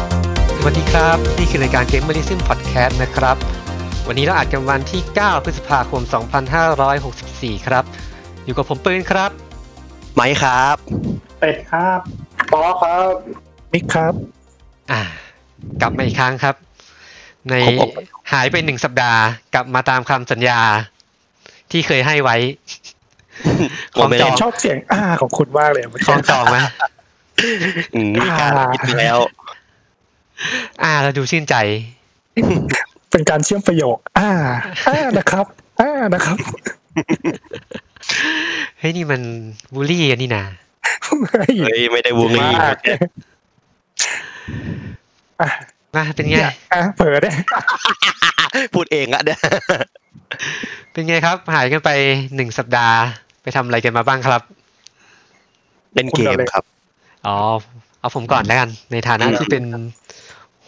ครับ นี่คือรายการ Gamerism Podcast นะครับ วันนี้เราอัดกันวันที่ 9 พฤษภาคม 2564 ครับ อยู่กับผมปืนครับ ไหมครับ เป็ดครับ ปอครับ มิกครับ อ่ากลับมาอีกครั้งครับ ใน ครับผม หายไปหนึ่งสัปดาห์ กลับมาตามคำสัญญา ที่เคยให้ไว้ ผมไม่ ค ได้ วาม ช จ อบเสียงอ้าของคุณมากเลยเมื่อ คล กี้ องจองไหม อืมมีการคิดแล้ว อ่า เราดูชื่นใจ เป็นการเชื่อมประโยค อ้าอ้านะครับ อ้านะครับ เฮ้ย นี่มันบูลลี่กันนี่นา ไม่ เฮ้ย ไม่ได้บูลลี่ อ่ะ มาเป็นไง อย่าอ่ะเผลอได้ พูดเองอะเนี่ย เป็นไงครับ หายกันไปหนึ่งสัปดาห์ ไปทำอะไรกันมาบ้างครับ เล่นเกมครับ อ๋อ เอาผมก่อนแล้วกัน ในฐานะ อืม ที่เป็น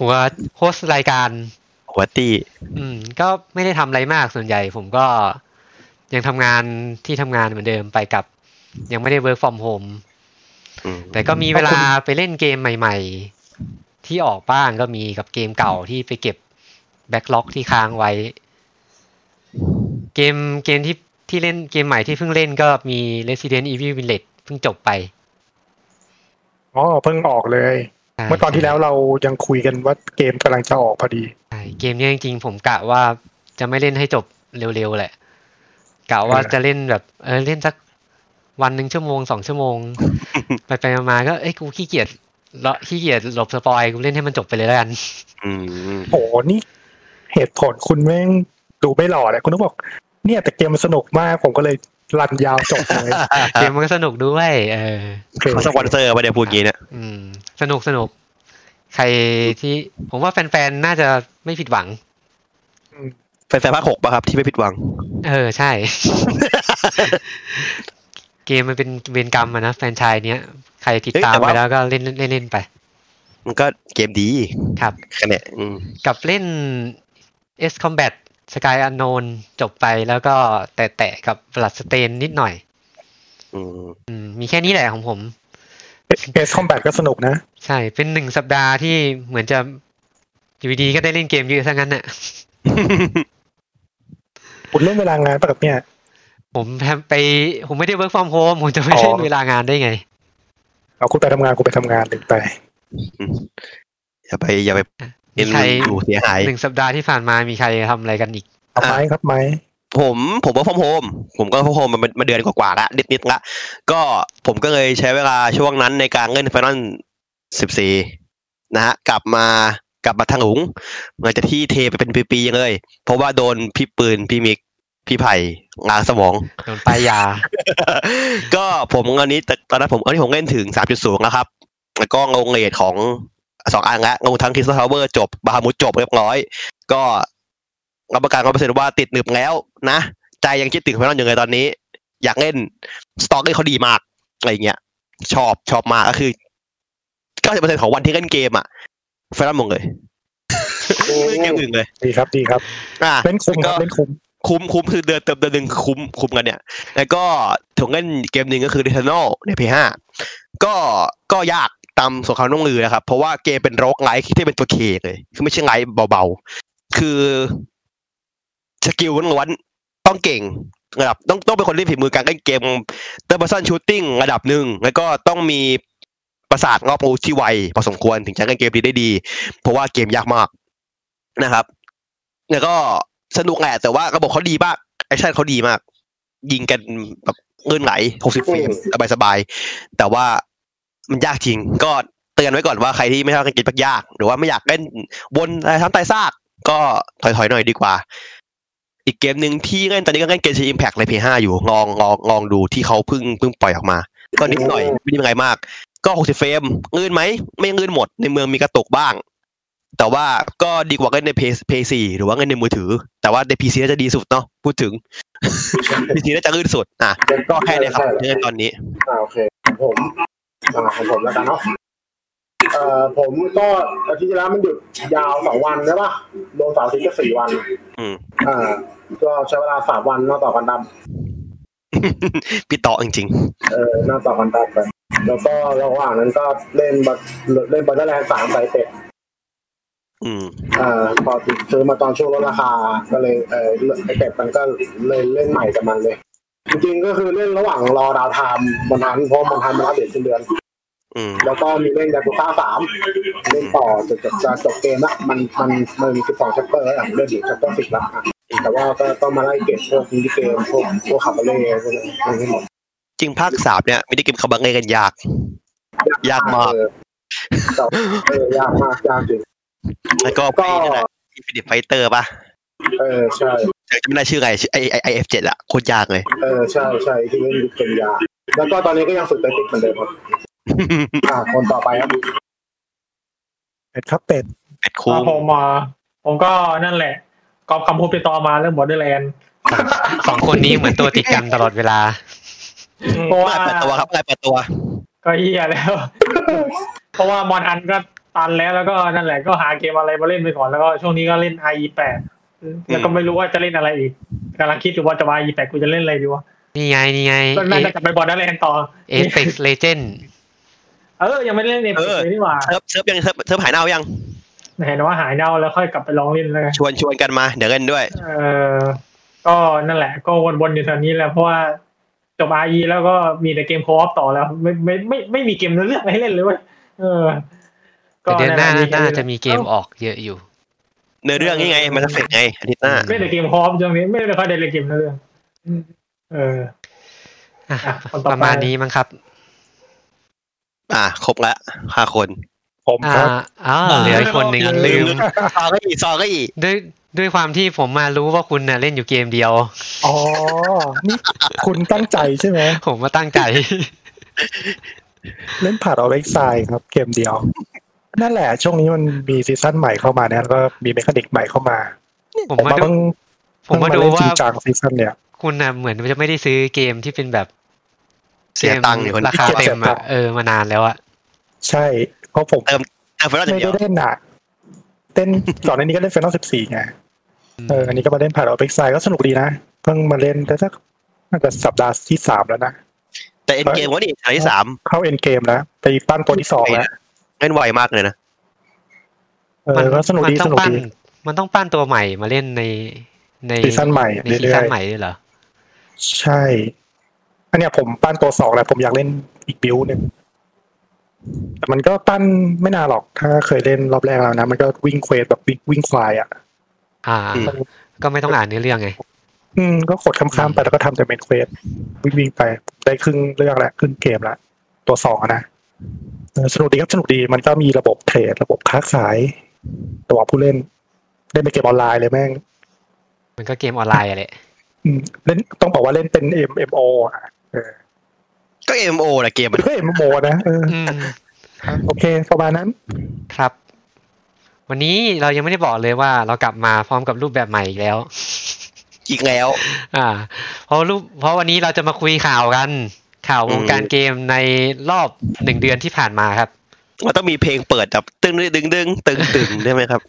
หัวโฮสต์รายการ หัวตี้ อืม ก็ไม่ได้ทำอะไรมากส่วนใหญ่ ผมก็ยังทำงานที่ทำงานเหมือนเดิมไปกับ ยังไม่ได้ work from home อืม แต่ก็มีเวลาไปเล่นเกมใหม่ๆ ที่ออกบ้างก็มีกับเกมเก่าที่ไปเก็บแบ็กล็อกที่ค้างไว้ เกมเกมที่ที่เล่นเกมใหม่ที่เพิ่งเล่นก็มี Resident Evil Village เพิ่งจบไป อ๋อเพิ่งออกเลย ใช่ เมื่อตอนที่แล้วเรายังคุยกันว่าเกมกำลังจะออกพอดี ใช่เกมเนี้ยจริงๆผมกะว่าจะไม่เล่นให้จบเร็วๆแหละ กะว่าจะเล่นแบบเออเล่นสักวันหนึ่งชั่วโมงสองชั่วโมง ไปไปๆมาๆก็เอ้ยกูขี้เกียจละขี้เกียจหลบสปอยกูเล่นให้มันจบไปเลยแล้วกัน อืม โอ้นี่เหตุผลคุณแม่งดูไม่หล่อเลยคุณต้องบอก เนี่ยแต่เกมมันสนุกมากผมก็เลยรันยาวจบเลย เกมมันก็สนุกด้วย เออ โอเค เขาสปอนเซอร์ไม่ได้พูดงี้เนี่ย อืม สนุกสนุก ใครที่ ผมว่าแฟนๆ น่าจะไม่ผิดหวัง แฟนๆภาคหกป่ะครับที่ไม่ผิดหวัง เออ ใช่ เกมมันเป็นเวรกรรมอะนะ แฟรนไชายเนี้ย ใครติดตาม เฮ้ยแต่ ไป ว่า แล้วก็เล่นเล่นเล่นไป มันก็เกมดี ครับ คะแนนอืม กับเล่น S Combat Sky Unknown จบไปแล้วก็แตะๆกับบลัดสเตนนิดหน่อย อืม อืม มีแค่นี้แหละของผม เอสคอมแบทก็สนุกนะ ใช่ เป็นหนึ่งสัปดาห์ที่เหมือนจะอยู่ดีๆก็ได้เล่นเกมเยอะซะงั้นน่ะ คุณเล่นเวลางานปะกับเนี่ย ผมแทบไปผมไม่ได้ work from home ผมจะไม่เล่น อ๋อ เวลางานได้ไง เอาคุณไปทำงานคุณไปทำงานหรือไป อย่าไปอย่าไป มี เล่น ใคร ดูเสียหาย หนึ่งสัปดาห์ที่ผ่านมามีใครทำอะไรกันอีก เอาไหมครับไหม ผมผมว่าฟอมโฮมผมก็ฟอมโฮมมามาเดือนกว่าๆละนิดนิดๆละก็ผมก็เลยใช้เวลาช่วงนั้นในการเล่นไฟนอลสิบสี่นะฮะกลับมากลับมาทางหุงหลังจากที่เทไปเป็นปีๆเลย เพราะว่าโดนพี่ปืนพี่มิกพี่ไผ่ล้างสมอง โดนป้ายยา ก็ผมตอนนี้แต่ตอนนั้นผมตอนนี้ผมเล่นถึงสามจุดสูงแล้วครับ แล้วก็ลงเลทของสองอันละลงทั้งคิสทาวเวอร์จบบาฮามุดจบเรียบร้อย ก็รับประกันร้อเปอร์เซ็นต์ว่าติดหนึบแล้วนะ ใจยังคิดถึงแฟนนอนอยู่เลยตอนนี้ อยากเล่นสตอกเล่นเขาดีมากอะไรอย่างเงี้ย ชอบชอบมากก็คือเก้าสิบเปอร์เซ็นต์ของวันที่เล่นเกมอะแฟนนอนหมดเลยไม่เล่นเกมอื่นเลย ดีครับดีครับ อ่ะ เล่นคุ้มครับเล่นคุ้ม คุ้มคุ้มคือเดือนเติมเดือนหนึ่งคือคุ้มคุ้มกันเนี่ย แล้วก็ถึงเล่นเกมหนึ่งก็คือ Returnal ใน PS5 ก็ก็ยากตามสงครามน้องลือนะครับ เพราะว่าเกมเป็นโรกไลท์ที่เป็นตัวเคเลย คือไม่ใช่ไลท์เบาๆ คือสกิลล้วนๆต้องเก่งระดับต้องต้องเป็นคนเล่นฝีมือการเล่นเกมเตอร์ r พ s ร n ซันชูตติ้งระดับหนึ่ง แล้วก็ต้องมีประสาทรอบรู้ที่ไวพอสมควรถึงจะเล่นเกมนี้ได้ดี เพราะว่าเกมยากมากนะครับ แล้วก็สนุกแหละแต่ว่าระบบเขาดีมากแอคชั่นเขาดีมาก ยิงกันแบบเงื่อนไหล60เฟรมสบายสบายๆแต่ว่ามันยากจริง ก็เตือนไว้ก่อนว่าใครที่ไม่ชอบเล่นเกมยากๆหรือว่าไม่อยากเล่นวนอะไรทั้งไตซาก ก็ถอยๆหน่อยดีกว่า อีกเกมหนึ่งที่เล่นตอนนี้ก็เล่นเกมชีอิมแพคใน p 5อยู่ลองลองลองดูที่เขาเพิ่งเพิ่งปล่อยออกมา ก็นิดหน่อยไม่ได้เป็นไรมาก ก็60เฟรมเงื่อนไหม ไม่เงื่อนหมดในเมืองมีกระตกบ้าง แต่ว่าก็ดีกว่าเล่นในเพย์เพย์สี่หรือว่าเล่นในมือถือ แต่ว่าในพีซีน่าจะดีสุดเนาะพูดถึง พีซีน่าจะลื่นสุด อ่ะ ก็แค่เนี้ครับเรื่องตอนนี้ อ่าโอเคของผมอ่าของผมแล้วกันเนาะเอ่อผมก็อาทิตย์ที่แล้วมันหยุดยาวสองวันใช่ปะรวมเสาร์อาทิตย์ก็สี่วัน อืม อ่าก็ใช้เวลาสามวันนอกต่อกันดับ พี่ต่อจริง เออหน้าต่อกันตัดไป แล้วก็ระหว่างนั้นก็เล่นบัตเล่นบัตเตอร์แลนด์สามไปเป็ด อืม เอ่อพอซื้อมาตอนช่วงลดราคา ก็เลยเออไอเป็ดมันก็เลยเล่นใหม่กับมันเลย จริงๆก็คือเล่นระหว่างรอดาวไทม์มันทันเพราะมันทันมันอัปเดตสิ้นเดือน อืม แล้วก็มีเล่นยากุซ่าสามเล่นต่อจนจบจะจบเกมละมันมันมันมีสิบสองชัปเปอร์แล้วอ่ะเล่นดีชัปเปอร์สิบละอ่ะแต่ว่าก็ต้องมาไล่เก็บพวกมินิเกมพวกพวกขับเล่พวกอะไรให้หมด จริงภาคสามเนี่ยไม่ได้เกมคาบังเงกันยาก ยากมาก เออแต่ว่าเออยากมากยากจริง แล้วก็ไปนั่นแหละอินฟินิตไฟเตอร์ป่ะ เออใช่ จำไม่ได้ชื่อไงชื่อไอไอไอเอฟเจ็ดอะโคตรยากเลย เออใช่ใช่ที่เล่นเป็นยา แล้วก็ตอนนี้ก็ยังฝึกไตติกเหมือนเดิมครับอ่ะคนต่อไปครับ เป็ดครับเป็ด เป็ดคุ้ม อ่าผมอ่าผมก็นั่นแหละกอบคำพูดไปต่อมาเรื่องบอดเดอร์แลนด์ สองคนนี้เหมือนตัวติดกันตลอดเวลา เพราะ ง่า ว่าย เปิดตัวครับง่ายเปิดตัว ก็เฮียแล้ว เพราะว่ามอนอันก็ตันแล้วแล้วก็นั่นแหละก็หาเกมอะไรมาเล่นไปก่อนแล้วก็ช่วงนี้ก็เล่น IE8 แล้วก็ไม่รู้ว่าจะเล่นอะไรอีกกำลังคิดอยู่ว่าจะมา IE8 กูจะเล่นอะไรดีวะ นี่ไง นี่ไง ก็น่าจะกลับไปบอดเดอร์แลนด์ต่อ เอฟเฟกเลเจน เออยังไม่ได้เล่นเอฟ เออ เลยนี่หว่า เซิร์ฟเซิร์ฟยังเซิร์ฟเซิร์ฟหายเน่ายัง เห็นว่าหายเน่าแล้วค่อยกลับไปลองเล่นแล้วกัน ชวนชวนกันมา เดี๋ยวกันด้วย เออก็นั่นแหละ ก็วนๆอยู่แถวนี้แหละเพราะว่าจบ RE แล้วก็มีแต่เกมโคออฟต่อแล้ว ไม่ไม่ไม่ไม่มีเกมเนื้อเรื่องให้เล่นเลยเว้ยเออ แต่เดือนหน้า แหล น่าจะมีเกม อ้า ออกเยอะอยู่ เนื้อเรื่องนี่ไงมันจะเสร็จไงอาทิตย์หน้า เล่นแต่เกมโคออฟตรงนี้ไม่ได้ค่อยได้เล่นเกมเนื้อเรื่องอืมเออ อ่ะ อ่ะคนต่อไป ประมาณนี้มั้งครับ อ่ะครบละห้าคน ผม อ่า ครับ อ้าวเหลืออีกคนหนึ่งลืม ซอก็อีกซอก็อีก ด้วยด้วยความที่ผมมารู้ว่าคุณน่ะเล่นอยู่เกมเดียว อ๋อ นี่คุณตั้งใจใช่ไหม ผมมาตั้งใจ เล่นผ่านเอาไว้ทรายครับเกมเดียว นั่นแหละ ช่วงนี้มันมีซีซั่นใหม่เข้ามาเนี่ยแล้วก็มีเมคานิกใหม่เข้ามา ผม ผม มาดูว่าต้อง ผม ต้อง มาดู เล่นจริ ว่าง จังซีซั่นเนี่ย คุณน่ะเหมือนจะไม่ได้ซื้อเกมที่เป็นแบบ เสียตังค์อยู่คน ราคาเต็ม เสียตั อะ งค์ เออมานานแล้วอะ ใช่เพราะผม อ่ะเฟรนด์ ไม่ เดียว ได้เล่นหนักเต้น ก่อนหน้านี้ก็เล่นเฟนอลสิบสี่ไงเอออันนี้ก็มาเล่นผ่านเอาไว้ทรายก็สนุกดีนะ เพิ่งมาเล่นแต่สักน่าจะสัปดาห์ที่สามแล้วนะ แต่เอ็นเกมว่านี่อันที่สาม เข้าเอ็นเกมแล้วไปปั้นตัวที่สองแล้ว เล่นไวมากเลยนะ เออก็สนุกดี ต้อ ส ง นุก ปั้น ดี มันต้องปั้นตัวใหม่มาเล่นในใน ซีซั่นใหม่ ในซี เรื่อ ซั่น ยๆ ใหม่ด้วยเหรอ ใช่ อันเนี้ยผมปั้นตัวสองแหละผมอยากเล่นอีกบิวหนึ่งแต่มันก็ปั้นไม่นานหรอก ถ้าเคยเล่นรอบแรกแล้วนะ มันก็วิ่งเควสแบบวิ่งวิ่งควายอ่ะ อ่า อืม ก็ไม่ต้องอ่านเนื้อเรื่องไง อืม ก็กดข้ามๆไปแล้วก็ทำแต่เมนเควสวิ่งวิ่งไป ได้ครึ่งเรื่องละครึ่งเกมละตัวสองอะนะเออสนุกดีครับสนุกดีมันก็มีระบบเทรดระบบค้าขายระบบผู้เล่นเล่นเป็นเกมออนไลน์เลยแม่ง มันก็เกมออนไลน์อะแหละ อืมเล่นต้องบอกว่าเล่นเป็น MMO อ่ะเออ ก็เอ็มโอนะเกมมัน ก็ MMO นะเออ อืม โอเคประมาณนั้น ครับ วันนี้เรายังไม่ได้บอกเลยว่าเรากลับมาพร้อมกับรูปแบบใหม่อีกแล้ว อีกแล้ว อ่าเพราะรูปเพราะวันนี้เราจะมาคุยข่าวกัน ข่าววงการ อืม เกมในรอบหนึ่งเดือนที่ผ่านมาครับ มันต้องมีเพลงเปิดแบบตึงดึงดึงตึงตึงได้ไหมครับ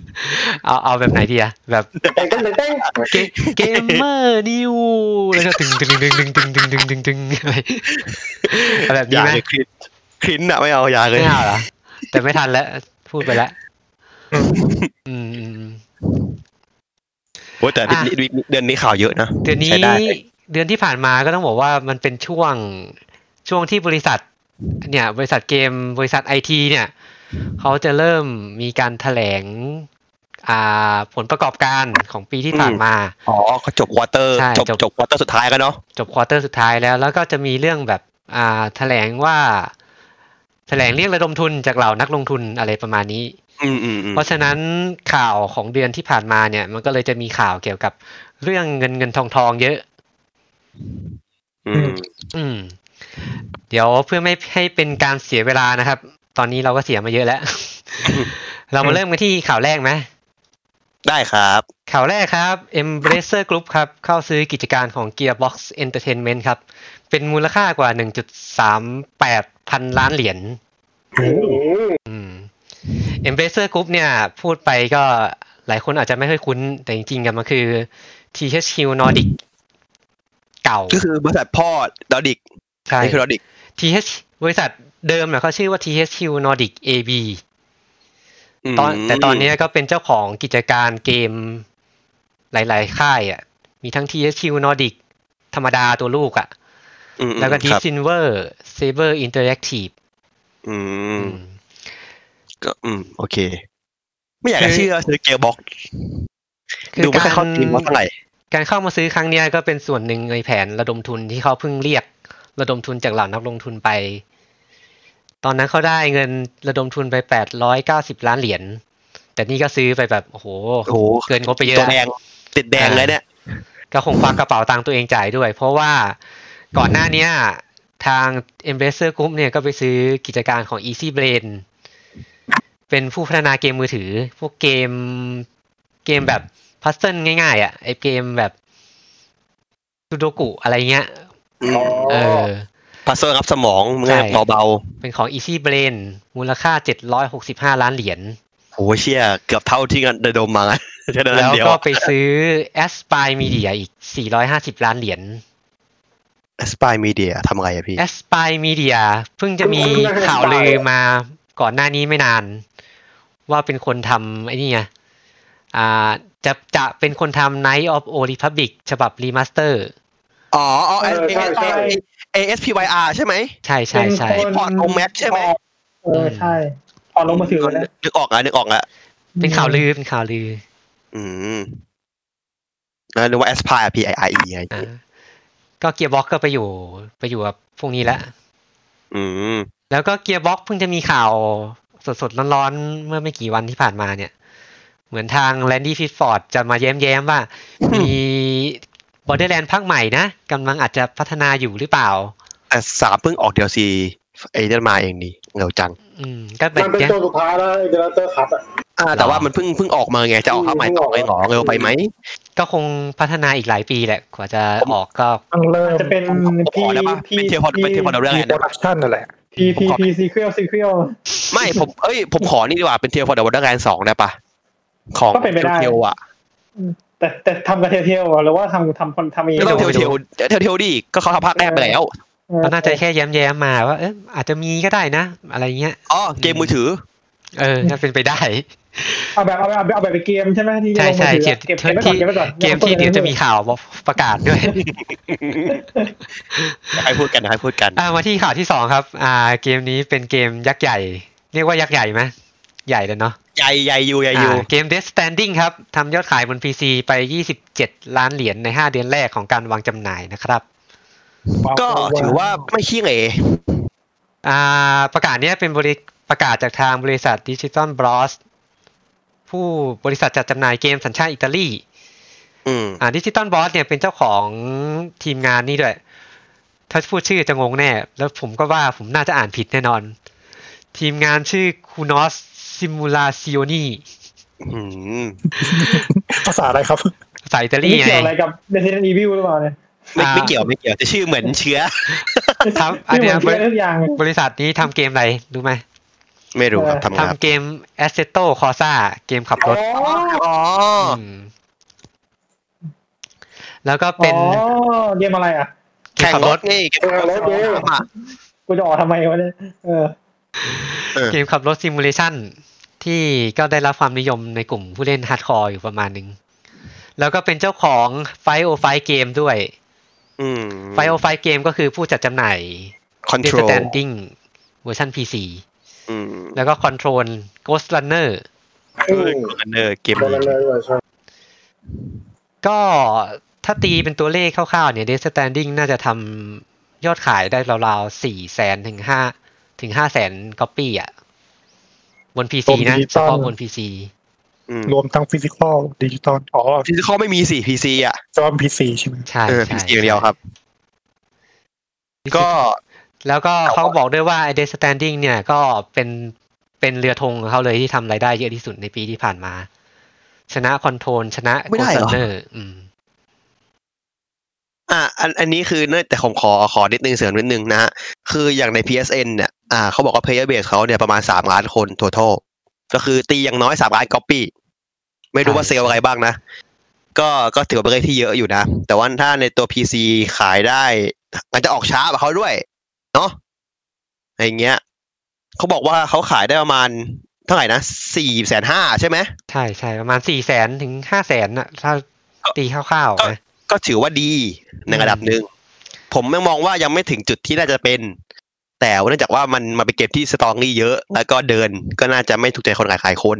เอาเอาแบบไหนดีอะแบบ เต้นเต้นเต้นเต้น เกเกมเมอร์นิวแล้วก็ตึงตึงตึงตึงตึงตึงตึงตึงตึงอะไรเอาแบบ อ นี้ ยา ไหม เลยคลินคลินอะไม่เอาอยาเลย ไม่เอาเหรอแต่ไม่ทันแล้ว พูดไปแล้วอืมอืมอืม โอ้ยแต่ อ่ะ เดือนนี้เดือนนี้ข่าวเยอะนะ เดือนนี้ ใช้ได้ เดือนที่ผ่านมาก็ต้องบอกว่ามันเป็นช่วงช่วงที่บริษัท เนี่ย บริษัทเกมบริษัทไอทีเนี่ยเขาจะเริ่มมีการแถลงอ่าผลประกอบการของปีที่ผ่านมา อ๋อก็จบควอเตอร์ ใช่ จบ จบ จบควอเตอร์สุดท้ายกันเนาะ จบควอเตอร์สุดท้ายแล้ว แล้วก็จะมีเรื่องแบบอ่าแถลงว่า แถลงเรียกระดมทุนจากเหล่านักลงทุนอะไรประมาณนี้ อืมอืมอืม เพราะฉะนั้นข่าวของเดือนที่ผ่านมาเนี่ย มันก็เลยจะมีข่าวเกี่ยวกับเรื่องเงินเงินทองทองเยอะ อืม อืม เดี๋ยวเพื่อไม่ให้เป็นการเสียเวลานะครับ ตอนนี้เราก็เสียมาเยอะแล้ว เรามาเริ่มกันที่ข่าวแรกไหม ได้ครับ ข่าวแรกครับ Embracer Group ครับ เข้าซื้อกิจการของ Gearbox Entertainment ครับ เป็นมูลค่ากว่า 1.38 พันล้านเหรียญ อืม อืม Embracer Group เนี่ย พูดไปก็หลายคนอาจจะไม่ค่อยคุ้น แต่จริงๆกันมันคือ THQ Nordic เก่า ก็คือบริษัทพ่อดอดิก ใช่ นี่คือดอดิก TH บริษัทเดิมเนี่ยเขาชื่อว่า THQ Nordic AB ม ตอนแต่ตอนเนี้ยก็เป็นเจ้าของกิจการเกมหลาย ๆ ค่ายอ่ะ มีทั้ง THQ Nordic ธรรมดาตัวลูกอ่ะ อืม แล้วก็ Deep ครับ Silver Saber Interactive อืม อืม ก็อืมโอเค ไม่อยากจะเชื่อซื้อเกมบ็อก คือ ดูไม่ค่อยเข้าเกมบ็อกเท่าไหร่ การเข้ามาซื้อครั้งเนี้ยก็เป็นส่วนหนึ่งในแผนระดมทุนที่เขาเพิ่งเรียก ระดมทุนจากเหล่านักลงทุนไป ตอนนั้นเขาได้เงินระดมทุนไปแปดร้อยเก้าสิบล้านเหรียญแต่นี่ก็ซื้อไปแบบโอ้โห โอ้โห เกินงบไปเย ตัว อะ แดงติดแดงเลยเนี่ย ก็คงควักกระเป๋าตังค์ตัวเองจ่ายด้วย เพราะว่าก่อนหน้าเนี้ยทาง e m b r a c e r Group เนี่ยก็ไปซื้อกิจการของ Easy Brain เป็นผู้พัฒนาเกมมือถือ พวกเกมเกมแบบพัซเซิลง่ายๆ อ่ะไอเกมแบบซูโดกุอะไรเงี้ยเออ พัซเซิลครับสมองมือ ใช่ เบา เป็นของ Easy Brain มูลค่า 765 ล้านเหรียญ ๆโหเชี่ยเกือบเท่าที่เงินเดนดมมาแค่นั้น แล้ว เดียว ก็ไปซื้อ Aspire Media อีก 450 ล้านเหรียญ สปายมีเดียทำอะไรอะพี่ แอสปายมีเดียเพิ่งจะมีข่าวลือมาก่อนหน้านี้ไม่นาน ว่าเป็นคนทำไอ้นี่ไงอ่าจะจะเป็นคนทำ Night of Old Republic ฉบับรีมาสเตอร์ อ๋ออ๋อเอ เออใช่ใช่ เอเอสพีวาร์ใช่ไหม ใช่ใช่ใช่ เป็นคน พอร์ตของ Mac ใช่ไหม เออใช่พอร์ตลงมือถือแล้ว นึกออกอ่ะนึกออกอ่ะ เป็นข่าวลือ เป็นข่าวลือ อืมนะหรือว่า a s p i r e P I R E ไง อ่าก็เกียร์บ็อกก็ไปอยู่ไปอยู่กับพวกนี้แล้ว อืม แล้วก็เกียร์บ็อกเพิ่งจะมีข่าวสดๆ ร้อนๆ เมื่อไม่กี่วันที่ผ่านมาเนี่ย เหมือนทางแลนดี้ฟิตฟอร์ดจะมาแย้มๆ ว่า อืม มีบอ r d เด l a แลนด์ภาคใหม่นะกำลังอาจจะพัฒนาอยู่หรือเปล่า แต่สามเพิ่งออก DLC ไอ้นั่นมาเองนี่เร็วจัง อืม ก็แบ มั บ นเป็น เนี้ย ตัวสุดท้ายแล้วไอ้เดลเตอร์คัตอ่ะ อ่า แต่ว่ามันเพิ่งเพิ่งออกมาไง จะออกเข้าใหม่ต่อไงหรอเร็วไปไหม ก็คงพัฒนาอีกหลายปีแหละ กว่าจะออกก็ ต้องเริ่ม จะเป็น ผม พี ขอได้ปะ พี เป็นเทพอดเป็นเทพอดเรื่องอะ มี ไร โปร นะ ดักชันนั่นแหละ พีพีพีซีเครียลซีเครียล ไม่ผมเอ้ย ผมขอนี่ดีกว่า เป็นเทพอดเรื่องแรงสองได้ปะของ ก็เป็นไปได้ เทลอ่ะ แต่แต่ทำกับเทลเทลหรือว่าทำทำคนทำเอง ไม่ต้อง ไม่ เทล รู้ เทลเทลเทลดิก็เขาทำภาคแรกไปแล้ว ก็น่าจะแค่แย้มๆ มาว่า เอะอาจจะมีก็ได้นะ อะไรเงี้ย อ๋อ เกมมือถือ เออน่าเป็นไปได้ เอาแบบเอาแบบเอาแบบเป็นเกมใช่ไหม ที่ ใช่ ลงมื ใช่ อถือ เกม เก็บเก็บไว้ก่อนเก็บไว้เกก่อนมที่เดี๋ยวจะมีข่าวประกาศด้วย ให้พูดกันให้พูดกัน อ่ามาที่ข่าวที่สองครับ อ่า เกมนี้เป็นเกมยักษ์ใหญ่ เรียกว่ายักษ์ใหญ่ไหมใหญ่เลยเนาะ ใหญ่ใหญ่อยู่ใหญ่อยู่ อ่าเกม Death Standing ครับทำยอดขายบน PC ไป 27 ล้านเหรียญใน 5 เดือนแรกของการวางจำหน่ายนะครับ ก็ถือว่าไม่ขี้เหร่ อ่า ประกาศเนี้ยเป็นบริประกาศจากทางบริษัท Digital Bros ผู้บริษัทจัดจำหน่ายเกมสัญชาติอิตาลี อืม อ่าดิจิตอลบอสเนี่ยเป็นเจ้าของทีมงานนี่ด้วย ถ้าพูดชื่อจะงงแน่ แล้วผมก็ว่าผมน่าจะอ่านผิดแน่นอน ทีมงานชื่อคูนอสซิมูลาซิโอนี อืม ภาษาอะไรครับ ภาษาอิตาลี นี่ ไง เกี่ยวอะไรกับ Resident Evil หรือเปล่าเนี่ย ไม่ไม่เกี่ยวไม่เกี่ยวแต่ชื่อเหมือนเชื้อ ทำอันเนี้ย เกี่ยวทุกอย่าง บริษัทนี้ทำเกมอะไร รู้ไหม ไม่รู้ครับทำงาน ทำเกม a s s e t o Corsa เกมขับรถ อ๋อ มแล้วก็เป็น อ๋อเกมอะไรอ่ะ เกม แข่ง ขับ ร ร ถ ถ นี่เกมขับรถ เออรถเด้ อ่ะ กูจะออกทำไมวะเนี่ยเออ เกมขับรถซิมูเลชันที่ก็ได้รับความนิยมในกลุ่มผู้เล่นฮาร์ดคอร์อยู่ประมาณหนึ่งแล้วก็เป็นเจ้าของไฟโอไฟเกมด้วย อืม ไฟโอไฟเกมก็คือผู้จัดจำหน่าย คอนโท Death รล Standing เวอร์ชัน PC อืม แล้วก็ Control Ghost Runner เออเออเกม ตัวนั้นเลยเวอร์ชัน ก็ถ้าตีเป็นตัวเลขคร่าวๆเนี่ย Death Standing น่าจะทำยอดขายได้ราวๆ4แสนถึง5ถึง5แสนก๊อปปี้อ่ะ บน PC นะ Digital เฉพาะบน PC รวมทั้งฟิสิกอลดิจิตอลอ๋อ ฟิสิคอลไม่มีสิพีซีอ่ะ จอมพีซีใช่ไหม ใช่ เออพี ใช่ ซีอย่างเดียวครับ ก็ แล้วก็เขาบอกด้วยว่า Death Standing เนี่ยก็เป็นเป็นเรือธงของเขาเลยที่ทำรายได้เยอะที่สุดในปีที่ผ่านมา ชนะ Control ชนะ ไม่ได้ Ghost เหรอ Runner อืม อ่ะอันอันนี้คือเนื่องแต่ผมขอขอนิดนึงเสริมนิดนึงนะฮะคืออย่างใน PSN เนี่ยอ่าเขาบอกว่า player base เขาเนี่ยประมาณ 3 ล้านคน total ก็คือตีอย่างน้อย 3 ล้าน copy ไม่รู้ว่า ใช่ เซลล์อะไรบ้างนะ ก็ก็ถือว่าเป็นเลขที่เยอะอยู่นะ แต่ว่าถ้าในตัว PC ขายได้อาจจะออกช้ากว่าเขาด้วย เนาะอะไรเงี้ยเขาบอกว่าเขาขายได้ประมาณ ท่าไหร่นะสี่แสนห้าใช่ไหม ใช่ใช่ประมาณสี่แสนถึงห้าแสนน่ะ ถ้าตีคร่าวๆนะ ก็ถือว่าดีในระดับหนึ่ง ผมยังมองว่ายังไม่ถึงจุดที่น่าจะเป็น แต่ว่าเนื่องจากว่ามันมาไปนเก็บที่สตรองนี่เยอะ แล้วก็เดินก็น่าจะไม่ถูกใจคนหลายหลายๆคน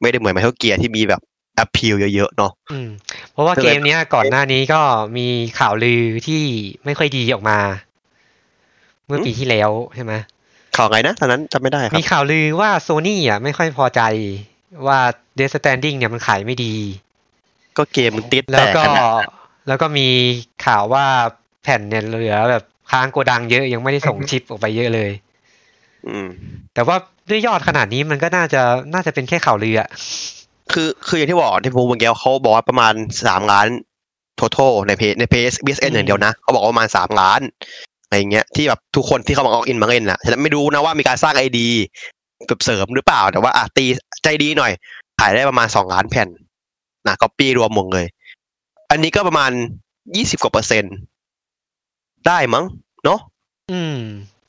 ไม่ได้เหมือนไมเคิลเกียร์ที่มีแบบอ p พิลเยอะๆเนาะ อืมเพราะว่า ก็เลย เกมเนี้ยก่อนหน้านี้ก็มีข่าวลือที่ไม่ค่อยดีออกมา เมื่อปีที่แล้วใช่ไหม ข่าวไงนะตอนนั้นจำไม่ได้ครั มี บ ข่าวลือว่าโซนี่อ่ะไม่ค่อยพอใจว่า Death Stranding เนี่ยมันขายไม่ดี ก็เกมมันติด แล้ว แต่ ก็ ขนาด แล้วก็มีข่าวว่าแผ่นเนี่ยเหลือแบบค้างโกดังเยอะยังไม่ได้ส่งชิปออกไปเยอะเลย อืม แต่ว่าด้วยยอดขนาดนี้มันก็น่าจะน่าจะเป็นแค่ข่าวลืออ่ะ คือคืออย่างที่บอกที่ผมเมื่อกี้เขาบอกว่าประมาณสามล้านทั้ทในเพจในเพจ BSN อย่างเดียวนะเขาบอกว่าประมาณสามล้านอะไรเงี้ยที่แบบทุกคนที่เขามาออกอินมาเล่นนะฉะนั้นไม่รู้นะว่ามีการสร้างไอดีแบบเสริมหรือเปล่าแต่ว่าอ่ะตีใจดีหน่อย ขายได้ประมาณสองล้านแผ่นนะก็ปีรวมหมดเลย อันนี้ก็ประมาณยี่สิบกว่าเปอร์เซ็นต์ได้มั้งเนาะ อืม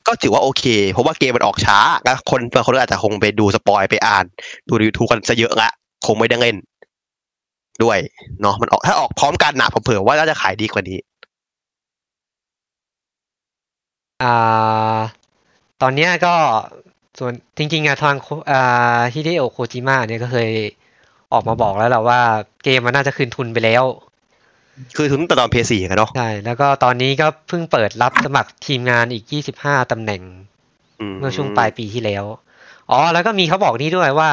ก็ถือว่าโอเค เพราะว่าเกมมันออกช้าแล้วคนบางคนก็อาจจะคงไปดูสปอยไปอ่าน ดูใน YouTube กันซะเยอะละคงไม่ได้เล่น ด้วยเนาะมันออกถ้าออกพร้อมกันหนะผมเผื่อว่าน่าจะขายดีกว่านี้ อ่าตอนเนี้ยก็ส่วนจริงๆอะทางโคอ่าฮิเดโอโคจิมะเนี่ยก็เคยออกมาบอกแล้วแหละว่าเกมมันน่าจะคืนทุนไปแล้ว คือถึงแต่ตอนเพย์สี่กันเนาะ ใช่ แล้วก็ตอนนี้ก็เพิ่งเปิดรับสมัครทีมงานอีก 25ตำแหน่ง เมื่อช่วงปลายปีที่แล้ว อ๋อ แล้วก็มีเขาบอกนี่ด้วยว่า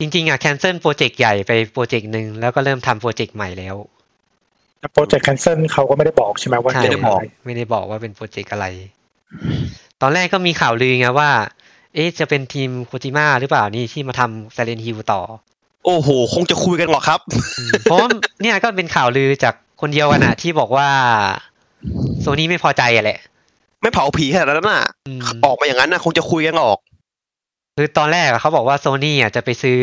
จริงๆอะแคนเซิลโปรเจกต์ใหญ่ไปโปรเจกต์หนึ่งแล้วก็เริ่มทำโปรเจกต์ใหม่แล้ว แต่โปรเจกต์แคนเซิลเขาก็ไม่ได้บอกใช่ไหมว่า ใช่ จะเป็นอะไร ไม่ได้บอกว่าเป็นโปรเจกต์อะไร ตอนแรกก็มีข่าวลือไงว่า เอ๊ะจะเป็นทีมโคจิม a หรือเปล่านี่ที่มาทำ Silent Hill ต่อ โอ้โห คงจะคุยกันหรอครับ อืม เพราะว่าเนี่ยก็เป็นข่าวลือจากคนเดียวกันอะที่บอกว่าโซนี่ไม่พอใจอะแหละ ไม่เผาผีขนาดนั้นน่ะ อืม ออกมาอย่างนั้นน่ะ คงจะคุยกันออก คือตอนแรกอะเขาบอกว่าโซนี่อะจะไปซื้อ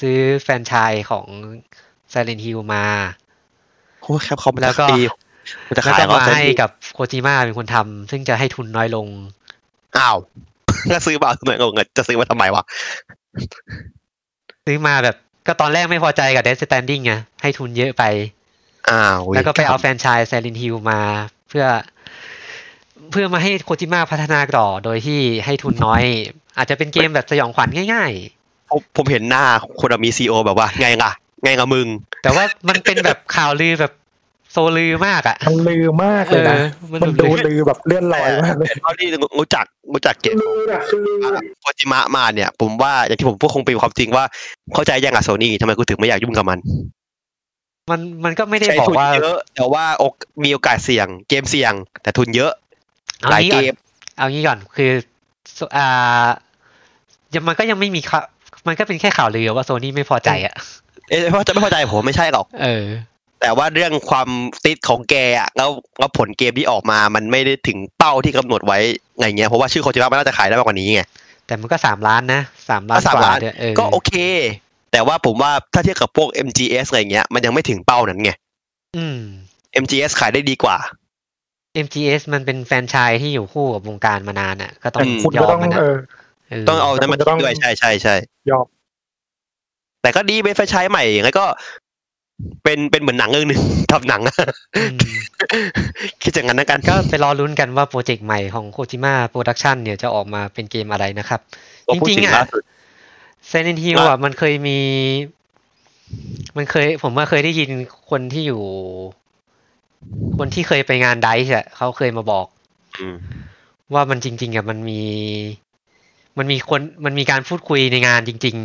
ซื้อแฟรนไชายของ Silent Hill มา โอ้ยครับเขามันจะ แล้วก็ ตีมันจะ แล้ว ขาย ก็ เหรอ มาให้กับโคจิม a เป็นคนทำซึ่งจะให้ทุนน้อยลง อ้าว ก็ซื้อมาเหมือนกันจะซื้อมาทำไมวะ ซื้อมาแบบก็ตอนแรกไม่พอใจกับ Death Standing ไงให้ทุนเยอะไป อ้าว แล้วก็ไปเอา รรม แฟรนไชายไซลินฮิลมาเพื่อ เพื่อมาให้โคจิมะพัฒนาต่อโดยที่ให้ทุนน้อย อาจจะเป็นเกมแบบสยองขวัญง่าย ผมผมเห็นหน้าคนมีซีโอแบบว่า ไงล่ะ ไงกับมึง ๆ แต่ว่ามันเป็นแบบข่าวลือแบบโซลือมากอ่ะ มันลือมากเลยนะ เออมัน มันดู ลือ ลือแบบเลื่อนลอยมากเลย เท่าที่รู้จักรู้จักเกม ลือน่ะคือลือน่ะ โคจิมะมาเนี่ย ผมว่าอย่างที่ผมพูดคงเป็นความจริงว่าเข้าใจยังอะโซนี่ทำไมกูถึงไม่อยากยุ่งกับมัน มันมันก็ไม่ได้ ใช้ บอก ทุน ว่า เยอะแต่ว่าโอกมีโอกาสเสี่ยงเกมเสี่ยง แต่ทุนเยอะ เอา หลาย งี้ เก ก่อน ม เอางี้ก่อนคือโซอ่ายังมันก็ยังไม่มีข่าวมันก็เป็นแค่ข่าวลือว่าโซนี่ไม่พอใจอ่ะ เอ้ยเพราะจะไม่เข้าใจผมไม่ใช่หรอก เออ แต่ว่าเรื่องความติดของแกอะแล้วแล้วผลเกมที่ออกมามันไม่ได้ถึงเป้าที่กำหนดไว้ไงเงี้ยเพราะว่าชื่อโคจิมะมันน่าจะขายได้มากกว่านี้ไง แต่มันก็สามล้านนะสามล้าน ก็สาม กว่า ล้าน เนี่ยเออ ก็โอเค แต่ว่าผมว่าถ้าเทียบกับพวก MGS อะไรเงี้ยมันยังไม่ถึงเป้านั้นไง อืม MGS ขายได้ดีกว่า MGS มันเป็นแฟรนไชายที่อยู่คู่กับวงการมานานอ่ะ ก็ต้อง อืม คุณ ย ก็ อม ต้อง มันอะ เออ เออ ต้องเอานั้นมา ก็ต้อง ด้วยใช่ใช่ใช่ ยอม แต่ก็ดีเป็นแฟรนไชายใหม่อย่างไรก็ เป็นเป็นเหมือนหนังเรื่องหนึ่ง ทำหนัง อืม คิดอย่างนั้นนะกัน ก็ไปรอลุ้นกันว่าโปรเจกต์ใหม่ของโคจิม a โปรดักชันเนี่ยจะออกมาเป็นเกมอะไรนะครับ พอพูด จริงๆ ถึ อะ ล่าสุด เซน t ิ i ล ว่า อ่ะมันเคยมี มันเคย ผมว่าเคยได้ยินคนที่อยู่ คนที่เคยไปงานไดส์อ่ะเขาเคยมาบอก อืม ว่ามันจริง ๆอ่ะมันมี มันมีคนมันมีการพูดคุยในงานจริง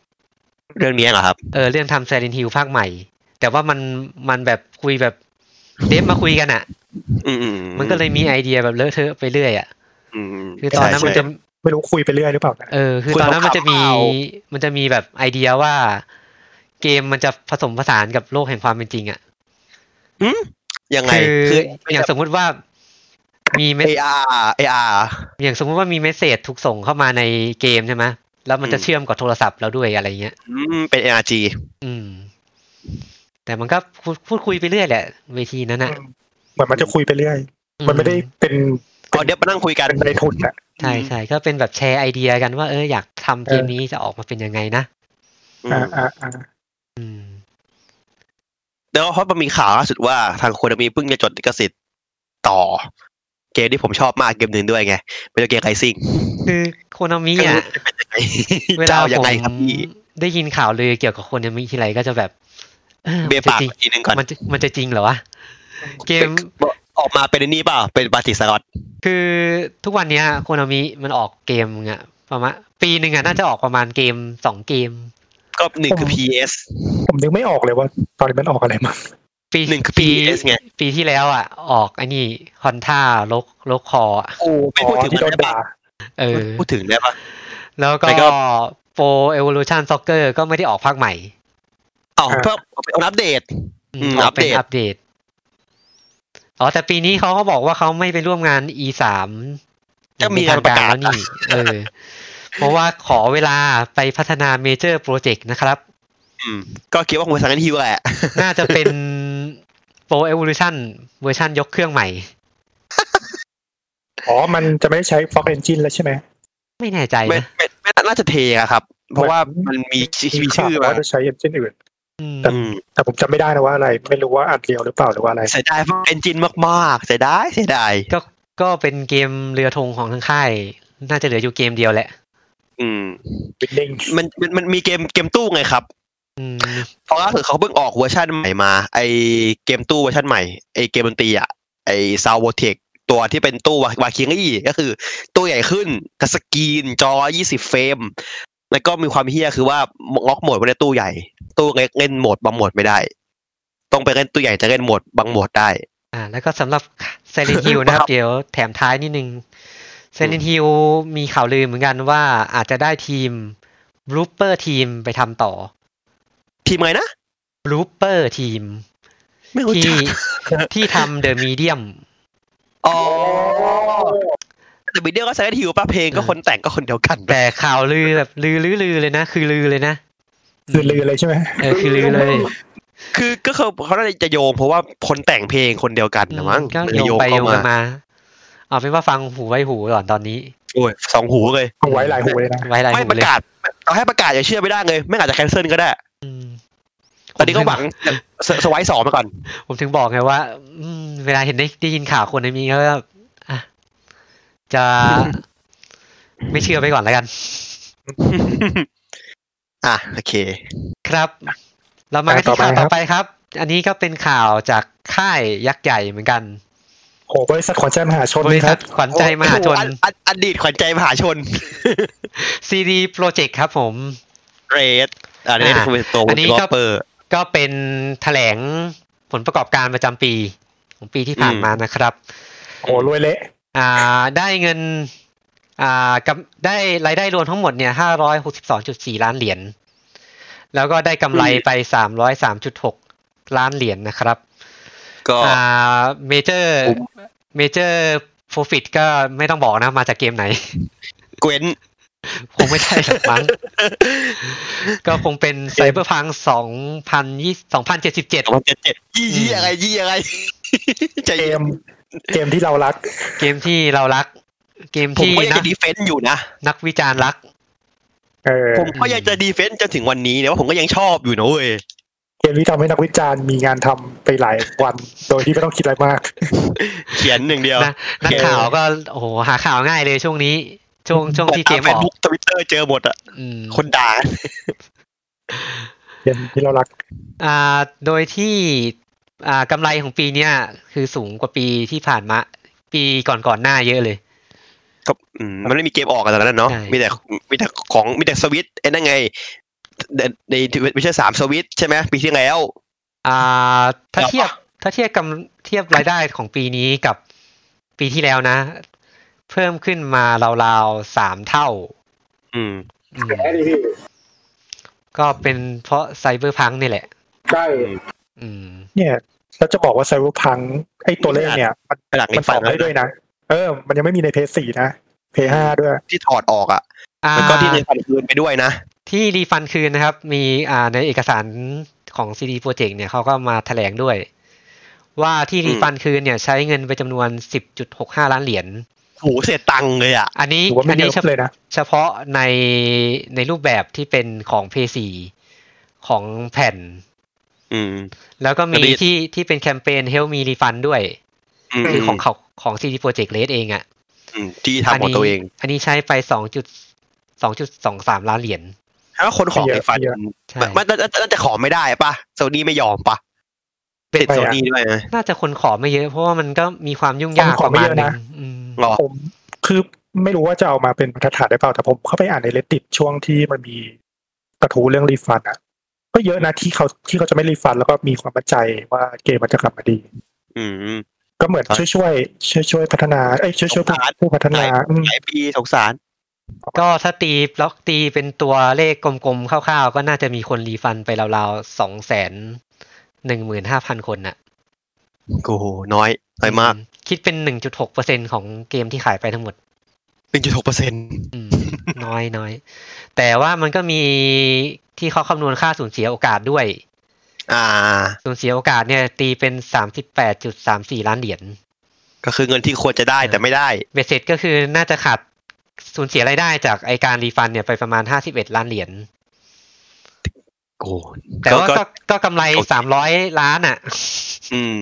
ๆ เรื่องนี้เหรอครับ เออเรื่องทำ Silent Hill ภาคใหม่ แต่ว่ามันมันแบบคุยแบบเดฟมาคุยกันอะ่ะ อืม มันก็เลยมีไอเดียแบบเลอะเทอะไปเรื่อยอะ่ะ อืมม คือตอนนั้น ใช่ มัน ใช่ จะ ไม่รู้คุยไปเรื่อยหรือเปล่านะ เออคือตอนนั้นมันจะมีมันจะมีแบบไอเดียว่า เกมมันจะผสมผสานกับโลกแห่งความเป็นจริงอะ่ะ ยังไง คือ คือ อ อย่าง สมมุติว่ามีเมส เออาร์เออาร์ อย่างสมมุติว่ามีเมสเซจถูกส่งเข้ามาในเกมใช่ไหมแล้วมันจะ อืม เชื่อมกับโทรศัพท์เราด้วยอะไรเงี้ย เป็นเออาร์จี อืม แต่มันก็พูดพูดคุยไปเรื่อยแหละเวทีนั้นอะ เหมือนมันจะคุยไปเรื่อย อื มันไม่ได้เป็น อ๋อเดี๋ยวมานั่งคุยกัน เป็นในทุนอะ ใช่ใช่ก็เป็นแบบแชร์ไอเดียกันว่าเอออยากทำเกมนี้จะออกมาเป็นยังไงนะ อื อ่าม อ่าอ่า อืม แล้วเพราะมันมีข่าวล่าสุดว่าทางโคนามิเพิ่งจะจดลิขสิทธิ์ต่อ เกมที่ผมชอบมากเกมหนึ่งด้วยไงเป็นเกมไคซิ่ง คือโคนามิอ่ะ เว เจ้า ลา ยัง ผม ไงครับพี่ ได้ยินข่าวเลยเกี่ยวกับคนยังมีทีไรก็จะแบบเออ เบยร์ปากอีกทีหนึงก่อน มันจะจริงมันจะมันจะจริงเหรอวะ เกม ออกมาเป็นไอ้นี่เปล่าเป็นบาติสลอต คือทุกวันเนี้ยโคนามิมันออกเกมอะประมาณปีหนึ่งอะน่าจะออกประมาณเกมสองเกม ก็หนึ่งคือ PS ผมนึกไม่ออกเลยว่า ตอนนี้มันออกอะไรมา ปี หนึ่งคือ ปี PS ไง ปีที่แล้วอ่ะ ออกไอ้นี่ฮอนท่าลกลกคออะ โอ้ไม่พูดถึง ที่ มั โด น น ได้ปะ ด่า เออ พูดถึงได้ปะ แล้วก็ แล้วก็ โปรเอเวอร์ชันซ็อกเกอร์ก็ไม่ได้ออกภาคใหม่ อ๋อเพิ่มเอาอัปเดต อื อื ม ม ออกเป็น อั อั ป ป เด เด ต ตอ๋อแต่ปีนี้เขาก็บอกว่าเขาไม่ไปร่วมงาน E สาม ก็มีการประกาศ แล้วนี่ เออ เพราะว่าขอเวลาไปพัฒนาเมเจอร์โปรเจกต์นะครับ อืมก็คิดว่าคงเป็นสังกันฮิวแหละ น่าจะเป็นโปรเอเวอร์ชันเวอร์ชันยกเครื่องใหม่ อ๋อ มันจะไม่ใช้ Fox Engine แล้วใช่ไหม ไม่แน่ใจ ไม่ นะ ไม่ไม่น่าจะเทอะครับ เพราะว่ามันมีมี ข่า ชื่อ ว มา ว่าจะใช้ Engine อื่น อืม อืม แต่ผมจำไม่ได้นะว่าอะไร ไม่รู้ว่าอัดเรียวหรือเปล่าหรือว่าอะไร เสียดายเอนจินมากๆเสียดายเสียดาย ก็ก็เป็นเกมเรือธงของทั้งค่าย น่าจะเหลืออยู่เกมเดียวแหละ อืม Winning มันมันมันมีเกมเกมตู้ไงครับ อืม เพราะล่าสุดเขาเพิ่งออกเวอร์ชันใหม่มา ไอเกมตู้เวอร์ชันใหม่ไอเกมดนตรีอะไอซาวโวเทคตัวที่เป็นตู้วาวาคิงอี้ก็คือ ตู้ใหญ่ขึ้นทัชสกรีนจอ 20 เฟรม แล้วก็มีความเฮี้ยคือว่าล็อกโหมดไว้ในตู้ใหญ่ ตู้เล็กเล่นโหมดบางโหมดไม่ได้ ต้องไปเล่นตู้ใหญ่จะเล่นโหมดบางโหมดได้ อ่า แล้วก็สำหรับเซเลนฮิลนะครับ เดี๋ยวแถมท้ายนิดนึงเซเลนฮิลมีข่าวลือเหมือนกันว่าอาจจะได้ทีมบลูเปอร์ทีมไปทำต่อ ทีมไงนะ บลูเปอร์ทีม ไม่รู้จั ที่ ก ที่ทำเดอะมีเดียม อ๋อแต่บิดเดียวก็ใช้ทิวป้าเพลงก็คนแต่งก็คนเดียวกันแ แต่ข่าวลือแบบลือลือลือเลยนะ คือลือเลยนะ คือลือเลยใช่ไหม เออคือลือเลย คือก็เขาเขาน่าจะโยงเพราะว่าคนแต่งเพลงคนเดียวกันนะมั้ง ก็ มัน โยงจะโยง ไปโยกัเข้าง มานมา เอาเป็นว่าฟังหูไว้หูก่อนตอนนี้ โอ้ยสองหูเลย เอาไว้หลายหูเลยนะ ไว้ไร ไม่ หู ประ เลย กาศเอาให้ประกาศอย่าเชื่อไม่ได้เลยไม่อาจจะแคนเซิลก็ได้ อืม ตอนนี้ก็หวังสสวายสอง มาก่อน ผมถึงบอกไงว่า อืมเวลาเห็นได้ได้ยินข่าวคนในมีก็แบบอ่ะจะ ไม่เชื่อไปก่อนแล้วกัน อ่ะโอเค ครับ เรามากันที่ อ่ะต่อข่าวต่อไปครับ ไปครับ อันนี้ก็เป็นข่าวจากค่ายยักษ์ใหญ่เหมือนกัน โอ้บริษัทขวัญใจมหาชน บริ นี่ค ษั รั ท บ ขวัญใจมหาชน โอ้โอัอดีตขวัญใจมหาชน CD Project ครับผม เรดอันนี้ อ่ะ คือเป็นตัว อันนี้ วอ ก็ ลเปอร์ ก็เป็นแถลงผลประกอบการประจำปี ของปีที่ผ่าน อืม มานะครับ โอ้รวยเละ อ่าได้เงิน อ่ากับได้รายได้รวมทั้งหมดเนี่ยห้าร้อยหกสิบสองจุดสี่ล้านเหรียญแล้วก็ได้กำไรไปสามร้อยสามจุดหกล้านเหรียญนะครับ ก็ อ่าเมเจอร์ คุ้ม เมเจอร์โฟฟิตก็ไม่ต้องบอกนะ มาจากเกมไหน เกวน คงไม่ใช่หรอกมั้ ง ก็คงเป็นไซเบอร์พังสองพันยี่สองพันเจ็ดสิบเจ็ด สองพันเจ็ดเจ็ดยี่ อืม ยี่อะไรยี่อะไร ใจ เก เย็น ม เกมที่เรารัก เกมที่เรารัก เกม ผม ที่ ก็ยัง นั จะ ก ดีเฟนต์อยู่นะ นักวิจารณ์รัก เออ ผมก็ยังจะดีเฟนต์จนถึงวันนี้เนี่ยว่าผมก็ยังชอบอยู่นะเว้ย เกมที่ทำให้นักวิจารณ์มีงานทำไปหลายวัน โดยที่ไม่ต้องคิดอะไรมาก เขียนหนึ่างเดียว นะนักข่าวก็โอ้โหหาข่าวง่ายเลยช่วงนี้ ช่วงช่วงที่เกม เฟ อ ซ อก บุ๊กทวิตเตอร์เจอหมดอ่ะ อืม คนด่า เกมที่เรารัก อ่าโดยที่อ่ากำไรของปีเนี้ยคือสูงกว่าปีที่ผ่านมา ปีก่อนๆหน้าเยอะเลย ก็อืมมันไม่มีเกมออกกันตอนนั้นเนาะ ใช่ มีแต่มีแต่ของมีแต่สวิตไอ้นั่นไงในในไม่ใช่สามสวิตใช่ไหมปีที่แล้ว อ่าถ้า ครับ เทียบถ้าเทียบกำเทียบรายได้ของปีนี้กับปีที่แล้วนะ เพิ่มขึ้นมาราวๆสามเท่า อืม อืม แค่นี้พี่ ก็เป็นเพราะไซเบอร์พังนี่แหละ ใช่ อืม เนี่ยแล้วจะบอกว่าไซเบอร์พังไอ้ตัวเลขเนี่ยมัน หลัง มั นี้ นต ฟั อง บได้ด้วยนะ เออ มันยังไม่มีในเพย์สี่นะเพย์ห้าด้วย ที่ถอดออกอ่ะ อ่า แล้วก็ที่เงินผ่านคืนไปด้วยนะ ที่รีฟันคืนนะครับ มีอ่าในเอกสารของ CD Project เนี่ยเขาก็มาถแถลงด้วย ว่าที่ อืม รีฟันคืนเนี่ยใช้เงินไปจำนวน 10.65 ล้านเหรียญ โอ้โหเสียตังค์เลยอ่ะ อันนี้ ถือว่า อันไม่เย นี้ อะ เฉพาะ เลยนะ เฉพาะในในรูปแบบที่เป็นของ P4 ของแผ่น อืม แล้วก็มี แล้วมี ที่ที่เป็นแคมเปญ Help Me Refund ด้วย ม คือของเขาของ CD Projekt Red เองอะ อืมที่ทำของตัวเอง อันนี้ใช้ไปสองจุดสองจุดสองสามล้านเหรียญ ถ้าคนของ เยอะ ไอ้ฟัน เยอะ ใช่ มันมันน่าจะขอไม่ได้ปะโซนี่ไม่ยอมปะ เป็น ติดโซนี่ด้วยนะ น่าจะคนขอไม่เยอะเพราะว่ามันก็มีความยุ่งยาก คนข ป อ ระ ไม่ มาณ เยอะ นึ นะ งอืม หรอ ผมคือไม่รู้ว่าจะเอามาเป็นบรรทัดฐานได้เปล่า แต่ผมเข้าไปอ่านใน reddit ช่วงที่มันมีกระทู้เรื่องรีฟันอ่ะ ก็เยอะนะที่เขาที่เขาจะไม่รีฟัน แล้วก็มีความมั่นใจว่าเกมมันจะกลับมาดี อืม ก็เหมือน ครับ ช่วยช่วยช่วยช่วยๆพัฒนาเอ้ยช่วยช่วยๆผู้ สงสาร ผู้พัฒนาอืม หลายปีสงสาร ก็ถ้าตีบล็อกตีเป็นตัวเลขกลมๆคร่าวๆ ก็น่าจะมีคนรีฟันไปราวๆสองแสนหนึ่งหมื่นห้าพันคนน่ะ โอ้โหน้อยน้อยมาก อืคิดเป็นหนึ่งจุดหกเปอร์เซ็นของเกมที่ขายไปทั้งหมด หนึ่งจุดหกเปอร์เซ็นต์ อืม น้อยน้อย แต่ว่ามันก็มีที่เขาคำนวณค่าสูญเสียโอกาสด้วย อ่า สูญเสียโอกาสเนี่ยตีเป็นสามสิบแปดจุดสามสี่ล้านเหรียญ ก็คือเงินที่ควรจะได้แต่ไม่ได้ เบ็ดเสร็จก็คือน่าจะขาดสูญเสียรายได้จากไอการรีฟันเนี่ยไปประมาณห้าสิบเอ็ดล้านเหรียญ โอ้โห แต่ว่าก็ก็กำไรสามร้อยล้านอ่ะ อืม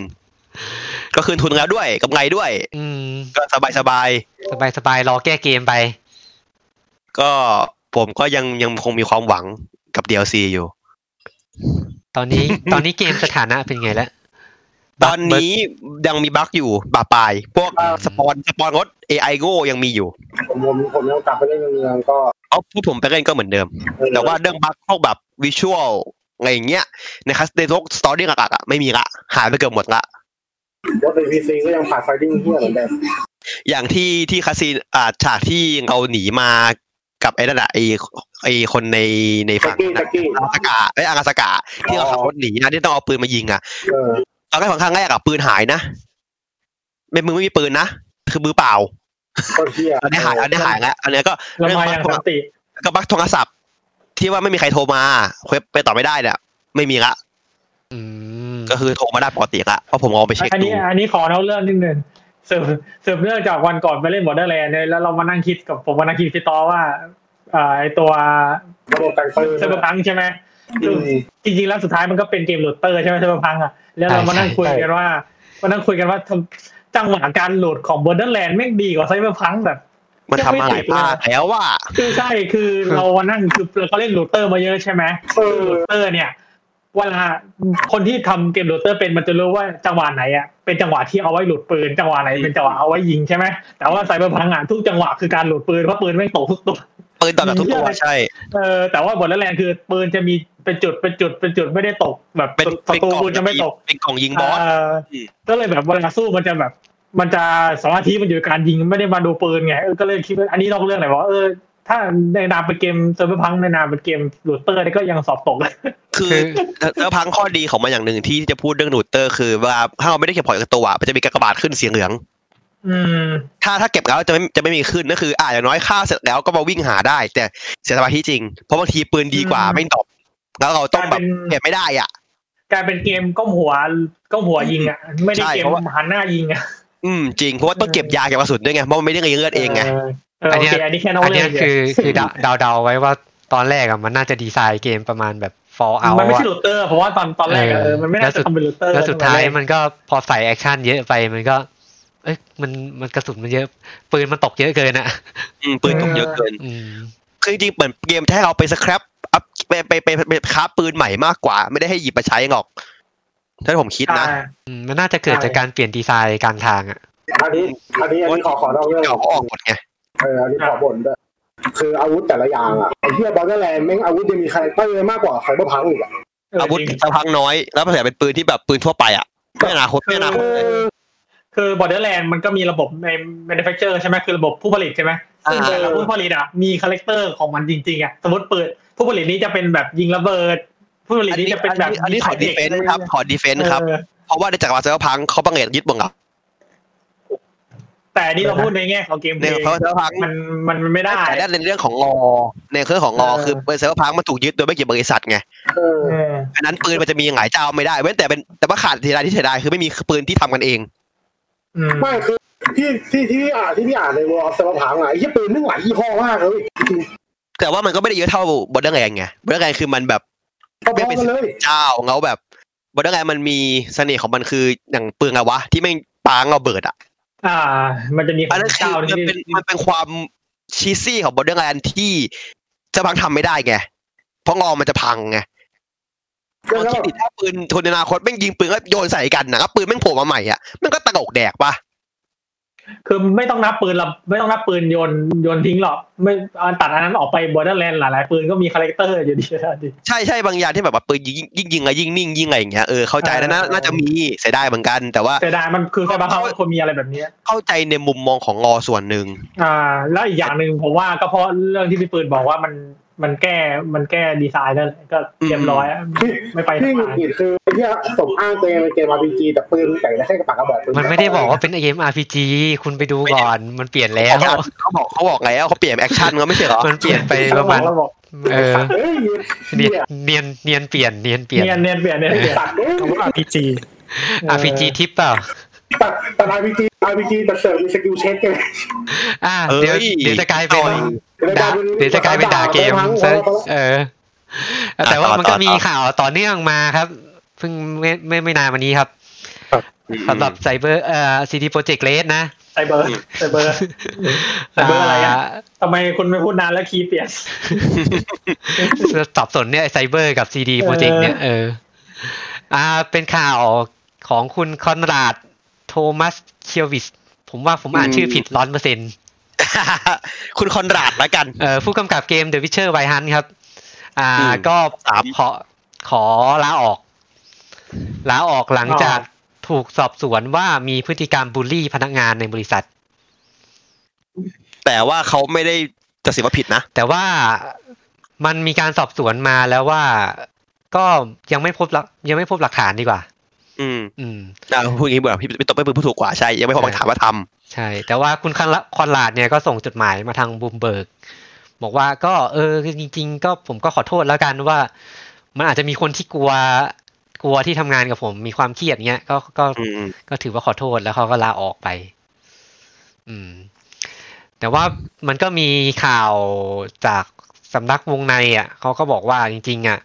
ก็คืนทุนแล้วด้วยกำไรด้วย อืม ก็สบายสบาย สบายสบายรอแก้เกมไป ๆก็ผมก็ยังยังคงมีความหวังกับ DLC อยู่ ตอนนี้ ตอนนี้เกมสถานะเป็นไงแล้ว ตอนนี้ยังมีบั๊กอยู่บาปลาย พวกสปอนสปอนรถ AI โง่ยังมีอยู่ ผมผมผมยังกลับไปเล่นเมืองก็ เอาพูดผมไปเล่นก็เหมือนเดิม เออ แต่ว่าเรื่องบั๊กพวกแบบวิชวลอะไรอย่างเงี้ยนะครับในโลกสตอรี่หลักๆอะไม่มีละ หายไปเกือบหมดละ รถในพีซีก็ยังผ่านไฟดิ้งเฮี้ยเหมือนเดิม อย่างที่ที่คาสินอ่าฉากที่เอาหนีมากับไอ้นั่นอะไอ้ไอ้คนในใน แจ็ ฝั่ ค ง กี้ นั้ แจ็ น คกี้ อากาสากะไอ้ยอากาสากะที่เราขับรถหนีนะที่ต้องเอาปืนมายิงอะ เออ ตอนแรกของครั้งแรกอะปืนหายนะไม่มือไม่มีปืนนะคือมือเปล่า ก็เฮี้ย อันนี้หายอันนี้หายแล้วอันนี้ก็ แล้วมาอย่างสันติ ก็บักโทรศัพท์ ที่ว่าไม่มีใครโทรมาเว็บไปต่อไม่ได้เนี่ยไม่มีละ อืม ก็คือโทรมาได้ปกติละเพราะผมลองไปเช็ค อัน ดู นี้อันนี้ขอเล่าเรื่องนิดนึงสืบสืบเนื่องจากวันก่อนไปเล่นบอ r เดอร์แลนด์เนี่ยแล้วเรามานั่งคิดกับผมมานั่งคิดพี่ต่อว่าอ่าไอตัว ระบบการปืน เซอร์พังใช่ไหม อืม จริงๆแล้วสุดท้ายมันก็เป็นเกมโหลดเตอร์ใช่ไหมเซอร์พังอ่ะแล้วเรามานั่งคุยกันว่ามานั่งคุยกันว่าทำจังหวะการโหลดของบอ r เดอร์แลนด์แม่งดีกว่าไซเบอร์พังแบบ มันทำมาหลายภาคแล้วว่า คือใช่คือเรามานั่งคือเราก็เล่นโหลดเตอร์มาเยอะใช่ไหม เอ โร อ เตอร์เนี่ยเวลาคนที่ทำเกมโรเตอร์เป็นมันจะรู้ว่าจังหวะไหนอ่ะเป็นจังหวะที่เอาไว้หลุดปืน จังหวะไหนเป็นจังหวะเอาไว้ยิงใช่ไหมแต่ว่าไซเบอร์พังอ่ะทุกจังหวะคือการหลุดปืนเพราะปืนแม่งตกทุกตัว ปืนตอบแบบทุกตัวใช่ เออแต่ว่าบทแรงคือปืนจะมีเป็นจุดเป็นจุดเป็นจุดไม่ได้ตก แบบ เป็น ศั เป็น ตรู กล่อง ปืนจะไม่ตก เป็นกล่องยิงบอส เ อืม ก็เลยแบบเวลาสู้มันจะแบบ มันจะสมาธิมันอยู่กับการยิงไม่ได้มาดูปืนไงเออก็เลยคิดว่าอันนี้นอกเรื่องหน่อยว่าเออถ้าในนามเป็นเกมเซิร์ฟเวอร์พังในนามเป็นเกมโรเตอร์เนี่ยก็ยังสอบตก คือ คือ แล้วพังข้อดีของมันอย่างหนึ่งที่จะพูดเรื่องนูเตอร์ คือเวลาถ้าเราไม่ได้เก็บพอร์ตกับตัวอะมันจะมีกากบาทขึ้นสีเหลือง อืม ถ้าถ้าเก็บแล้วจะไม่จะไม่มีขึ้นก็คืออ่าอย่างน้อยฆ่าเสร็จแล้วก็มาวิ่งหาได้ แต่เสียสมาธิจริง เพราะบางทีปืนดีกว่า อืม ไม่ตอบแล้วเราต้องแบบ กเก็ลายเป็นบไม่ได้อ่ะ กลายเป็นเกมก้มหัวก้มหัวยิงอ่ะไม่ได้ ใช่ เกม เพราะว่า หันหน้ายิงอ่ะ อืมจริงเพราะว่าต้องเก็บยาเก็บกระสุนด้วยไงเพราะมันไม่ได้เงินเลือดเองไง เออ อั โอน เนี้ย เคอันนี้แค่นอก อัน เรื่ เนี้ อย ง คือ เฉย คือเดาเดาไว้ว่าตอนแรกอะมันน่าจะดีไซน์เกมประมาณแบบ ๆ Fallout มันไม่ใช่ อะ โรเตอร์เพราะว่าตอนตอนแรกอะ เออ เออมันไม่น่า แล้วสุ จะ ด ทำเป็นโรเตอร์ แล้วสุดท้าย มัน มันก็พอใส่แอคชั่นเยอะไปมันก็ เอ้ยมันมันกระสุนมันเยอะ ปืนมันตกเยอะเกินอะ อืมปืนต้องเยอะเกิน อืม คือจริงๆเหมือนเกมแท้เราไปสครับอัพไปไปไปไปค้าปืนใหม่มากกว่า ไม่ได้ให้หยิบมาใช้หรอก ถ้าผมคิดนะ อ่า อืมมันน่าจะเกิดจากการเปลี่ยนดีไซน์กลางทางอ่ะ อันนี้อันนี้อันนี้ขอขอนอกเรื่อง เก่าก็ออกหมดไง เอออันนี้ขอบ่นด้วยคืออาวุธแต่ละอย่างอ่ะไอ้เหี้ยบอลเดอร์แลนด์แม่งอาวุธยังมีคาแรคเตอร์มากกว่าใครบ้าพังอีกอ่ะ อาวุธสะพังน้อย แล้วมันแต่เป็นปืนที่แบบปืนทั่วไปอ่ะไม่อนาคตไม่อนาคตเลย คือบอ r เดอร์แลนด์มันก็มีระบบใน manufacturer ใช่ไหมคือระบบผู้ผลิตใช่ไหมซึ่ง อ่า แต่ละผู้ผลิตอ่ะมีคาแรคเตอร์ของมันจริงๆอ่ะสมมติเปิดผู้ผลิตนี้จะเป็นแบบยิงระเบิด ผู้ผลิต อัน นี้ นี้ จะเป็นแบบ อันนี้ขอดีเฟนต์ครับขอดีเฟนต์ครับ เออ เพราะว่าในจักรวาลเซอร์พังเขาบังเอิญยึดบังกับ แต่อันนี้เราพูดในแง่ของเกม ใน เพลย์ เซอร์พัง มันมันมันไม่ได้ แต่ด้านในเรื่องของงอในเรื่องของงอคือเซอร์พังมันถูกยึดโดยไม่กี่บริษัทไง เออ เออ อันนั้นปืนมันจะมีหลายเจ้าไม่ได้เว้นแต่เป็นแต่ว่าขาดทีไรที่เสียดายคือไม่มีปืนที่ทำกันเอง อืม ไม่คือที่ที่ที่อ่านที่พี่อ่านในวอลสารพังอ่ะไอ้เหี้ยปืนไม่ไหวยี่ห้อมากเลย แต่ว่ามันก็ไม่ได้เยอะเท่าบอดเดอร์แกงไงบอดเดอร์แกงคือมันแบบ พอๆกันเลย เจ้าเงาแบบบอดเดอร์แกงมันมีเสน่ห์ของมันคืออย่างปืนอะวะ ที่แม่งปางเอาเบิดอะ อ่า มันจะมีข อั อน นั้น ง คือ เจ้า มัน ที่ เป็นมันเป็นความชีซี่ของบอดเดอร์แลนที่จะพังทำไม่ได้ไง เพราะงอมันจะพังไงลองคิดดิถ้าปืนทนในอนาคตแม่งยิงปืนแล้วโยนใส่กันนะแล้วปืนแม่งโผล่มาใหม่อ่ะมันก็ตะกกแดกปะ คือไม่ต้องนับปืนละไม่ต้องนับปืนโยนโยนทิ้งหรอกไม่เอาตัดอันนั้นออกไปบอร์เดอร์แลนด์หลายๆปืนก็มีคาแรคเตอร์อยู่ดี ใช่ใช่บางอย่างที่แบบว่าปืนยิงยิงยิงอะไรยิงนิ่งยิงอะไรอย่างเงี้ยเออเข้าใจนะน่า เออ น่าจะมีเสียดายเหมือนกัน แต่ว่า แต่ดายมันคือแค่บางครั้งคนมีอะไรแบบเนี้ย เข้าใจในมุมมองของงอส่วนหนึ่ง อ่า แล้วอีกอย่างหนึ่งผมว่าก็เพราะเรื่องที่พี่ปืนบอกว่ามันมันแก้มันแก้ดีไซน์นั่นแหละก็เรียบร้อยอะไม่ไปทา ที่หงงุด ไหน หงิดคือไอ้เหี้ยสมอ้างตัวเองเป็นเกม RPG แต่ปืนมึงแต่งได้แค่กระปากกระบอกปื มันไม่ได้บอกว่าเป็นเกม RPG คุณไปดูก่อน มันเปลี่ยนแล้ว เขาบอกเขาบอกไงแล้วเขาเปลี่ยนแอคชั่นเขาไม่ใช่เหร อ มันเปลี่ยนไปประมาณ เราบอก เออ เฮ้ย เนี เหี้ ยน ย เนียนเนียนเปลี่ยนเนียนเปลี่ยน เนียนเนียนเปลี่ยนเนียนเปลี่ยน ตัดเอ้ย คำว่า RPG RPG ทิปเปล่า ตัดตัด RPG RPG แต่เสริมมีสกิลเช็คไง อ่าเดี๋ยวเดี๋ยวจะกลายเป็น อ ด่าเดี๋ยวจะกลายเป็นด่าเกมซะเออ แต่ว่ามันก็มีข่าวต่อเนื่องมาครับ เพิ่งไม่ไม่ไม่นานมานี้ครับสำหรับไซเบอร์เอ่อ CD Projekt Red นะ ไซเบอร์ไซเบอร์ไซเบอร์อะไรอ่ะทำไมคุณไม่พูดนานแล้วคีย์เปลี่ยน สับสนเนี่ยไซเบอร์กับ CD Project เนี่ยเอออ่าเป็นข่าวของคุณคอนราดโทมัสเคียววิสผมว่าผมอ่านชื่อผิดร้อนเปอร์เซ็นต์ คุณคอนราดละกัน เออผู้กำกับเกม The Witcher ไวฮันครับ อ่า อืม ก็ สาม ขอขอลาออก ลาออกหลังจากถูกสอบสวนว่ามีพฤติกรรมบูลลี่พนักงานในบริษัท แต่ว่าเขาไม่ได้จะสินว่าผิดนะ แต่ว่ามันมีการสอบสวนมาแล้วว่าก็ยังไม่พบหลักยังไม่พบหลักฐานดีกว่า อืม อืม อ่ะพูดอย่างนี้แบบพี่พี่ตบไม่เป็นผู้ถูกกว่าใช่ยังไม่พอมาถามว่าทำ ใช่ แต่ว่าคุณคอนละคอนลาดเนี่ยก็ส่งจดหมายมาทางบูมเบิร์กบอกว่าก็เออจริง ๆ ก็ผมก็ขอโทษแล้วกันว่า มันอาจจะมีคนที่กลัวกลัวที่ทำงานกับผม มีความเครียดเงี้ยก็ก็ อืม ก็ถือว่าขอโทษแล้วเขาก็ลาออกไป อืม แต่ว่ามันก็มีข่าวจากสำนักวงในอ่ะเขาก็บอกว่าจริง ๆ อ่ะ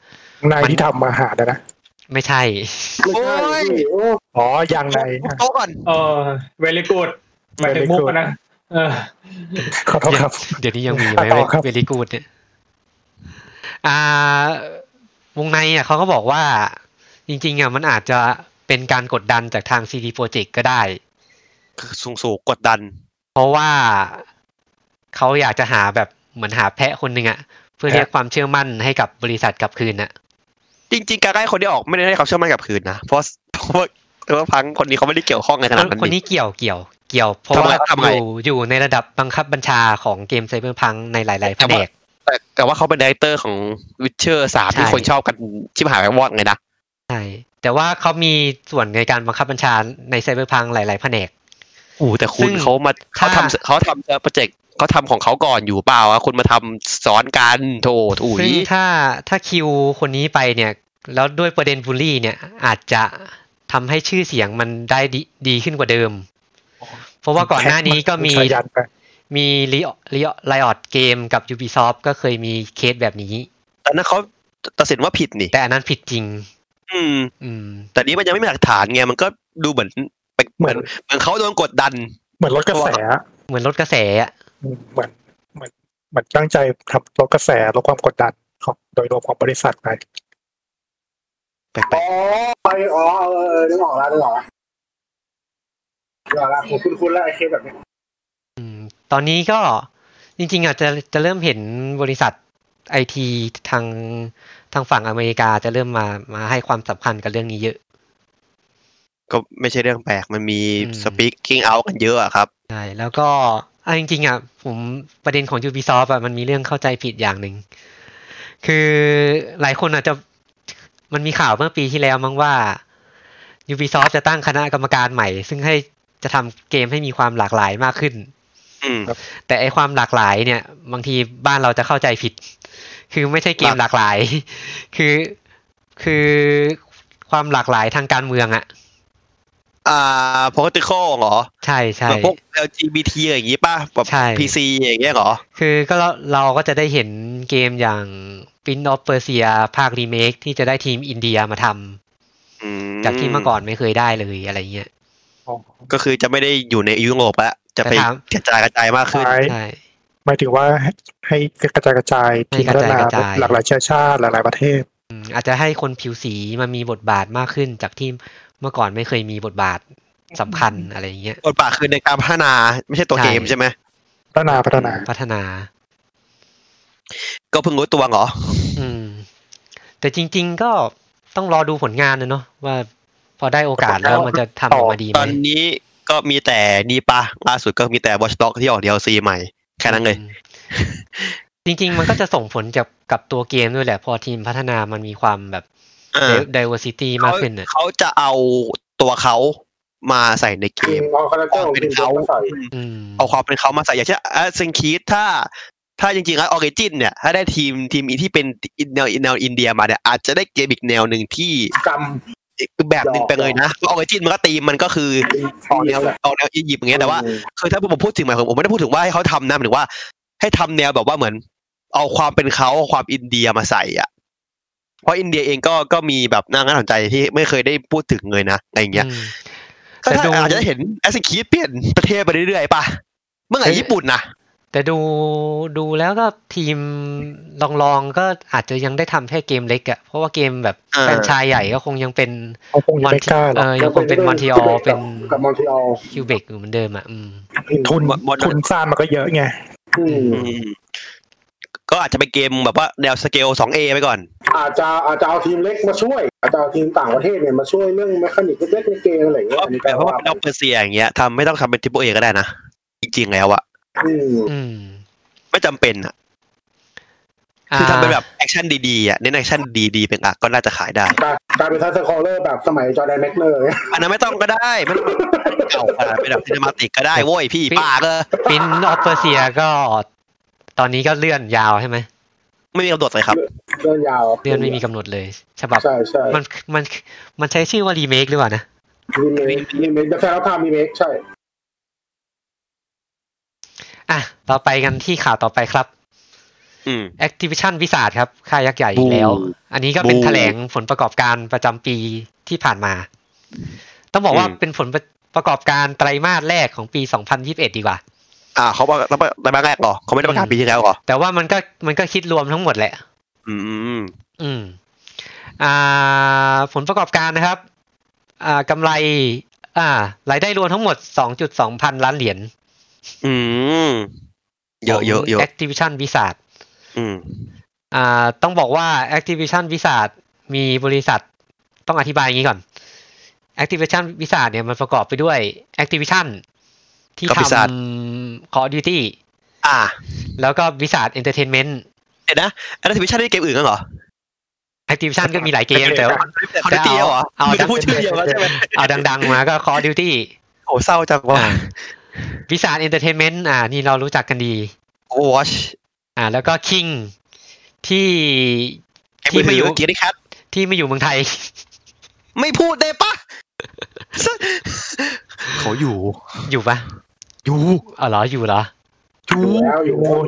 นายที่ทำอาหารนะนะ ไม่ใช่ ไม่ใช่พี่โอ้ อ๋อยังใน ทุบโต๊ะก่อน เออเวลิกูดหมายถึงมุกอะนะเออ ขอโทษครับ เดี๋ยวนี้ยัง มีไหม ต่อครับ เวลีกูดเนี่ยอ่าวงในอ่ะเขาก็บอกว่า จริงๆอ่ะมันอาจจะเป็นการกดดันจากทาง CD Projekt ก็ได้ คือสูงสูงกดดัน เพราะว่าเขาอยากจะหาแบบเหมือนหาแพะคนหนึ่งอ่ะ เพื่อเรียกความเชื่อมั่นให้กับบริษัทกลับคืนอ่ะ จริงๆ การไล่คนที่ออกไม่ได้ให้เขามเชื่อมั่นกลับคืนนะ เพราะเพราะว่าเพราะว่าพังคนนี้เขาไม่ได้เกี่ยวข้องในขนาดนั้น คน นี่ นี้เกี่ยวเกี่ยวเกี่ยว เพราะ ทำไม ว่า ทำไม อยู่อยู่ในระดับบังคับบัญชาของเกมไซเบอร์พังในหลายๆแผนก แต่แต่ว่าเขาเป็นไดเรคเตอร์ของวิเชอร์สาม ใช่ ที่คนชอบกันชิบหายไปวอดไงนะ ใช่แต่ว่าเขามีส่วนในการบังคับบัญชาในไซเบอร์พังหลาย ๆ แผนก อู้แต่คุ ซึ่งณเขามา ถ้า เขาทำเขาทำโปรเจกต์เขาทำของเขาก่อนอยู่เปล่าอะคุณมาทำสอนกันโถถุย ซึ่งถ้าถ้าคิวคนนี้ไปเนี่ย แล้วด้วยประเด็นบูลลี่เนี่ยอาจจะทำให้ชื่อเสียงมันได้ดีดีขึ้นกว่าเดิม เพราะว่าก่อนหน้านี้ก็มี ชายันไป มีลีลีไลออดเกมกับ Ubisoft ก็เคยมีเคสแบบนี้ แต่นั้นเขาตัดสินว่าผิดนี่ แต่อันนั้นผิดจริง อืม อืม แต่นี้มันยังไม่มีหลักฐานไงมันก็ดูเหมือนเป็นเห เหมื มื อ อน น เหมือนเขาโดนกดดัน เหมือนลดกระแสอะ เหมือนลดกระแสอะ เหมือนเหมือนเหมือนตั้งใจทำลดกระแสลดความกดดันของโดยรวมของบริษัทไป แปล อ๋ ก อไปอ๋อเออเออนึกออกแล้วนึกออกแล้วนึกออกแล้วผมคุ้นๆแล้วไอ้เคสแบบเนี้ย อืม ตอนนี้ก็จริงๆอาจจะจะเริ่มเห็นบริษัทไอทีทางทางฝั่งอเมริกาจะเริ่มมามาให้ความสำคัญกับเรื่องนี้เยอะ ๆก็ไม่ใช่เรื่องแปลกมันมี อืม สปีกกิ้งเอากันเยอะอะครับ ใช่แล้วก็อ่ะจริงๆอ่ะผมประเด็นของ Ubisoft อ่ะมันมีเรื่องเข้าใจผิดอย่างหนึ่ง คือหลายคนอาจจะมันมีข่าวเมื่อปีที่แล้วมั้งว่า Ubisoft จะตั้งคณะกรรมการใหม่ ซึ่งให้จะทำเกมให้มีความหลากหลายมากขึ้น อืม แต่ไอความหลากหลายเนี่ย บางทีบ้านเราจะเข้าใจผิด คือไม่ใช่เกมหลากหลาย คือคือความหลากหลายทางการเมืองอะ อ่า political เหรอ ใช่ใช่ แบบพวก LGBT อย่างงี้ป่ะแบบ ใช่ PC อย่างเงี้ยเหรอ คือก็เราเราก็จะได้เห็นเกมอย่าง p r i n c e of Persia ภาครีเมคที่จะได้ทีมอินเดียมาท อื ำจากที่เมื่อก่อนไม่เคยได้เลยอะไรเงี้ย ก็คือจะไม่ได้อยู่ในยุโรปแล้วจะไป แต่ถาม กระจายกระจายมากขึ้น ใช่ ใช่ หมายถึงว่าให้ให้กระจายกระจาย ให้ ทีม กระ พัจายฒนาก ระจาย หลากหลายเชื้อชาติหลากหลายประเทศ อืมอาจจะให้คนผิวสีมามีบทบาทมากขึ้น จากที่เมื่อก่อนไม่เคยมีบทบาทสำคัญอะไรเงี้ย บทบาทคือในการพัฒนาไม่ใช่ตัว ใช่ เกมใช่ไหม พัฒนาพัฒนา พัฒนา ก็เพิ่งรู้ตัวเหรอ อืม แต่จริง ๆ ก็ต้องรอดูผลงานนะเนาะว่าพอได้โอกาสแล้วมันจะทำออกมาดีไห ต ม อนนี้ก็มีแต่นี่ปะล่าสุดก็มีแต่ Watch Dogs ที่ออก DLC ใหม่ แค่นั้นเลย อืมจริง ๆ มันก็จะส่งผลกับกับตัวเกมด้วยแหละ พอทีมพัฒนามันมีความแบบ เออ diversity มาก เขา ขึ้นอ่ะ เขาจะเอาตัวเขามาใส่ในเก คือ ม เอาคาแรคเตอร์ของ เป็น ทีม เขา มาใส่ อืม เอาความเป็นเขามาใส่อย่างเช่นแอสเซนคีดถ้า ถ้าจริงๆแล้วออริจินเนี่ย ถ้าได้ทีมทีมที่เป็นแนวแนวอินเดียมาเนี่ย อาจจะได้เกมอีกแนวหนึ่งที่ กรรม แบบหนึ่งไปเลยนะออริจินมันก็ตีมมันก็คือออกแนวออกแนวอียิปต์อย่างเงี้ยแต่ว่า คือถ้าผมพูดถึงหมายความผมไม่ได้พูดถึงว่าให้เขาทำนะหมายถึงว่า ให้ทำแนวแบบว่าเหมือน เอาความเป็นเขาเอาความอินเดียมาใส่อ่ะ เพราะอินเดียเองก็ก็มีแบบน่าสนใจที่ไม่เคยได้พูดถึงเลยนะอะไรอย่างเงี้ย อืม ก็ถ้า แต่ดู อาจจะได้เห็นแอสซิคิดเปลี่ยนประเทศไปเรื่อยๆป่ะเมื่อไหร่ญี่ปุ่นนะ แต่ดูดูแล้วก็ทีมลองๆก็อาจจะยังได้ทำแค่เกมเล็กอะเพราะว่าเกมแบบแฟรนไชายใหญ่ก็คงยังเป็น เขาคงยัง มอน ไม่กล้าหร เอ อก อยังคงเป็นมอนทรีออลเป็น กับมอนทรีออล คิวเบกอยู่เหมือนเดิมอะอืม ทุนทุนสร้างมันก็เยอะไง อืม อืมก็อาจจะเป็นเกมแบบว่าแนวสเกล 2A ไปก่อน อาจจะอาจจะเอาทีมเล็กมาช่วย อาจจะเอาทีมต่างประเทศเนี่ยมาช่วยเรื่องเมคานิกเล็กๆในเกมอะไรอย่าง เพ เงี้ย ราะ อันนี้ก็ แบบว่า ว่า เป็นเอาเปอร์เซียอย่างเงี้ยทำไม่ต้องทำเป็นทิปเปเอก็ได้นะ จริงๆแล้วอะ อืม อืม ไม่จำเป็นอะ คือทำเป็นแบบแอคชั่นดีๆอ่ะเน้นแอคชั่นดีๆเป็นหลักก็น่าจะขายได้ กลายกลายเป็นทัสคอเลอร์แบบสมัยจอร์แดนแม็กเนอร์ อันนั้นไม่ต้องก็ได้ไม่ต้องเก่าขนาดเป็นแบบซินมาติกก็ ได้โว้ยพี่ป้าก็ ปินออฟเปอร์เซียก็ ตอนนี้ก็เลื่อนยาวใช่ไหม ไม่มีกำหนดเลยครับ เรื่องยาว เลื่อนไม่มีกำหนดเลย ฉบับ ใช่ใช่ มันมันมันใช้ชื่อว่ารีเมคหรือเปล่านะ มีเมคมีเมคแต่แฟนเราทำมีเมคใช่ อ่ะ ต่อไปกันที่ข่าวต่อไปครับ อืม Activision v i z a r d ครับ ค่ายยักษ์ใหญ่อีกแล้ว บู อันนี้ก็เป็น บู แถลงผลประกอบการประจำปีที่ผ่านมา ต้องบอกว่า อืม เป็นผลประประกอบการไตรมาสแรกของปี 2021 ดีกว่า อ่าเขาบอกแล้วแต่มาแรกเหรอเขาไม่ได้ประกาศปีที่แล้วเหรอ แต่ว่ามันก็มันก็คิดรวมทั้งหมดแหละ อืม อืม อ่า ผลประกอบการนะครับ อ่ากำไร อ่ารายได้รวมทั้งหมด 2.2 พันล้านเหรียญ อืมเยอะเยอะเยอะ ของ Activision Blizzard อืม อ่า ต้องบอกว่า Activision Blizzard มีบริษัทต้องอธิบายอย่างนี้ก่อน Activision Blizzard เนี่ยมันประกอบไปด้วย Activision ที่ กับ ท Blizzard ำ Call of Duty อ่า แล้วก็ Blizzard Entertainment เดี๋ยวนะอันนั้นถือวิชั่นได้เกมอื่นกันเหรอ Activision ก็มีหลายเกมแต่ว่า เขาได้เตียวเหรอ เอา คือ เอา พูดชื่อเดียวแล้วใช่ไหม เอาดังๆมาก็ Call of Duty โอ้เศร้าจังว่ะ วิสา a เอนเตอร์เทนเมนต์อ่า นี่เรารู้จักกันดี โอ้วอช อ่า แล้วก็คิงที่ เกมมื ที่ อ ไม่ ถื อยู่ อเกียร์ดิคัท ที่ไม่อยู่เมืองไทย ไม่พูดได้ปะเขาอยู่ อยู่ปะ อยู่ อ๋อเหรออยู่เหรอ อยู่ แล้วอ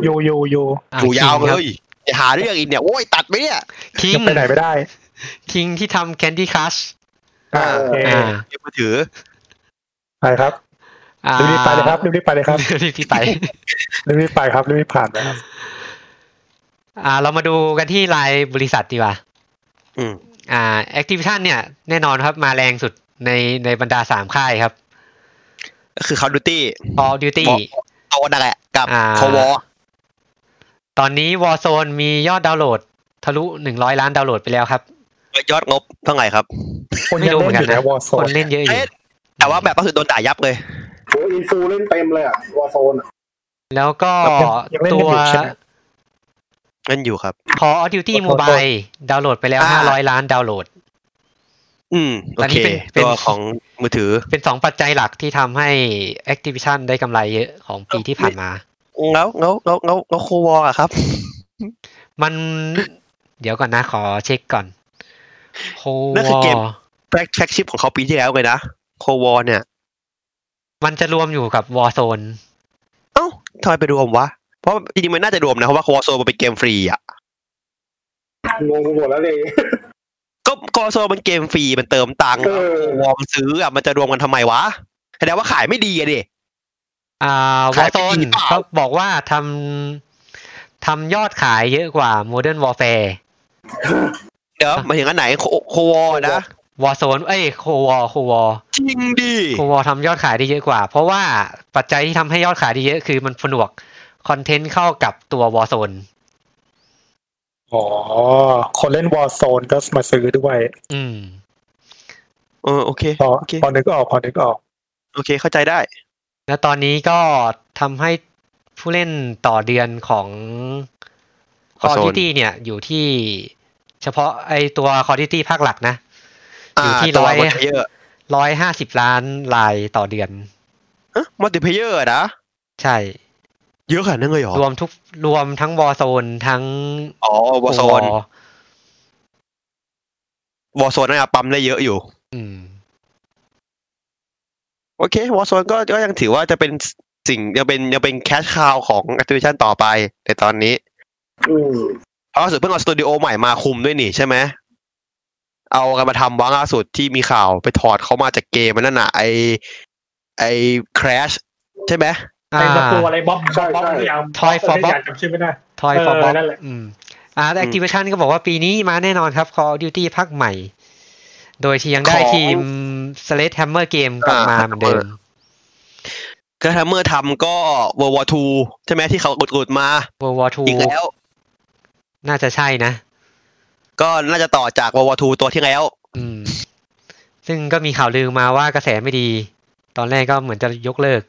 โย ยู่ โยโยโย อ่ะ อยู่ยาว King ครับ เลยอย่าหาเรื่องอีกเนี่ย โอ้ยตัดไหมเนี่ย คิง จะไปไหนไม่ได้ คิงที่ทำ Candy Crush อ่า เออ โอเค อ่า เกมมือถือ ไปครับ อ่า รีบๆไปเลยครับรีบๆไปเลยครับ รีบที่ไป รีบๆไปครับรีบๆผ่านไปครับ อ่า เรามาดูกันที่รายบริษัทดีกว่า อืม อ่า Activision เนี่ย แน่นอนครับมาแรงสุดในในบรรดาสามค่ายครับ ก็คือ Call of Duty Call of Duty บอก เอานั่นแหละ กับ อ่า คอวอ ตอนนี้ Warzone มียอดดาวน์โหลด ทะลุหนึ่งร้อยล้านดาวน์โหลดไปแล้วครับ ยอดงบเท่าไหร่ครับ คนยังเล่นอยู่ในวอร์โซ คน นเล่นเยอะอยู่ เอ๊ะ แต่ว่าแบบก็คือโดนด่ายับเลย โอ้อินฟูเล่นเต็มเลยอะวอร์โซน แล้วก็ ยังเล่น ตั กัน ว อยู่ใช่ไหม นั่นอยู่ครับ Call of Duty โทษโทษ Mobile ดาวน์โหลดไปแล้ว อ่า 500 ล้านดาวน์โหลด อืม โอ ตอนนี้ เค เป็นเป็น ตัวของมือถือ เป็น 2 ปัจจัยหลักที่ทำให้ Activision ได้กำไรเยอะของปีที่ผ่านมา แล้วแล้วแล้วแล้วแล้วคอวอะครับ มัน เดี๋ยวก่อนนะ ขอเช็คก่อนโฮ นั่นคือเกม วอ แฟลกชิพของเขาปีที่แล้วเลยนะ โควอเนี่ย มันจะรวมอยู่กับวอ r z โซน เอ้าทำไมไปรวมวะ เพราะจริงๆมันน่าจะรวมนะเพราะว่าโควอโซมันเป็นเกมฟรีอ่ะ งงหมดแล้วเลย ก็โควอโซมันเกมฟรีมันเติมตังค์ เออ โควอมนซื้ออ่ะมันจะรวมกันทำไมวะแสดงว่าขายไม่ดีอะดิ อ่าวอ ขาย r z ไป โซน กี่บาท เขาบอกว่าทำทำยอดขายเยอะกว่า Modern Warfare เดี๋ยวหมายถึงอันไหนโคโควอนะ วอ r z โซนเอ้ยโควอโควอ จริงดิ โควอทำยอดขายได้เยอะกว่า เพราะว่าปัจจัยที่ทำให้ยอดขายได้เยอะคือมันผนวกคอนเทนต์เข้ากับตัววอ r z โซน อ๋อ คนเล่นวอ r z โซนก็มาซื้อด้วย อืม เออโอเค พอ โอเค พอนึกออกพอนึกออก โอเค เข้าใจได้ แล้วตอนนี้ก็ทำให้ผู้เล่นต่อเดือนของคอ Warzone ทิตี้เนี่ย อยู่ที่เฉพาะไอตัวคอทิตี้ภาคหลักนะ อยู่ อ่า ที่ ตัว ร้อย มัลติเพเยอร์ ร้อยห้าสิบล้านลายต่อเดือน ฮะมัลติเพเยอร์นะ ใช่ เยอะขนาดนั้นเลยเหรอ รวมทุกรวมทั้งวอ r z โซนทั้ง อ๋อวอโซน คว อโซนน่าจะปั๊มได้เยอะอยู่ อืม โอเควอโซนก็ก็ยังถือว่าจะเป็นสิ่งยังเป็นยังเป็นแคชคาวของ Activision ต่อไปในตอนนี้ อืม เพราะล่าสุดเพิ่งเอาสตูดิโอใหม่มาคุมด้วยนี่ใช่ไหม เอากันมาทำวางล่าสุดที่มีข่าวไปถอดเขามาจากเกมมันนั่นน่ะไอไอ Crash ใช่ไหม ในตัวอะไรบ๊อบบ๊อบตัวอย่าง Toy for ตัวอย่างจำชื่อไม่ได้ ทอย เออ ฟอร์บ็อก นั่นแหละ อืมอ่าแต่ อืม Activision ก็บอกว่าปีนี้มาแน่นอนครับ Call of Duty ภาคใหม่ โดยที่ยังได้ ของ ทีม Sledgehammer Game กลับมา อ่า เหมือนเดิม ก็ทำเมื่อทำก็ World War 2 ใช่ไหมที่เขากดกดมา World War อีกแล้ว 2น่าจะใช่นะ ก็น่าจะต่อจาก World War 2 ตัวที่แล้ว อืม ซึ่งก็มีข่าวลือมาว่ากระแสไม่ดี ตอนแรกก็เหมือนจะยกเลิก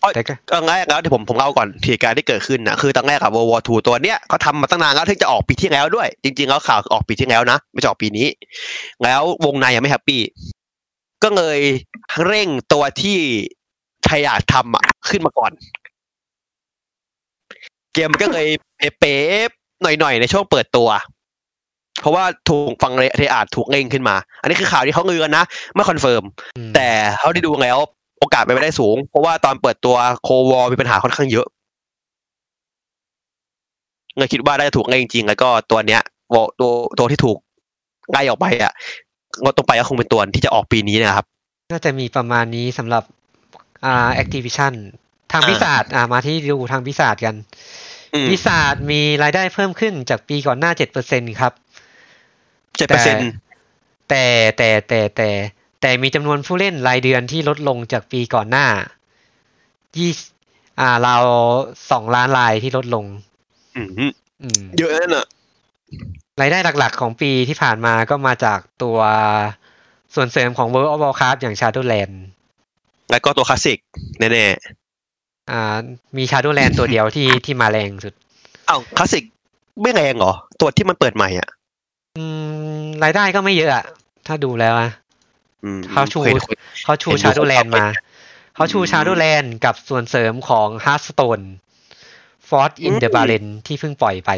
เอ้ย แต่ก็ ก็แรกแล้วที่ผมผมเล่าก่อนเหตุการณ์ที่เกิดขึ้นนะคือตอนแรกอะ World War 2 ตัวเนี้ยเขาทำมาตั้งนานแล้วถึงจะออกปีที่แล้วด้วย จริงๆแล้วข่าวออกปีที่แล้วนะไม่ใช่ออกปีนี้ แล้ววงในยังไม่แฮปปี้ก็เลยเร่งตัวที่ไทยอยากทำอะขึ้นมาก่อน เกมมันก็เลยเป๊ะๆหน่อยๆ ในช่วงเปิดตัว เพราะว่าถูกฟังเลยไทยอาจถูกเร่งขึ้นมา อันนี้คือข่าวที่เขาลือกันนะไม่คอนเฟิร์ม อืม แต่เท่าที่ดูแล้วโอกาสไปนไม่ได้สูง เพราะว่าตอนเปิดตัวโควอมีปัญหาค่อนข้างเยอะเลยคิดว่าได้ถูกไงจริงๆแล้วก็ตัวเนี้ยวอตัวตัวที่ถูกไล่ออกไปอ่ะก็ตรงไปก็คงเป็นตัวที่จะออกปีนี้นะครับ น่าจะมีประมาณนี้สำหรับอ่า Activision ทาง อ่า พิศาจอ่ามาที่ดูทางพิศาจกัน อืม พิศาจมีรายได้เพิ่มขึ้นจากปีก่อนหน้า 7%ครับ เจ็ดเปอร์เซ็นต์ แต่แต่แต่แต่แต่มีจำนวนผู้เล่นรายเดือนที่ลดลงจากปีก่อนหน้ายี่อ่าเราสองล้านรายที่ลดลง อืม เยอะนั่นอ่ะ รายได้หลักๆของปีที่ผ่านมาก็มาจากตัวส่วนเสริมของ World of Warcraft อย่าง Shadowland แล้วก็ตัวคลาสสิกแน่ อ่ามี Shadowland ตัวเดียวที่ที่มาแรงสุด ๆอ้าวคลาสสิกไม่แรงเหรอ ตัวที่มันเปิดใหม่อ่ะ อืมรายได้ก็ไม่เยอะอะถ้าดูแล้วอะ อืม เขาชู เคยคุย เขาชู เห็นดู Shadowland มา เขาชู อืม Shadowland กับส่วนเสริมของ Hearthstone Fort in the อืม Barren ที่เพิ่งปล่อยไป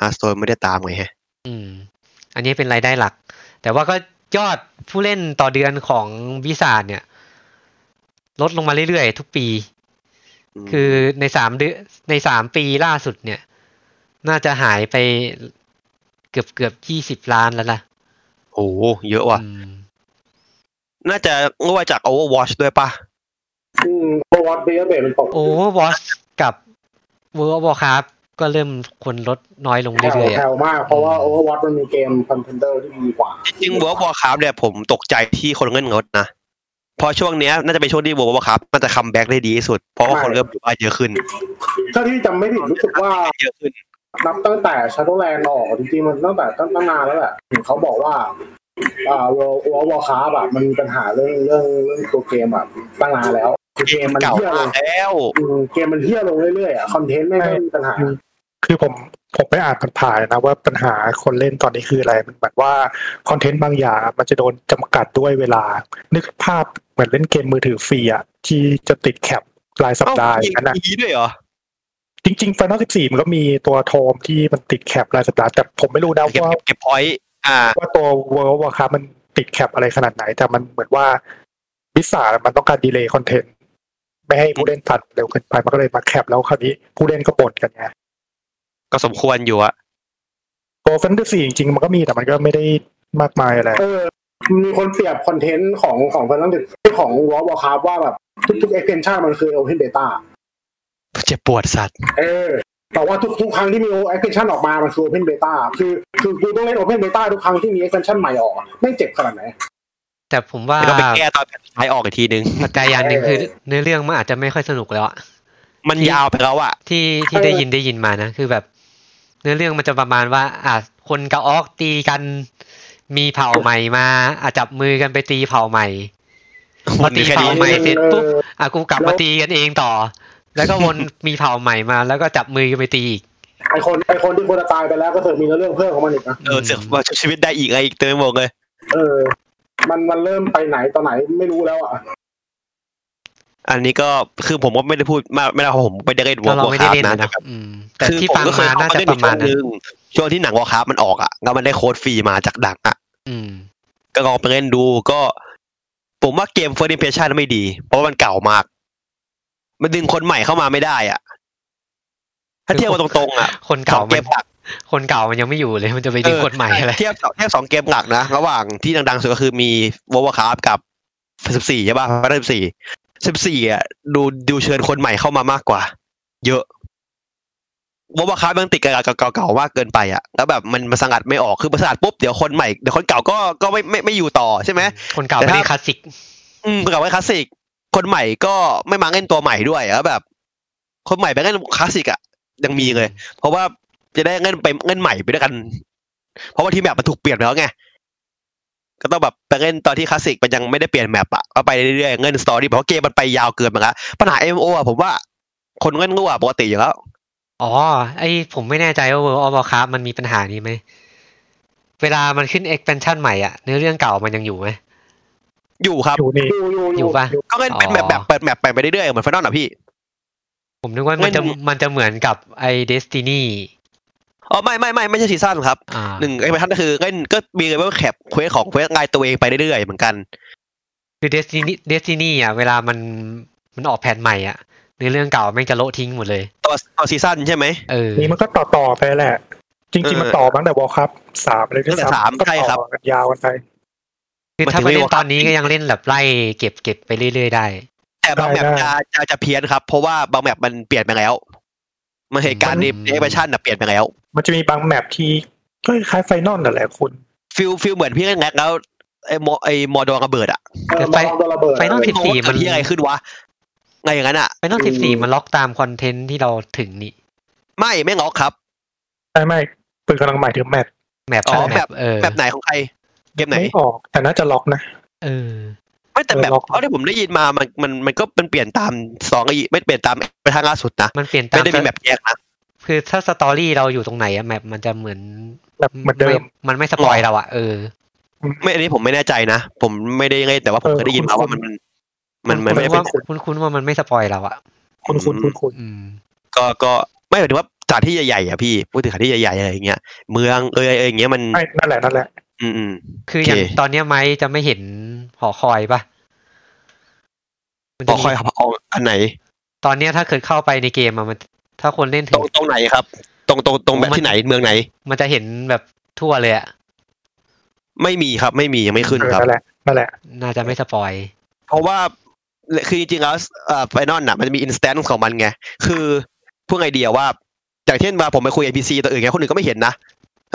ฮาร์สโตนไม่ได้ตามไงฮะ อืม อันนี้เป็นรายได้หลัก แต่ว่าก็ยอดผู้เล่นต่อเดือนของวิสาดเนี่ย ลดลงมาเรื่อยๆ ทุกปี คือในสามเดือนในสามปีล่าสุดเนี่ย น่าจะหายไปเกือบเกือบยี่สิบล้านแล้วล่ะ โอ้โหเยอะว่ะ อืม น่าจะรั่วจาก Overwatch ด้วยปะ อืมโควอตเบย์เบย์มันตก โอเวอร์วอชกับเวอร์วอครับก็เริ่มคนลดน้อยลง แผ่ว เรื่อยๆ แผ่ อะ วมากเพราะว่าโอเวอร์วอตมันมีเกมคอนเทนเดอร์ที่ดีกว่า จริง World of Warcraft เนี่ยผมตกใจที่คนเงินงดนะเพอช่วงเนี้ยน่าจะเป็นช่วงที่ World of Warcraft มันจะคัมแบ็กได้ดีที่สุด เพราะว่าคนเริ่มอยู่บ้านเยอะขึ้น ถ้าที่จำไม่ผิดรู้สึกว่า เยอะขึ้น นับตั้งแต่ Shadowland ออกจริงๆมันตั้งแต่ตั้งนานแล้วแหละเขาบอกว่าอ่าโอเวอร์วอคาร์แบบมันมีปัญหาเรื่องเรื่องเรื่องตัวเกมแบบตั้งนานแล้วคือเกมมัน เก่า เที่ยล มาง กแล้ว อืมเกมมันเที่ยลงเรื่อยๆอ่ะคอนเทนต์ไม่ได้มีปัญหา คือผมผมไปอ่านผ่านๆนะว่าปัญหาคนเล่นตอนนี้คืออะไร มันแบบว่าคอนเทนต์บางอย่างมันจะโดนจำกัดด้วยเวลา นึกภาพเหมือนเล่นเกมมือถือฟรีอะที่จะติดแคปรายสัป เอ้า ดาห์อ มี ย่างนั้นอะ มีด้วยเหรอ จริงๆ Final 14 มันก็มีตัวโทมที่มันติดแคปรายสัปดาห์แต่ผมไม่รู้ นะ เก็บ ว่า เก็บเก็บพอยต์อ่า ว่าตัว World of Warcraft มันติดแคปอะไรขนาดไหน แต่มันเหมือนว่า วิสามันต้องการดีเลย์คอนเทนต์ไม่ให้ผู้เล่นตัดเร็วเกินไปมันก็เลยมาแคปแล้วคราวนี้ผู้เล่นก็บ่นกันไง ก็สมควรอยู่อะ โกฟันด a ซีจริงๆมันก็มีแต่มันก็ไม่ได้มากมายอะไร เออมีคนเปรียบคอนเทนต์ของของฟันต้องเด็ของวอลบอคาร์ว่าแบบทุกๆ extension มันคือ open data เจ็บปวดสัตว์ เออ แต่ว่าทุกทุกครั้งที่มี extension ออกมา มันคือ open beta คือ คือกูต้องเล่น open beta ทุกครั้งที่มี extension ใหม่ออกอะไม่เจ็บขนาดไหน แต่ผมว่า แล้วต้องไปแก้ตอนท้ายออกอีกทีนึง ปัจจัยอย่างหนึ่งคือเนื้อเรื่องมันอาจจะไม่ค่อยสนุกแล้วอะ มันยาวไปแล้วอะ ที่ที่ได้ยินได้ยินมานะ คือแบบ เนื้อเรื่องมันจะประมาณว่า อ่ะคนกับออกตีกัน มีเผ่าใหม่มาอาจับมือกันไปตีเผ่าใหม่ พอ วัน ตี นี้แค่ เผ่า นี้ ใหม่เสร็จปุ๊บ เออ อ่ะกูกลับมาตีกันเองต่อ แล้วก็วน มีเผ่าใหม่มา แล้วก็จับมือกันไปตีอีก ไอคนไอคนที่คนตายไปแล้วก็เถอะมีเรื่องเพิ่มของมันอีกนะ เออเสือกมาชีวิตได้อีกอะไรอีกเติมบอกเลย เออ มันมันเริ่มไปไหนตอนไหนไม่รู้แล้วอ่ะ อันนี้ก็คือผมก็ไม่ได้พูดมากไม่ได้เพราะผมไม่ได้เล่น วอ เรา ล เราไม่ได้ คาร์ เล่น นะ นะอืม แต่ คือ ที่ ผม ฟัง ก็เค มาย น่า เข้ามา จะ เล่น ป ใน ระ ช่ มาว ณ งห นั้น นึ่งช่วงที่หนังวอลคาร์มันออกอ่ะแล้วมันได้โค้ดฟรีมาจากหนังอ่ะ อืม ก็ลองไปเล่นดูก็ ผมว่าเกม First Impression ไม่ดี เพราะว่ามันเก่ามาก มันดึงคนใหม่เข้ามาไม่ได้อ่ะ ถ้าเทียบกันตรงๆอ่ะ คน สอ เก่าง เก มัน มหลัก คนเก่ามันยังไม่อยู่เลย มันจะไปดึง เออ คนใหม่อะไร เทียบเทียบสองเกมหลักนะ ระหว่างที่ดังๆสุดก็คือมี w o r c r a f t กับ 14ใช่ป่ะพัฒนา14 14อ่ะดูดูเชิญคนใหม่เข้ามามากกว่า เยอะ w o r c r a f t มันติดกับเก่าๆมากเกินไปอ่ะ แล้วแบบมันมาสังัดไม่ออกคือมาสังัดปุ๊บเดี๋ยวคนใหม่เดี๋ยวคนเก่าก็ก็ไม่ไม่ไม่อยู่ต่อใช่ไหม คนเก่า แต่ ไม่ ถ้า ได้คลาสสิก อืมกับไว้คลาสสิก คนใหม่ก็ไม่มาเล่นตัวใหม่ด้วยแล้วแบบ คนใหม่ไปเล่นคลาสสิกอะยังมีเลย เพราะว่าจะได้เล่นไปเล่นใหม่ไปด้วยกัน เพราะว่าที่แมปมันถูกเปลี่ยนไปแล้วไง ก็ต้องแบบไปเล่นตอนที่คลาสสิกมันยังไม่ได้เปลี่ยนแมปอะก็ไปเรื่อยๆเล่นสตอรี่เพราะเกมมันไปยาวเกินไปแล้วปัญหา MMO อะผมว่า คนเล่นรั่วปกติอยู่แล้ว อ๋อ ไอผมไม่แน่ใจว่า World of Warcraft มันมีปัญหานี้ไหม เวลามันขึ้น expansion ใหม่อ่ะ เนื้อเรื่องเก่ามันยังอยู่ไหม อยู่ครับ อยู่นี่ อยู่อยู่ อ อยู่ ยู่ ปะ ก็เล่นเป็นแมปแบบเปิดแมปไปเรื่อยๆเหมือนฟนอลอะพี่ ผมนึกว่ามันจะ มัน มันจะเหมือนกับไอ Destiny อ๋อไม่ไม่ไม่ไม่ใช่ซีซั่นครับ อ่า หนึ่งไอ้พันก็คือเล่นก็มีเลยว่าแคปเควสของเควสไงตัวเองไปเรื่อยๆเหมือนกัน คือ Destiny Destiny อ่ะ เวลามันมันออกแผนใหม่อ่ะ เนื้อเรื่องเก่าแม่งจะโละทิ้งหมดเลย ต่อต่อซีซั่นใช่ไหม เออ นี่มันก็ต่อต่อๆไปแหละ จริง ๆ มันต่อมาตั้งแต่วอลครับสามเลยที่ ตั้งแต่สาม ก็ ใช่ครั ต่ บ อกันยาวกันไป คือ มัน ถ้า ถึง ไปเล่ เรียก น ว่า ตอนนี้ก็ยังเล่นแบบไล่เก็บเก็บไปเรื่อยๆได้ แต่บางแมป ได้ จะจะจะเพี้ยนครับ เพราะว่าบางแมปมันเปลี่ยนไปแล้วมันเหตุการณ์ใน อืม เอเวอร์ชันน่ะเปลี่ยนไปแล้ว มันจะมีบางแมปที่ก็คล้ายไฟนอลนั่นแหละคุณ ฟิลฟิลเหมือนพี่เล่นแร็กแล้วไอ้โมไอ้มอดองระเบิดอ่ะ เออมาลองโดนระเบิด ไปต้องผิด โอ้โห 14มัน เกิดที่อะไรขึ้นวะไงอย่างนั้นอ่ะ ไปนอก14 มันล็อกตามคอนเทนต์ที่เราถึงนี่ ไม่ไม่งอกครับ ไม่ไม่ปืนกำลังหมายถึงแมป แมป อ๋อ แม แม ป ป เออ แมปไหนของใครเกมไหน ไม่ออก แต่น่าจะล็อกนะ เออ ไม่แต่ เออ แบบ ล็อก เท่าที่ผมได้ยินมามันมันมันก็มันเปลี่ยนตามสองอีไม่เปลี่ยนตามไปทางล่าสุดนะ มันเปลี่ยนตา ไม่ ม ได้มีแมปแยกนะ คือถ้าสตอรี่เราอยู่ตรงไหนอะแมปมันจะเหมือน แบบเหมือนเดิม ไมันไม่สปอย หรอ เราอะเออ ไม่อันนี้ผมไม่แน่ใจนะผมไม่ได้เล่นแต่ว่าผม เออ เคยได้ยินมา คุ้นว่าๆมันมันมันมันไม่ได้ คุณว่าเป็นคุณคุณว่ามันไม่สปอยเราอะ คุณคุณคุณคุณ อืม ก็ก็ไม่หมายถึงว่าสถานที่ใหญ่ๆอ่ะพี่พูดถึงสถานที่ใหญ่ๆอะไรอย่างเงี้ยเมืองเอยเอยอย่างเงี้ยมัน ไม่นั่นแหละนั่นแหละ อืมอืม คืออย่าง โอเค ตอนเนี้ยไม้จะไม่เห็นหอคอยปะมัน พ จะ อ มี คอยเอาอันไหน ตอนเนี้ยถ้าเกิดเข้าไปในเกมอะมัน ถ้าคนเล่น ต ถึ รง งตรงไหนครับ ตรงตรงตรง โอ้ แบบ มัน ที่ไหนเมืองไหน มันจะเห็นแบบทั่วเลยอะ ไม่มีครับ ไม่มียังไม่ขึ้น เออ ครับ นั่นแหละนั่นแหละ น่าจะไม่สปอย เพราะว่าคือจริงๆแล้วเอ่อไฟนอลน่ะมันจะมีอินสแตนซ์ของมันไง คือพวกไอเดียว่าอย่างเช่นว่าผมไปคุยไอพีซีตัวอื่นไงคนอื่นก็ไม่เห็นนะ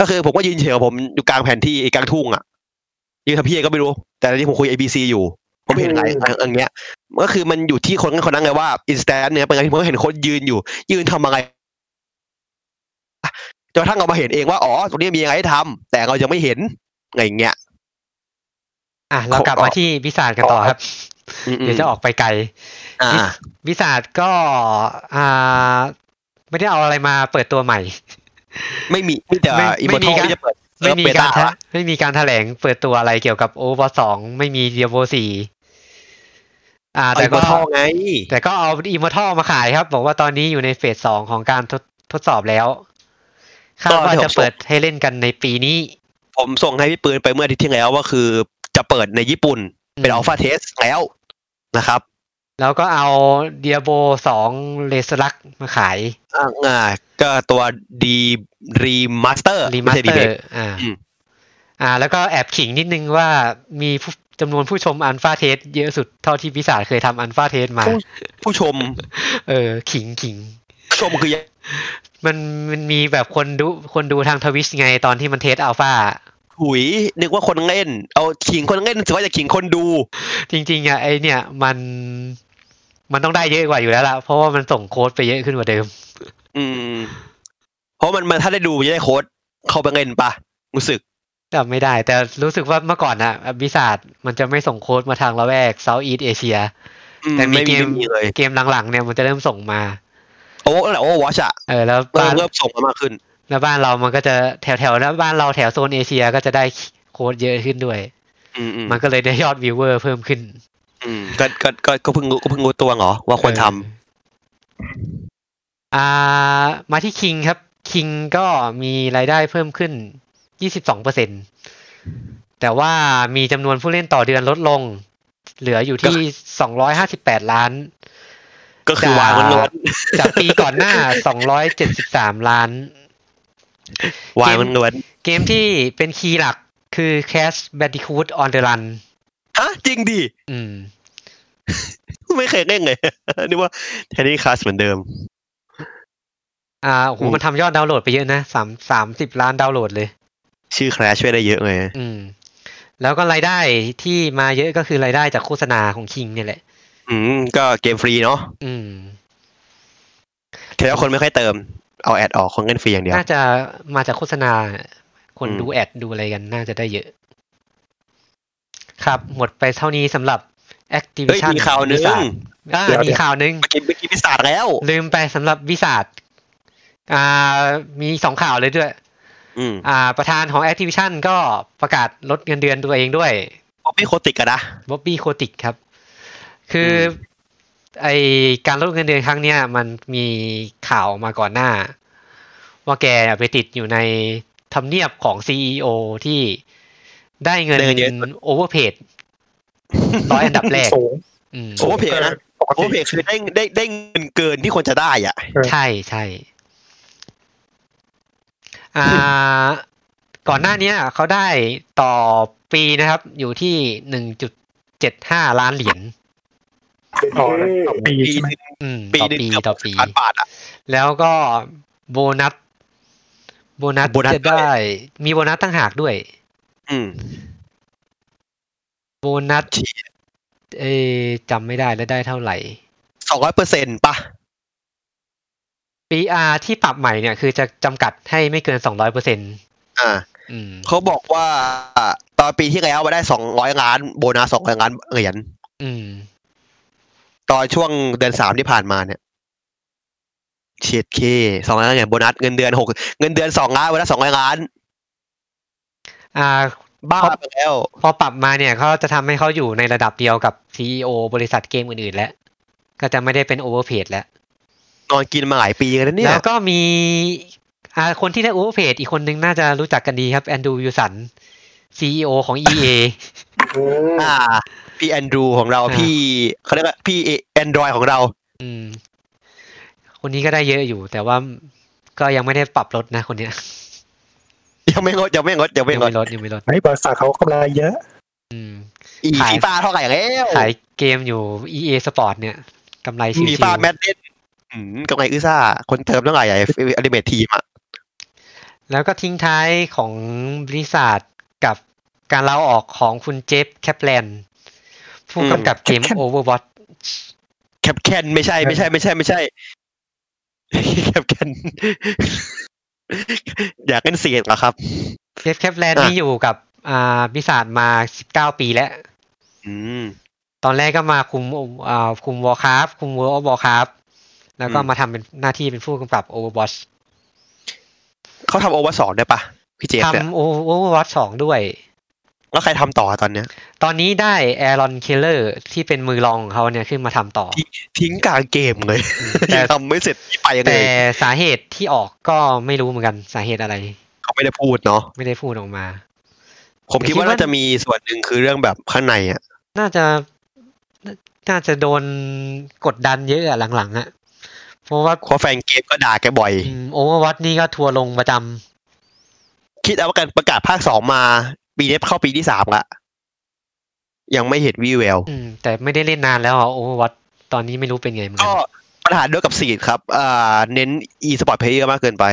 ก็คือผมก็ยืนเฉยๆผมอยู่กลางแผนที่กลางทุ่งอ่ะยืนทำพี่ก็ไม่รู้ แต่ที่ผมคุยไอพีซีอยู่ ผมเห็นอะไรอย่างเงี้ยก็คือมันอยู่ที่คนนั้นคนนั้นไงว่าอินสแตนซ์เนี่ยเป็นไงที่ผมเห็นคนยืนอยู่ ยืนทำอะไรจนกระทั่งเรามาเห็นเองว่าอ๋อตรงนี้มีอะไรให้ทำแต่เรายังไม่เห็นอะไรอย่างเงี้ย อ่ะเรากลับมาที่วิสาดกันต่อครับ อืมๆ เดี๋ยวจะออกไปไกล อ่า วิสาดก็อ่าไม่ได้เอาอะไรมาเปิดตัวใหม่ ไม่มีมีแต่ ไม่ อี ไม่ โม มี ทอล การ ที่จะเปิดเซิ ไม่ ฟ มี เบ กา ต้าร แถ ละ ไม่มีการแถลงเปิดตัวอะไรเกี่ยวกับโอเวอร์สองไม่มีเดียโบสี่อ่า แต่ แต่ ก็ ก็ท่อไง แต่ก็เอาอิม r ท a ลมาขายครับ บอกว่าตอนนี้อยู่ในเฟสสองของการทดทดสอบแล้วคาดว่า ก็เดี๋ยว จะเปิดให้เล่นกันในปีนี้ ผมส่งให้พี่ปืนไปเมื่ออาทิตย์ที่แล้วว่าคือจะเปิดในญี่ปุ่น เป็นอัลฟาเทสแล้ว นะครับ แล้วก็เอาเดียโบสองเลสลักมาขาย อ่าอ่าก็ตัวดีรีมาสเตอร์ รีมาสเตอ เบ ร์อ่า อืม อ่า แล้วก็แอบขิงนิดนึงว่ามีผู้จำนวนผู้ชมอันฟาเทสเยอะสุดเท่าที่พิศาจเคยทำอันฟาเทสมา ผู้ชม เออ ขิงขิง ชมคือยัง มันมันมีแบบคนดูคนดูทางทวิชไงตอนที่มันเทสอัลฟา ถุย นึกว่าคนเล่น เอาขิงคนเล่นถือว่าจะขิงคนดู จริง ๆอ่ะไอเนี่ยมันมันต้องได้เยอะกว่าอยู่แล้วล่ะ เพราะว่ามันส่งโค้ดไปเยอะขึ้นกว่าเดิม อืม เพราะมันมันถ้าได้ดูจะได้โค้ดเข้าไปเล่นปะรู้สึก จำไม่ได้ แต่รู้สึกว่าเมื่อก่อนนะบิษัทมันจะไม่ส่งโค้ดมาทางละแวกเซาท์อีสเอเชีย อื แต่มี ไ เกม ไเลย เกมหลังๆเนี่ยมันจะเริ่มส่งมา โอ้แต่โอ้วอชอะ เออแล้ว เริ่ บ้าม น เริ่มส่งมามากขึ้น แล้วบ้านเรามันก็จะแถวแถวๆแล้วบ้านเราแถวโซนเอเชียก็จะได้โค้ดเยอะขึ้นด้วย อืมอืม มันก็เลยได้ยอดวิวเวอร์เพิ่มขึ้น อืมก็ก็ก็ก็เพิ่งรู้ก็เพิ่งรู้ตัวเหรอว่าควรทำ อ่ามาที่คิงครับคิงก็มีรายได้เพิ่มขึ้น 22เปอร์เซ็นแต่ว่ามีจำนวนผู้เล่นต่อเดือนลดลง เหลืออยู่ที่ 258 ล้าน ก็คือวางมันล้วน จากปีก่อนหน้า 273 ล้าน วางมันล้วน เกมที่เป็นคีย์หลักคือ Crash Bandicoot on the Run ฮะจริงดิ อืม ไม่เคยเล่นเลย นึกว่าแทนนี่คลาสเหมือนเดิม อ่าโอ้โห อืม มันทำยอดดาวน์โหลดไปเยอะนะสามสามสิบล้านดาวน์โหลดเลย ชื่อแคลชช่วยได้เยอะเลย อืม แล้วก็รายได้ที่มาเยอะก็คือรายได้จากโฆษณาของคิงเนี่ยแหละ อืมก็เกมฟรีเนาะ อืม แค่ว่าคนไม่ค่อยเติม เอาแอดออกคนเล่นฟรีอย่างเดียว น่าจะมาจากโฆษณา คน อืม ดูแอดดูอะไรกันน่าจะได้เยอะ ครับ หมดไปเท่านี้สำหรับ เฮ้ย Activision มีข่าวนึง Blizzard อ่า เดี๋ยว มีข่าวนึง เมื่อกี้เมื่อกี้พิศาจแล้ว ลืมไปสำหรับวิสาดอ่ามีสองข่าวเลยด้วย อืม อ่า ประธานของ Activision ก็ประกาศลดเงินเดือนตัวเองด้วย เพราะไม่โคติกอะนะ บ๊อบบี้โคติกครับ คืออ ม ไอการลดเงินเดือนครั้งเนี้ยมันมีข่าวมาก่อนหน้า ว่าแกเนี่ยไปติดอยู่ในทำเนียบของ CEO ที่ได้เงินโอเวอร์เพดร้อยอันดับแรก สูง อืม โอเวอร์เพย์นะ ปก โอ ติ เพคือได้ได้ได้เงินเกินที่ควรจะได้อ่ะ ใช่ใช่อ่า ก่อนหน้าเนี้ยเขาได้ต่อปีนะครับ อยู่ที่หนึ่งจุดเจ็ดห้าล้านเหรียญ เป็น อ๋อ เท่ ต่อปี ปี ใช่ไหม หนึ่ง อืม ปี ต่อ หนึ่ง ปี เกือบ ต่อปี ล้านบาทอ่ะ แล้วก็โบนัส โบนัส โบนัส จะได้ มีโบนัสตั้งหากด้วย อืม โบนัส เชี่ย เอยจำไม่ได้แล้วได้เท่าไหร่ สองร้อยเปอร์เซ็นต์ป่ะ PR ที่ปรับใหม่เนี่ย คือจะจำกัดให้ไม่เกินสองร้อยเปอร์เซ็นต์ อ่า อืม เขาบอกว่าตอนปีที่แล้วมาได้สองร้อยล้านโบนัสสองร้อยล้านเหรียญ อืม ตอนช่วงเดือนสามที่ผ่านมาเนี่ยเฉียดเคสองล้านเหรียญโบนัสเงินเดือนหกเงินเดือนสองล้านโบนัสสองร้อยล้าน อ่า บ้าไปแล้ว พอปรับมาเนี่ยเขาจะทำให้เขาอยู่ในระดับเดียวกับ CEO บริษัทเกมอื่นๆแล้ว ก็จะไม่ได้เป็นโอเวอร์เพดแล้ว นอนกินมาหลายปีแล้วเนี่ย แล้วก็มีอ่าคนที่ได้โอเวอร์เพดอีกคนนึงน่าจะรู้จักกันดีครับแอนดูวิลสัน CEO ของ EA อืม อ่า พี่แอนดรูของเรา อ่า พี่เขาเรียกว่าพี่แอนดรอยของเรา อืม คนนี้ก็ได้เยอะอยู่ แต่ว่าก็ยังไม่ได้ปรับลดนะคนเนี้ย ยังไม่งดยังไม่งดยังไม่ ยัง งด ไม่ลดยังไม่ลด ไอ้บริษัทเขากำไรเยอะ อืม อี ขาย ฟีฟ่าเท่าไหร่แล้ว ขายเกมอยู่ EA Sport เนี่ยกำไรชิว มีฟ้าแมตเล่นอืมกับไงอื้อซ่า คนเติมตั้งหลายใหญ่อนิเมททีมอ่ะ ๆแล้วก็ทิ้งท้ายของบริษัทกับการลาออกของคุณเจฟแคปแลนผู้กำกับเกม อืม Overwatch แคปแคนไม่ใช่ไม่ใช่ไม่ใช่ไม่ใช่ แคปแคน อยากเล่นเสียงเหรอครับ เจฟแคปแลน อ่ะ นี่อยู่กับอ่าบริษัทมา 19 ปีแล้ว อืม ตอนแรกก็มาคุมอ่าคุมวอลคราฟคุมเวอร์ออวอลคราฟแล้วก็ อืม มาทำเป็นหน้าที่เป็นผู้กำกับ Overwatch เขาทำโอเวอร์สองได้ปะพี่เจฟเนี่ย ทำ Overwatch 2 ด้วย แล้วใครทำต่อตอนเนี้ย ตอนนี้ได้แอรอนเคลเลอร์ที่เป็นมือรองของเขาเนี่ยขึ้นมาทำต่อ ทิ้งกลางเกมเลย แต่ ยังทำไม่เสร็จไปยังไง แต่สาเหตุที่ออกก็ไม่รู้เหมือนกันสาเหตุอะไร เขาไม่ได้พูดเนาะ ไม่ได้พูดออกมา ผมคิดว่าน่าจะมีส่วนหนึ่งคือเรื่องแบบข้างในอ่ะ น่าจะ น่าจะโดนกดดันเยอะอะหลังๆอะเพราะว่า เพราะแฟนเกมก็ด่าแกบ่อย โอเวอร์วัตนี่ก็ทัวร์ลงประจ คิดเอาว่าการประกาศภาคสองมา ปีนี้เข้าปีที่สามละยังไม่เห็นวี่แวว ำอืม แต่ไม่ได้เล่นนานแล้วอะโอเวอร์วัตตอนนี้ไม่รู้เป็นไงเหมือนกั ก็ น ปัญหาเดียวกับสีดครับอ่าเน้น e sport player มากเกินไป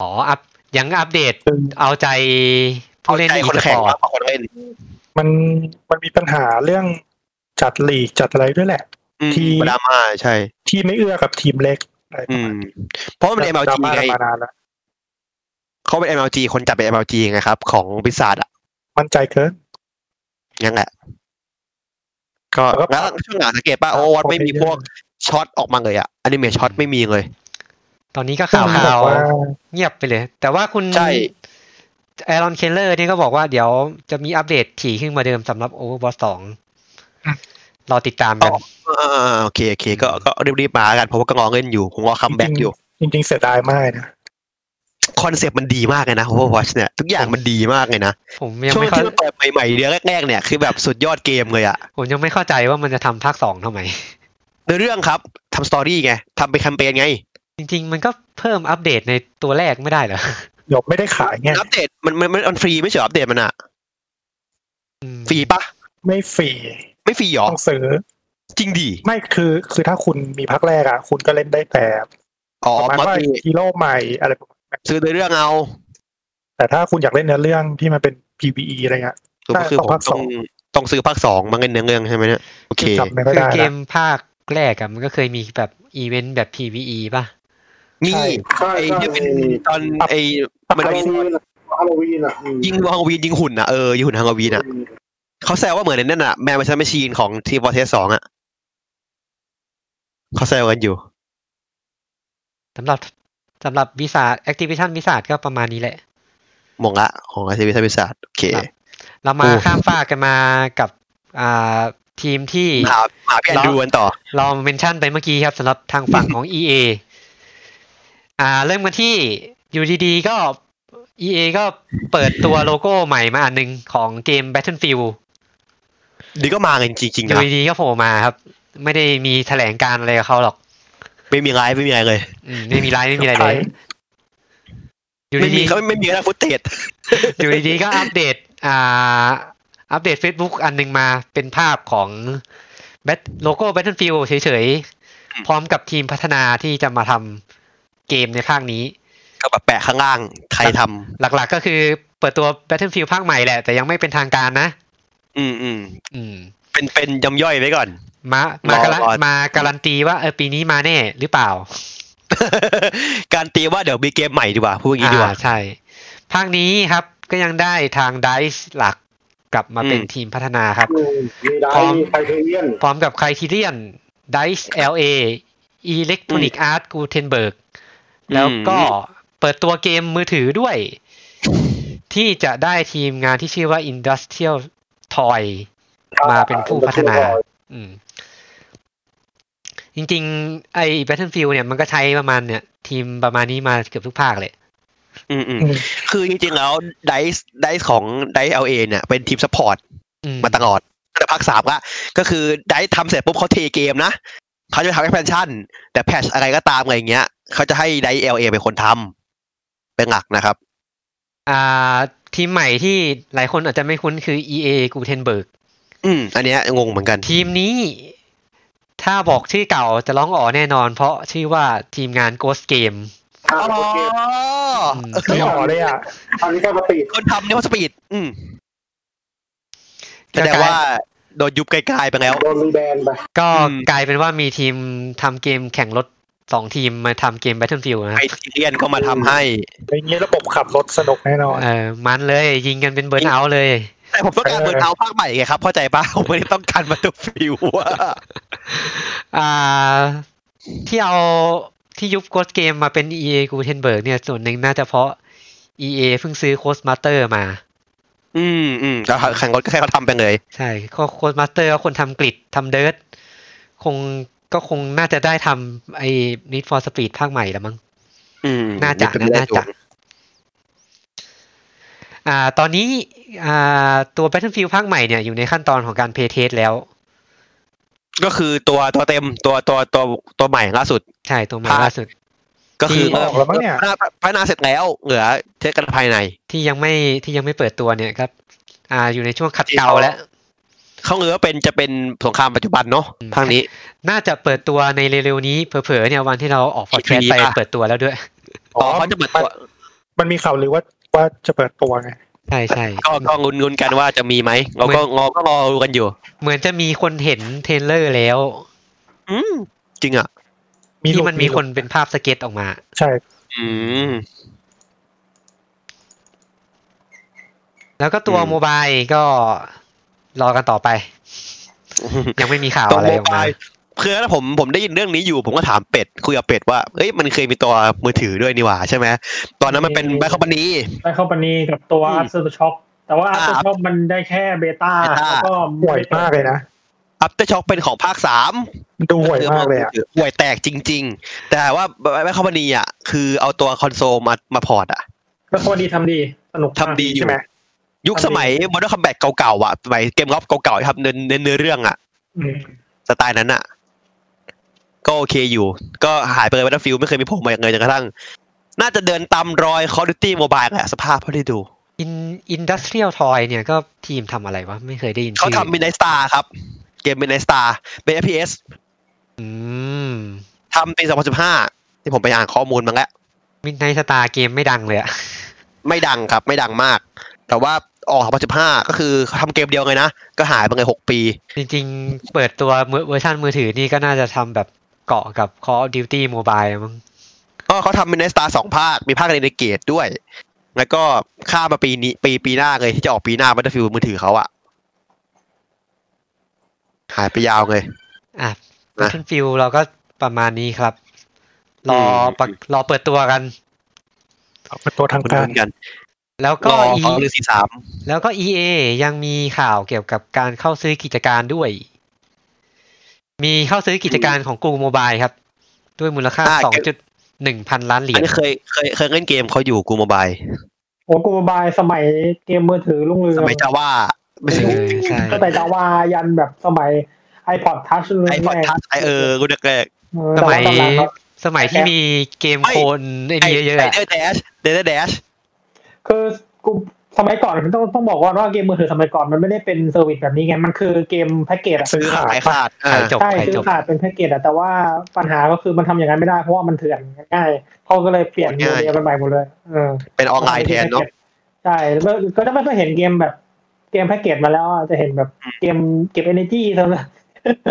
อ๋ออัพยังอัปเดต ซึ่ง เอาใจผู้เล่น ใจ ในอี คน สป แข่ง อร์ มา ต กกว่าคนเล่น มันมันมีปัญหาเรื่องจัดลีกจัดอะไรด้วยแหละ อืม ที่ ดราม่าใช่ ที่ไม่เอื้อกับทีมเล็กอะไรป อื ระ ม มาณ เพราะมันเป็น MLG ดรา ไง ม่ามานานแล้ว เขาเป็น MLG คนจับเป็น MLG ไงครับ ของบิษัทอ่ะ มั่นใจเกิน ยังแหละ ก็ แล้วก็ แล้วช่วงหลังสังเกตป่ะโอวัตไม่มีพวกช็อตออกมาเลยอะอนิเมะช็อตไม่มีเลย ตอนนี้ก็ข่าว ซึ่งบ ข่าวอกว่า เงียบไปเลย แต่ว่าคุณ ใช่ แอรอนเคนเลอร์เนี่ยก็บอกว่าเดี๋ยวจะมีอัปเดตถี่ขึ้นมาเดิมสำหรับโอเวอร์วัตสองรอติดตามกัน อ่าๆโอเคโอเคก็ก็รีบๆมาแล้วกันเพราะว่าก็งอเงินอยู่ผมรอคัมแบ็กอยู่ จริงๆเสียดายมากนะ คอนเซปต์มันดีมากเลยนะโอเวอร์วอชเนี่ย ทุกอย่างมันดีมากเลยนะ ผมยัง ช่วง ไม่เข้า ที่มันเปิดใหม่ๆเดือนแรกๆเนี่ยคือแบบสุดยอดเกมเลยอะ ผมยังไม่เข้าใจว่ามันจะทำภาคสองทำไม ในเรื่องครับทำสตอรี่ไงทำเป็นแคมเปญไง จริง ๆ มันก็เพิ่มอัปเดตในตัวแรกไม่ได้เหรอ หยบไม่ได้ขายไง อัปเดตมันมันมันมันฟรีไม่ใช่เหรออัปเดตมันอะ อืม ฟรีปะ ไม่ฟรี ไม่ฟรีหรอ ต้องซื้อ จริงดี ไม่คือคือถ้าคุณมีพักแรกอ่ะ คุณก็เล่นได้แต่ อ๋อ ประมาณ มา ว่า ฟรี ฮีโร่ใหม่อะไรประมาณนั้น ซื้อในเรื่องเอา แต่ถ้าคุณอยากเล่นเนื้อเรื่องที่มันเป็น PVE อะไรเงี้ย คือ ใช่ คือ ต้อง ผม ภาคส ต้ อ อง งต้องซื้อภาคสองมาเงินเนื้อเรื่องใช่ไหมเนี่ยโอเค จำไม่ค่อย คือ ได้ เก ละ มภาคแรกอะมันก็เคยมีแบบอีเวนต์แบบ PVE ป่ะ มี ใช่ไอ้ใช่ใช่ ที่เป็นตอนไอ้ ฮาโลวีนฮาโลวีนอ่ะอืม ยิงฮังวีนยิงหุ่นอะเออยิงหุ่นฮังวีนอะเขาแซวว่าเหมือนไอ้นั่นอะแมวมาชันแมชชีนของทีวอเทสสองอะเขาแซวกันอยู่ สำหรับสำหรับวิสาแอคทิวิชั่นวิสาก็ประมาณนี้แหละ มองละของอาชีพทยาศาสตร์โอเค ครับ เรามา โอ้ ข้ามฟากกันมากับอ่าทีมที่ หาหาพี่แอนดรูกันต่อ เราเมนชั่นไปเมื่อกี้ครับสำหรับทางฝั่งของ EA อ่า เริ่มกันที่อยู่ดีๆก็ EA ก็เปิดตัวโลโก้ใหม่มาอันหนึงของเกม Battlefield ดีก็มากันจริง อ ๆนะ ยู่ดีๆก็โผล่มาครับ ไม่ได้มีแถลงการอะไรกับเขาหรอก ไม่มีไลฟ์ไม่มีอะไรเลย อืมไม่มีไลน์ไม่มีอะไรเลย อยู่ ไม่มี ดี เขาไม่มีอะไรฟุตเทจ ๆอยู่ดีๆก็อัปเดต อ่า อัปเดต Facebook อันหนึงมาเป็นภาพของ Bat- โลโก้ Battlefield เฉยๆ พร้อมกับทีมพัฒนาที่จะมาทำเกมในภาคนี้ ก็แบบแปะข้างล่างใครทำ หลักๆก็คือเปิดตัว Battlefield ภาคใหม่แหละ แต่ยังไม่เป็นทางการนะ อืมอืม อืม เป็นเป็นยำย่อยไว้ก่อน มา มาการัน รอก่อน มาการันตีว่าเออปีนี้มาแน่หรือเปล่า การตีว่าเดี๋ยวมีเกมใหม่ดีกว่าพูดอย่างนี้ดีกว่า ใช่ ภาคนี้ครับก็ยังได้ทาง DICE หลักกลับมา อืม เป็นทีมพัฒนาครับ อืมมีได้ พร้อม มีไทเทเนียน พร้อมกับ Criterion DICE LA Electronic Art Gutenberg แล้วก็เปิดตัวเกมมือถือด้วย ที่จะได้ทีมงานที่ชื่อว่า Industrial Toy มาเป็นผู้พัฒนา อืม จริงๆ ไอ้ Battlefield เนี่ยมันก็ใช้ประมาณเนี่ย ทีมประมาณนี้มาเกือบทุกภาคเลย อืมอืมคือจริงๆแล้วไดส์ไดส์ของไดส์เอลเอเนี่ยเป็นทีมซัพพอร์ต อืม มาตลอดตั้งแต่ภาคสามละก็คือไดส์ทำเสร็จปุ๊บเขาเทเกมนะเขาจะทำแอ p พ n ชั่น แต่แพชอะไรก็ตามอะไรอย่างเงี้ยเขาจะให้ไดส์เอลเอเป็นคนทำเป็นหลักนะครับ อ่า ทีมใหม่ที่หลายคนอาจจะไม่คุ้นคือ EA Gutenberg อืม อันเนี้ยงงเหมือนกัน ทีมนี้ถ้าบอกชื่อเก่าจะร้องอ๋อแน่นอน เพราะชื่อว่าทีมงาน Ghost Game อ่าโอเค ม เออ ไม่ออกเลยอ่ะ อันนี้ก็มาติด คนทำเนี่ยว่าสปีด อืมแสดงว่าโดนยุบไกลๆไปแล้ว โดนรีแบนไป ก็ อืม กลายเป็นว่ามีทีมทำเกมแข่งรถสองทีมมาทำเกม Battlefield นะค ไอ รับ ทีเรียนก็มาทำให้ อย่างเงี้ยระบบขับรถสนุกแน่นอน เออมันเลย ยิงกันเป็นเบิร์นเอาเลย แต่ผมต้องการเบิร์นเอาท์ภาคใหม่ไงครับ เข้าใจปะผมไม่ได้ต้องการมาตัวฟิวอะ อ่าที่เอาที่ยุบโค้ดเกมมาเป็น EA g u t e n b e r g เนี่ยส่วนหนึ่งน่าจะเพราะ EA เพิ่งซื้อโค้ดมาสเตอร์มา อืมอืมแล้วแข่งรถก็แค่เขาทำไปเลย ใช่ก็โค้ดมาสเตอร์ก็คนทำกริดทำเดิร์ดคงก็คงน่าจะได้ทำไอ้ Need for Speed ภาคใหม่ละมั้ง อืม น่าจะ เป็ นะน่าจะ อ่า ตอนนี้อ่าตัว Battlefield ภาคใหม่เนี่ยอยู่ในขั้นตอนของการเพย์เทสแล้ว ก็คือตัวตัวเต็มตัวตัวตัวตัวใหม่ล่าสุด ใช่ตัวใหม่ ภาค ล่าสุด ก็คือ ออกแล้วมั้งเนี่ย พัฒนาเสร็จแล้ว เหลือเทสกันภายใน ที่ยังไม่ที่ยังไม่เปิดตัวเนี่ยครับ อ่าอยู่ในช่วงขัดเกลาแล้ว เขาเหลือเป็นจะเป็นสงครามปัจจุบันเนาะ อืม ทางนี้ น่าจะเปิดตัวในเร็วๆนี้เผลอๆเนี่ยวันที่เราออกพอดแคสต์ EP ไป ป่ะ เปิดตัวแล้วด้วย อ๋อเขาจะเปิดตัว มันมีข่าวหรือว่าว่าจะเปิดตัวไง ใช่ใช่ ก็ก็งุนงุนกันว่าจะมีไหมเราก็งอก็รอดูกันอยู่ เหมือนจะมีคนเห็นเทรลเลอร์แล้ว อืมจริงอ่ะ ที่มันมี รูป คนเป็นภาพสเก็ตออกมา ใช่ อืม แล้วก็ตัว อืม โมบายก็รอกันต่อไป ยังไม่มีข่าว ตัว อะไร โม ออกมา บายคือถ้าผมผมได้ยินเรื่องนี้อยู่ ผมก็ถามเป็ด คุยกับเป็ดว่าเอ้ยมันเคยมีตัวมือถือด้วยนี่หว่าใช่ไหมตอนนั้นมันเป็นแบคคอมพานี ได้เข้าปนีกับตัว อืม อัพเซอร์ช็อคแต่ว่าอัพเซอ อ่า ร์ช็อคมันได้แค่เบต้า เบต้า แล้วก็ ห่วยมากเลยนะ อัปเตอร์ช็อคเป็นของภาคสาม มันดูห่วยมากเลยอ่ะ ห่วยแตกจริง ๆ แต่ว่าแบคคอมพานีอ่ะคือเอาตัวคอนโซลมามาพอร์ตอ่ะ ก็พอดีทำดีสนุกมาก ทำดีอ ใช่ ยู่ ไหม ยุคสมัยมอเตอร์คัมแบกเก่าๆอ่ะสมัยเกมกอล์ฟเก่าๆครับเน้นเน้นเนื้อเรื่องอ่ะ อืม สไตล์นั้นอ่ะ ก็โอเคอยู่ ก็หายไปเลยวัตฟิลไม่เคยมีผมมาอย่างเลยจนกระทั่ง น่าจะเดินตามรอยคอร์ดิตี้โมบายแหละสภาพเท่าที่ดู อินอินดัสเทรียลทอยเนี่ยก็ทีมทำอะไรวะ ไม่เคยได้ยิน เขา ชื่อ ทำมินิสตาครับ เกมมินิสตาเป็น FPS อืม ทำปี 2015 ที่ผมไปอ่านข้อมูลมาแล้ว มินไนสตาเกมไม่ดังเลยอะ ไม่ดังครับ ไม่ดังมาก แต่ว่าออก 2015 ก็คือเขาทำเกมเดียวไงนะ ก็หายไปเลย6ปี จริงๆ เปิดตัวมือเวอร์ชันมือถือนี่ก็น่าจะทำแบบเกาะกับ Call of Duty Mobile มั้ง ก็เขาทำมินิสตาสองภาค มีภาคในเดเกตด้วย แล้วก็ข้ามมาปีนี้ปีปีหน้าเลยที่จะออกปีหน้า Battlefield มือถือเขาอะหายไปยาวเลย อ่ะ นะ ขึ้นฟิลเราก็ประมาณนี้ครับ รอปะรอเปิดตัวกัน เอาเป็นตัวทาง คุณ การ นกัน แล้ว ก็ ก็ อ E ของฤาษีสาม แล้วก็ EA ยังมีข่าวเกี่ยวกับการเข้าซื้อกิจการด้วย มีเข้าซื้อกิจการของ Google Mobile ครับ ด้วยมูลค่า 2.1 พันล้านเหรี อั ย น ญ นี้เคยเคยเคยเล่นเกมเขาอยู่กูมบาย โอ้กูบายสมัยเกมมือถือลุ่งเรื ส อง มัยจาว่าไม่ เออใช่ใช่ ตั้งแต่จาวายันแบบสมัย iPod Touch เลย ไอพอดทัชไอเออรุ่นแรก เออ สมัย แต่ว่าตอนหลังก็ สมัยที่มีเกม ไม่ โคนไอ้ ไอ นี่เยอะๆ ไอ อะ เดอร์แดชเดอร์แดช คือกูสมัยก่อนต้องต้องบอกก่อนว่าเกมมือถือสมัยก่อนมันไม่ได้เป็นเซอร์วิสแบบนี้ไงมันคือเกมแพ็กเกจอะ ซื้อขาย ขายขาดอ่า ขายจบ ใช่ ขาย ซื้ จ อบ ขาดเป็นแพ็กเกจอะแต่ว่าปัญหาก็คือมันทำอย่างนั้นไม่ได้เพราะว่ามันเถื่อนง่ายเขาก็เลยเปลี่ยนโมเดลกันใหม่หมดเลยเออ เป็นออนไลน์แทนเนาะ ใช่แล้วก็ก็จะไม่ค่อยเห็นเกมแบบเกมแพ็กเกจมาแล้วอะจะเห็นแบบเกมเก็บ energy เท่านั้น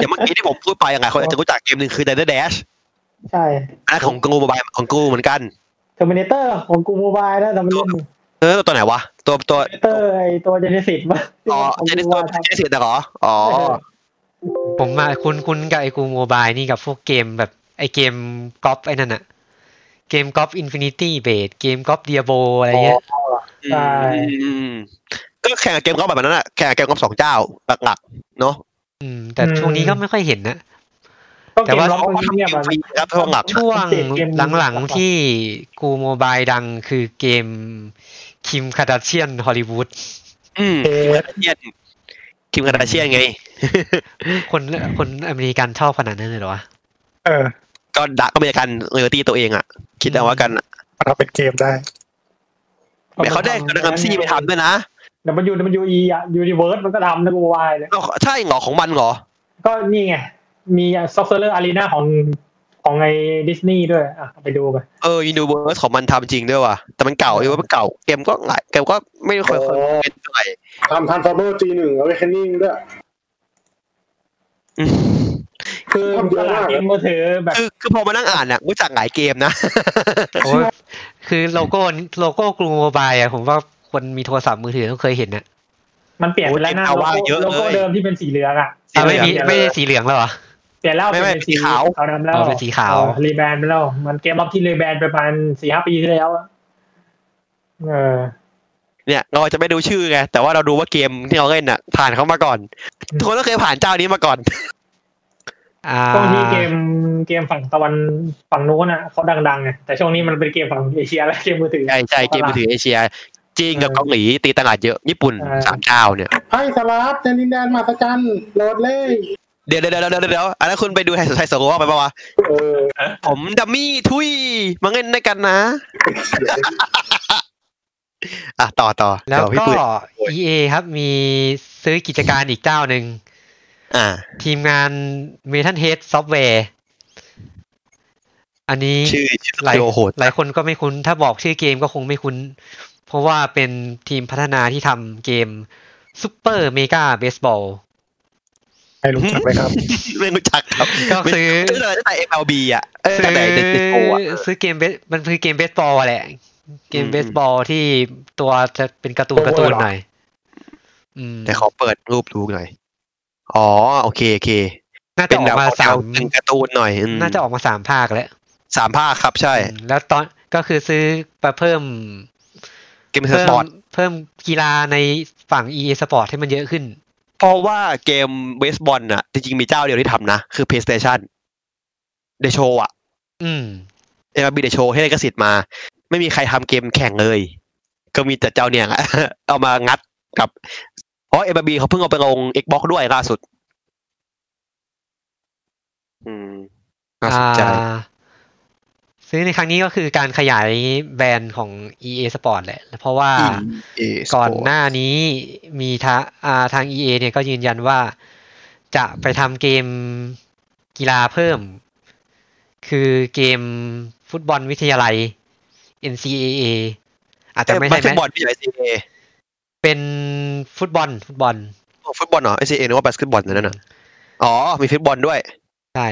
อย่างเมื่อกี้ที่ผมพูดไปอย่างไรคนอาจจะรู้จักเกมหนึ่งคือเดอร์แดช ใช่ อันนั้นของกูมบายของกูเหมือนกัน Terminator ของกูโมบายแล้วแต่มันเล่น เออตัวไหนวะตัวตัว Terminator ไอตัว Genesis มา อ๋อเจนิสตัวเจนิสเหรออ๋อ ผมมาคุณคุณกับไอ้กูโมบายนี่กับพวกเกมแบบไอ้เกมกอล์ฟไอ้นั่นอะเกมกอล์ฟอินฟินิตี้เบดเกมกอล์ฟเดียโบอะไรเงี้ย ใช่ อืมก็แข่งกับเกมกอล์ฟแบบนั้นแหละแข่งกับเกมกอล์ฟสองเจ้าหลักๆเนาะ อืมแต่ช่วงนี้ก็ไม่ค่อยเห็นนะ ก็ แต่ เกม ว่า ร้อง เขาทำเกเพลงเงียบ ม อะ ฟรีครับช่วงหลัก ช่วง เกมเกม หลังๆที่กูโมบายดังคือเกมคิมคาดาเชียนฮอลลีวูด อืม เอ๊ะ เชียนคิมคาราเชียนไง คนคนอเมริกันชอบขนาดนั้นเลยเหรอวะ เออ ก็ดักก็เป็นการเออตีตัวเองอ่ะ คิดเอาว่ากันอะ มาทำเป็นเกมได้ แต่เขาได้กระดังซี่ไปทำด้วยนะ แต่มันอยู่มันอยู่อีอะ Universe มันก็ทำนะกูโมบายเนี่ย เอ้าใช่เหรอของมันเหรอ ก็นี่ไง มีซ็อกเซอร์อารีนาของของไอ้ดิสนีย์ด้วยอ่ะไปดูไป เออยูนิเวิร์สของมันทำจริงด้วยว่ะ แต่มันเก่าอยู่ว่ามันเก่า เกมก็หลายเกมก็ไม่ค่อยค่อยเป็นเท่าไหร่ ทำทันฟอร์เมอร์จีหนึ่งเอาไว้แคนนิ่งด้วย อืม คือทำเย ต อะ ลาด มาก เกมมือถือแบบ คือคือพอมานั่งอ่านเนี่ยรู้จักหลายเกมนะ โอ้ยคือโลโก้โลโก้กูโมบายอะผมว่าคนมีโทรศัพท์มือถือต้องเคยเห็นนะ มันเปลี่ยนไปแล้วหน้า โอ้ยเห็นเอาว่าโลโก้ เยอะเลย โลโก้เดิมที่เป็นสีเหลืองอ่ะ อ่ะไม่มี เปลี่ยน ไม่ได้สีเหลืองแล้วเหรอ เปลี่ยนแล้ว ไม่ไม่ เป็นสี สีขา ขาว วขาวดำแล้ว อ๋อเป็นสีขาว รีแบรนด์ไปแล้วเหมันเกมรับที่รีแบรนด์ไปประมาณสี่ห้าปีที่แล้วอะเออ เนี่ยเราจะไม่ดูชื่อไงแต่ว่าเราดูว่าเกมที่เราเล่นน่ะ ผ่านเขามาก่อน อืม ทุกคนก็เคยผ่านเจ้านี้มาก่อน อ่า ช่วงที่เกมเกมฝั่งตะวันฝั่งนู้นอ่ะเขาดังๆไงแต่ช่วงนี้มันเป็นเกมฝั่งเอเชียและ เกมมือถือ ใช่ใช่เกมมือถือเอเชียจีนกับ เออ เกาหลีตีตลาดเยอะญี่ปุ่น เออ สามเจ้าเนี่ย ไพ่สลับในดินแดนมหัศจรรย์โหลดเลย เดี๋ยวเดี๋ยวเดี๋ยวเดี๋ยวเดี๋ยวอันนั้นคุณไปดูไฮไฮโซโกว่าไปปะวะ เออ ผมดัมมี่ทุยมาเล่นด้วยกันนะ อ่ะต่อต่อ แล้ว เดี๋ยพี่ ก็ ปืน ย EA ครับมีซื้อกิจการอีกเจ้าหนึ่ง อ่า ทีมงาน Metal Head Software อันนี้ ชื่อชื่อ หลาย โยโหด หลายคนก็ไม่คุ้น ถ้าบอกชื่อเกมก็คงไม่คุ้น เพราะว่าเป็นทีมพัฒนาที่ทำเกมซูเปอร์เมกาเบสบอล ให้รู้จักไหมครับ ไม่รู้จักครับ ก็ซื้อ ไม่รู้จักตั้งแต่ MLB อ่ะเออ ซื้ ตั้ อง แต่เด็กๆโตอ่ะ ซื้อเกมเบสมันคือเกมเบสบอลอะแหละ เกม อืม เบสบอลที่ตัวจะเป็นการ์ตูน โอเวอร์ การ์ตูน เหรอ หน่อย อืม แต่ขอเปิดรูปดูหน่อย อ๋อ โอเคโอเค น่า เป็ จะ น ออ แบ ก บ มา แน สาว ม ตึงการ์ตูนหน่อยอืม น่าจะออกมาสามภาคแล้ว สามภาคครับใช่ อืมแล้วตอนก็คือซื้อมาเพิ่ม เกมส เพิ่ม ปอร์ต เพิ่มกีฬาในฝั่ง EA Sport ให้มันเยอะขึ้น เพราะว่าเกมเบสบอลน่ะ จริงๆมีเจ้าเดียวที่ทำนะ คือ PlayStation เดโชอ่ะ อืม เอ็มบีเดโชให้ลิขสิทธิ์มา ไม่มีใครทำเกมแข่งเลย ก็มีแต่เจ้าเนี่ยแหละ เอามางัดกับ เพราะเอ็มบีเขาเพิ่งเอาไปลง Xbox ด้วยล่าสุด อืมน่าสนใจ อ่าซื้อในครั้งนี้ก็คือการขยายแบรนด์ของ EA Sport แหละ เพราะว่า EA ก่อน Sport หน้านี้มีทาอ่าทาง EA เนี่ยก็ยืนยันว่าจะไปทำเกมกีฬาเพิ่ม คือเกมฟุตบอลวิทยาลัย NCAA อาจจะ เอ้ย ไม่ ไม่ ใช่ ใช่ ไห บ ม อลไม่ใช่ SCA เป็นฟุตบอลฟุตบอล ฟุตบอลเหรอ SCA นึกว่าบาสเกตบอลนั่นน่ะอ๋อ มีฟุตบอลด้วย ใช่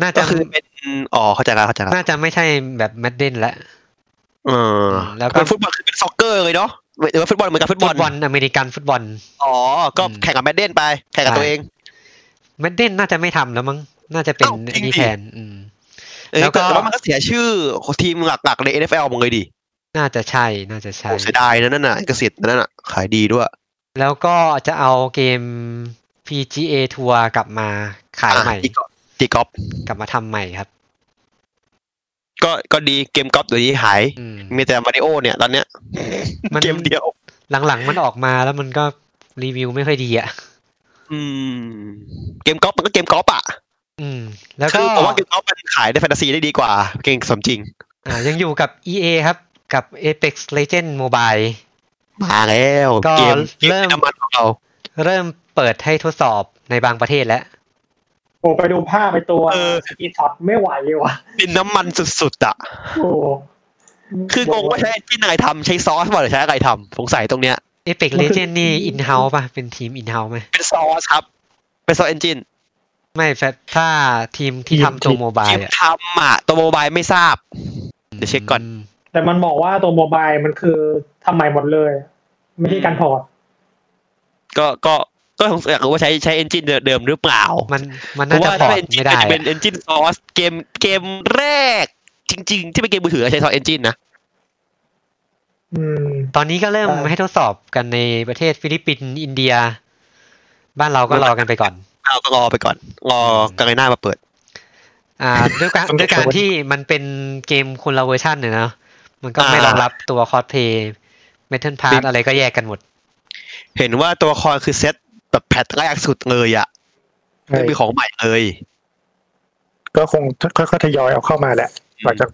น่า ก็ จะ คือเป็นอ๋อเข้าใจแล้วเข้าใจแล้ว น่าจะไม่ใช่แบบแมดเดนแล้ว เออ แล้วก็ เป็นฟุตบอลคือเป็นซ็อกเกอร์เลยเนาะหมายถึงว่าฟุตบอลเหมือนกับฟุตบ ฟุ อล ตบอลอเมริกันฟุตบอล อ๋อ ก็ อืม แข่งกับแมดเดนไป แข่งกับตัวเอง แมดเดนน่าจะไม่ทำแล้วมั้ง น่าจะเป็น เอ้าจริงดิ นี่แทนอืม เออ แล้วก็ แต่ว่ามันก็เสียชื่อทีมหลักๆใน NFL หมดเลยดิ น่าจะใช่ น่าจะใช่ โอ้เสียดายนะนั่นน่ะเอกสิทธิ์นั่นน่ะ ขายดีด้วย แล้วก็จะเอาเกม PGA ทัวร์กลับมาขายใหม่ อ่ะอีก ตีกอล์ฟ กลับมาทำใหม่ครับ ก็ก็ดีเกมกอล์ฟเดี๋ยวนี้หาย อืม มีแต่มาริโอเนี่ยตอนเนี้ย มัน เกมเดียว หลังๆมันออกมาแล้วมันก็รีวิวไม่ค่อยดีอ่ะ อืม เกมกอล์ฟมันก็เกมกอล์ฟอ่ะ อืม แล้ว คื ก็ อผมว่าเกมกอล์ฟมันขายในแฟนตาซีได้ดีกว่า เกมสมจริง อ่ายังอยู่กับ EA ครับ กับ Apex Legends Mobile มาแล้ว ก็ เกม เริ่ม น้ำมันของเรา เริ่มเปิดให้ทดสอบในบางประเทศแล้ว โอ้ไปดูภาพไปตัวสกีช็อตไม่ไหวเลยว่ะ ดินน้ำมันสุดๆอ่ะ โอ้ คืองงว่าใช้ที่นายทำใช้ซอสมาหรือใช้อะไรทำสงสัยตรงเนี้ย Apex Legends นี่ in-house ป่ะ เป็นทีม in-house ไหม เป็นซอสครับ เป็นซอสเอนจิน ไม่แฟตถ้าทีมที่ ทีม ทำตัวโมบาย ทีมทำอ่ะตัวโมบายไม่ทราบ เดี๋ยวเช็คก่อน แต่มันบอกว่าตัวโมบายมันคือทำใหม่หมดเลย ไม่ใช่การถอด ก็ก็ก็สงสัยอยากรู้ว่าใช้ใช้เอนจินเดิมหรือเปล่า มันมัน เพ น่าจะราะว่า พอถ้าร์ เป็น ตไม่ได้ จะเป็น อะ เอนจินซอสเกมเกมแรก จริง ๆ ที่เป็นเกมมือถือใช้ซอสเอนจินนะ อืม ตอนนี้ก็เริ่ม ใช่ ให้ทดสอบกันในประเทศฟิลิปปินส์อินเดีย บ้านเราก็รอกันไปก่อน เราก็รอไปก่อน รอกลางไนหน้ามาเปิด อ่า ด้วย การ สนุก ด้วยกา ส ร นุก ที่มันเป็นเกมคนละเวอร์ชันเนี่ยเนอะมันก็ อ่า ไม่รองรับตัวคอสเพย์เมทัลพา จริ ร์ ง อะไรก็แยกกันหมด เห็นว่าตัวละครคือเซตแบบแพทแรกสุดเลยอ่ะไม่มีของใหม่เลย ก็คงค่อยๆทยอยเอาเข้ามาแหละ หลังจาก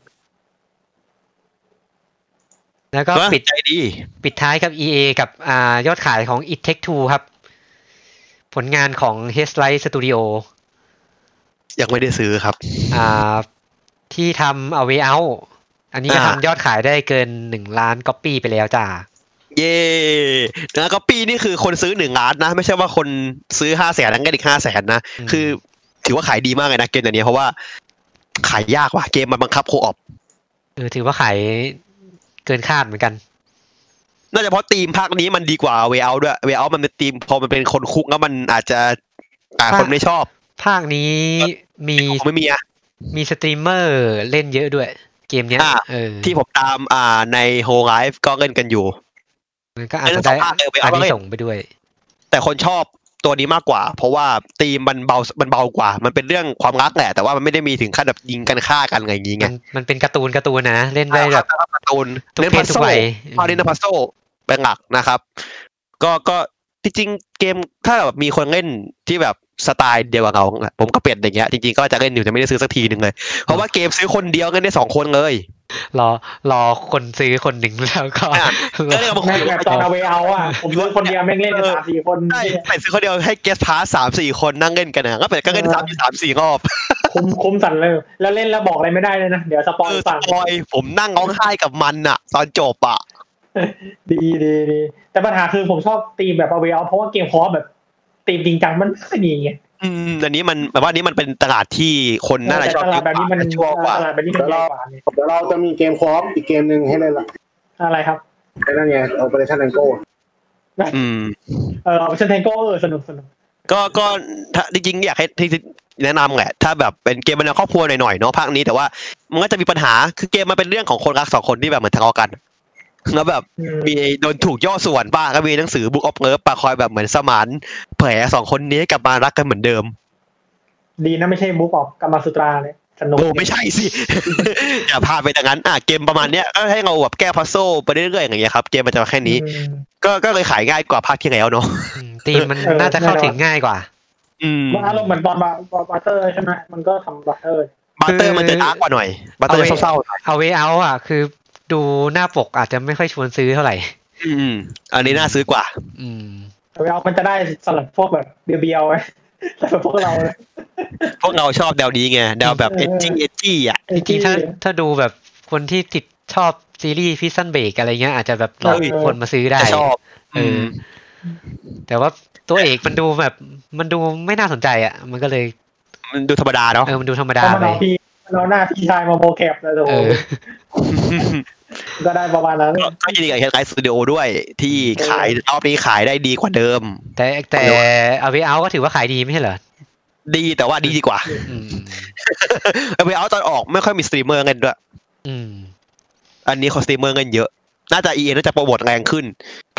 แล้วก็ ก็ ปิ ปิ ด ดใจดี ปิดท้ายกับ EA กับอ่ายอดขายของ It Take Two ครับ ผลงานของ h e a d l i g h t Studio ยังไม่ได้ซื้อครับ อ่าที่ทำเอา way out อันนี้ก็ อ่า ทำยอดขายได้เกินหนึ่งล้านก๊อปปี้ไปแล้วจ้า เย่แล้วก็ปีนี่คือคนซื้อหนึ่งล้านนะ ไม่ใช่ว่าคนซื้อห้าแสนแล้วก็อีกห้าแสนนะ อืม คือ ถือว่าขายดีมากเลยนะเกมอันเนี้ยเพราะว่า ขายยากว่ะเกมมันบังคับโคออป เออถือว่าขายเกินคาดเหมือนกัน น่าจะเพราะธีมภาคนี้มันดีกว่าเวลด้วยเวลมันเป็นธีมพอมันเป็นคนคุกแล้วมันอาจจะอ่า ภาค คนไม่ชอบ ภาคนี้มี ผมไม่มีอะ มีสตรีมเมอร์เล่นเยอะด้วย เกมเนี้ย อ่า เออ ที่ผมตามอ่าในโฮไลฟ์ก็เล่นกันอยู่ มันก็อาจจะได้ เล่นสองภาคเลย way out อันนี้ แล้วก็ ส่งส์ไปด้วย แต่คนชอบตัวนี้มากกว่า เพราะว่าธีมมันเบามันเบากว่า มันเป็นเรื่องความรักแหละแต่ว่ามันไม่ได้มีถึงขั้นแบบยิงกันฆ่ากันอะไรอย่างงี้ไง มันมันเป็นการ์ตูนการ์ตูนนะ เล่นได้แบบ การ์ตูน ทุก เล่น เพ พั ศ ซ ทุก โซ่ วัย พารินพัซโซ่เป็นหลักนะครับ ก็ก็ที่จริงเกมถ้าแบบมีคนเล่นที่แบบ สไตล์เดียวกับเราผมก็เป็ดอย่างเงี้ยจริงๆก็จะเล่นอยู่แต่ไม่ได้ซื้อสักทีหนึ่งเลย เพราะว่าเกมซื้อคนเดียวเล่นได้สองคนเลย รอรอคนซื้อคนหนึ่ง แล้วก็ อ่ะ ก็เลยเอามาคุ แม่ ย ง กั แบบ น ตอนเอาไปเอาอ่ะผมรู้คนเดียวแม่งเล่นกัน เออ สามสี่คน ใช่ไปซื้อคนเดียวให้เกสพาสามสี่คนนั่งเล่นกันนะก็เป็ดก็เล่นซ้ำอยู่สามสี่รอบ คุ้มคุ้มสั่นเลย แล้วเล่นแล้วบอกอะไรไม่ได้เลยนะ เดี๋ยวสปอย เออส สั่ง ปอยผมนั่งร้องไห้กับมันอะตอนจบอะ ดีดีดีแต่ปัญหาคือผมชอบตีมแบบเอาไปเอาเพราะว่าเกมคอร์สแบบตีมจริงจังมันไม่ค่อยมีไง อืมอันนี้มันแบบว่านี้มันเป็นตลาดที่คนน่าจะชอบ แต่ตลาดแบบนี้มัน ชอบกว่า ตลาดแบบนี้มันใหญ่กว่านี่ เดี๋ยวเราจะมีเกมคอร์ปอีกเกมหนึ่งให้เล่นละ อะไรครับ ไอ้นั่นไง Operation Tango อืม เออเชนเทนโก้เออสนุกสนุก ก็ก็ถ้าจริงๆอยากให้ที่ที่แนะนำแหละ ถ้าแบบเป็นเกมมันวครอบครัวหน่อยๆเนาะภาคนี้แต่ว่ามันก็จะมีปัญหาคือเกมมันเป็นเรื่องของคนรักสองคนที่แบบเหมือนทะเลาะกันแล้วแบบ อืม มีโดนถูกย่อส่วนบ้างก็มีหนังสือบุกออฟเลิฟปาคอยแบบเหมือนสมานแผลสองคนนี้ให้กลับมารักกันเหมือนเดิม ดีนะไม่ใช่บุ๊กออกกามาสุตราเลยสนุก โอ้ไม่ใช่สิ อย่าพาไปแต่างนั้นอ่ะเกมประมาณเนี้ยก็ให้เราแบบแก้พัซโซลไปเรื่อยๆอย่างเงี้ยครับเกมมันจะแค่นี้ อืม ก็ก็เลยขายง่ายกว่าภาคที่แล้วเนาะ อืมตีมมัน เออ น่าจะเข้าถึงง่ายกว่า อืม มันอารมณ์เหมือนตอนบาบาเตอร์ใช่ไหมมันก็ทำบาเตอร์ บัตเตอร์มันจะดาร์กกว่าหน่อยบัตเตอร์เศร้าๆ เอาเวเอาอ่ะ คือดูหน้าปกอาจจะไม่ค่อยชวนซื้อเท่าไหร่ อืม อันนี้น่าซื้อกว่า อืม เอาไปเอามันจะได้สลับพวกแบบเบียวๆไว้ สำหรับพวกเราเลย พวกเราชอบแนวนี้ไงแนวแบบเอจี้เอจี้อ่ะ จริงๆถ้าถ้าดูแบบคนที่ติดชอบซีรีส์พิซซันเบรกอะไรเงี้ยอาจจะแบบหลอก เออ คนมาซื้อได้ จะชอบ เออ แต่ว่าตัวเอกมันดูแบบมันดูไม่น่าสนใจอ่ะ มันก็เลย มันดูธรรมดาเนาะ เออมันดูธรรมดา เอามัน ไป เอาพี่เราหน้าพี่ชายมาโมแคปแล้วโอ้ เอ โห อ ก็ได้ประมาณนั้น ก็ก็ยินดีกับแคทไลท์สตูดิโอด้วยที่ขายรอบนี้ขายได้ดีกว่าเดิม แต่แต่เอาเวเอาก็ถือว่าขายดีไม่ใช่เหรอ ดีแต่ว่าดีดีกว่า อืม เอาไปเอาตอนออกไม่ค่อยมีสตรีมเมอร์เงินด้วย อืม อันนี้เขาสตรีมเมอร์เงินเยอะ น่าจะเอ็น่าจะโปรโมทแรงขึ้น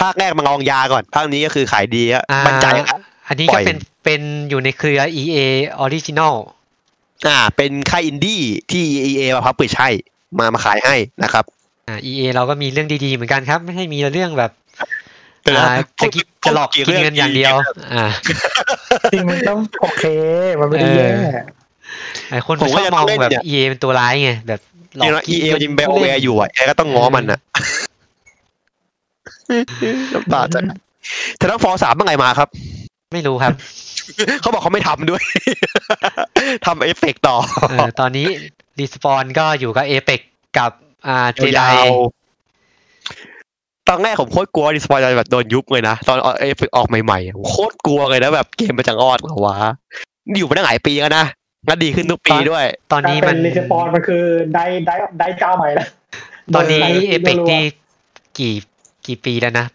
ภาคแรกมันลองยาก่อน ภาคนี้ก็คือขายดีอะ อ่า มั่นใจอะ อันนี้ ปล่ ก็ อย เป็นเป็นอยู่ในเครือ EA Original อ่า เป็นค่ายอินดี้ที่ EA มาพับปิดใช่มามาขายให้นะครับ อ่า EA เราก็มีเรื่องดีๆเหมือนกันครับ ไม่ให้มีแต่เรื่องแบบ แต่ละ อ่าจะกิน พูด จะหลอก กี่ กิน เรื่อง เงินอย่างเดียว กี่เรื่อง อ่า จริงมันต้องโอเค มันไม่ได้แย่ ไอ้คน ผม ช ก็ อบ ยัง มอง เล่น แบบ เนี่ย EA เป็นตัวร้ายไงแบบหล จริองแล้ว ก เอ กิน เอ เงิน ยิมแบลแวร์อยู่อ่ะเอก็ต้องง้อมันอ่ะน้ำตาจะเทนฟอร์สามเมื่อไงมาครับ ไม่รู้ครับ เขาบอกเขาไม่ทำด้วย ทำเอฟเฟกต์ต่อ เออตอนนี้รีสปอนก็อยู่กับเอ e ปกกับอ่าเจได ยาวๆตอนแรกผมโคตรกลัวดิสปอยจะแบบโดนยุบเลยนะ ตอนเอฟเฟกต์ออกใหม่ๆผมโคตรกลัวเลยนะแบบเกมมันจะงอดเหรอวะนี่อยู่มาตั้งหลายปีแล้วนะงั้นดีขึ้นทุกปีด้วย ตอนนี้ ถ้าเป็ มัน รีสปอนมันคือได้ได้ได้เจ้าใหม่แล้ว ตอนนี้เอ e ปก รัวๆ นี่กี่กี่ปีแล้วนะ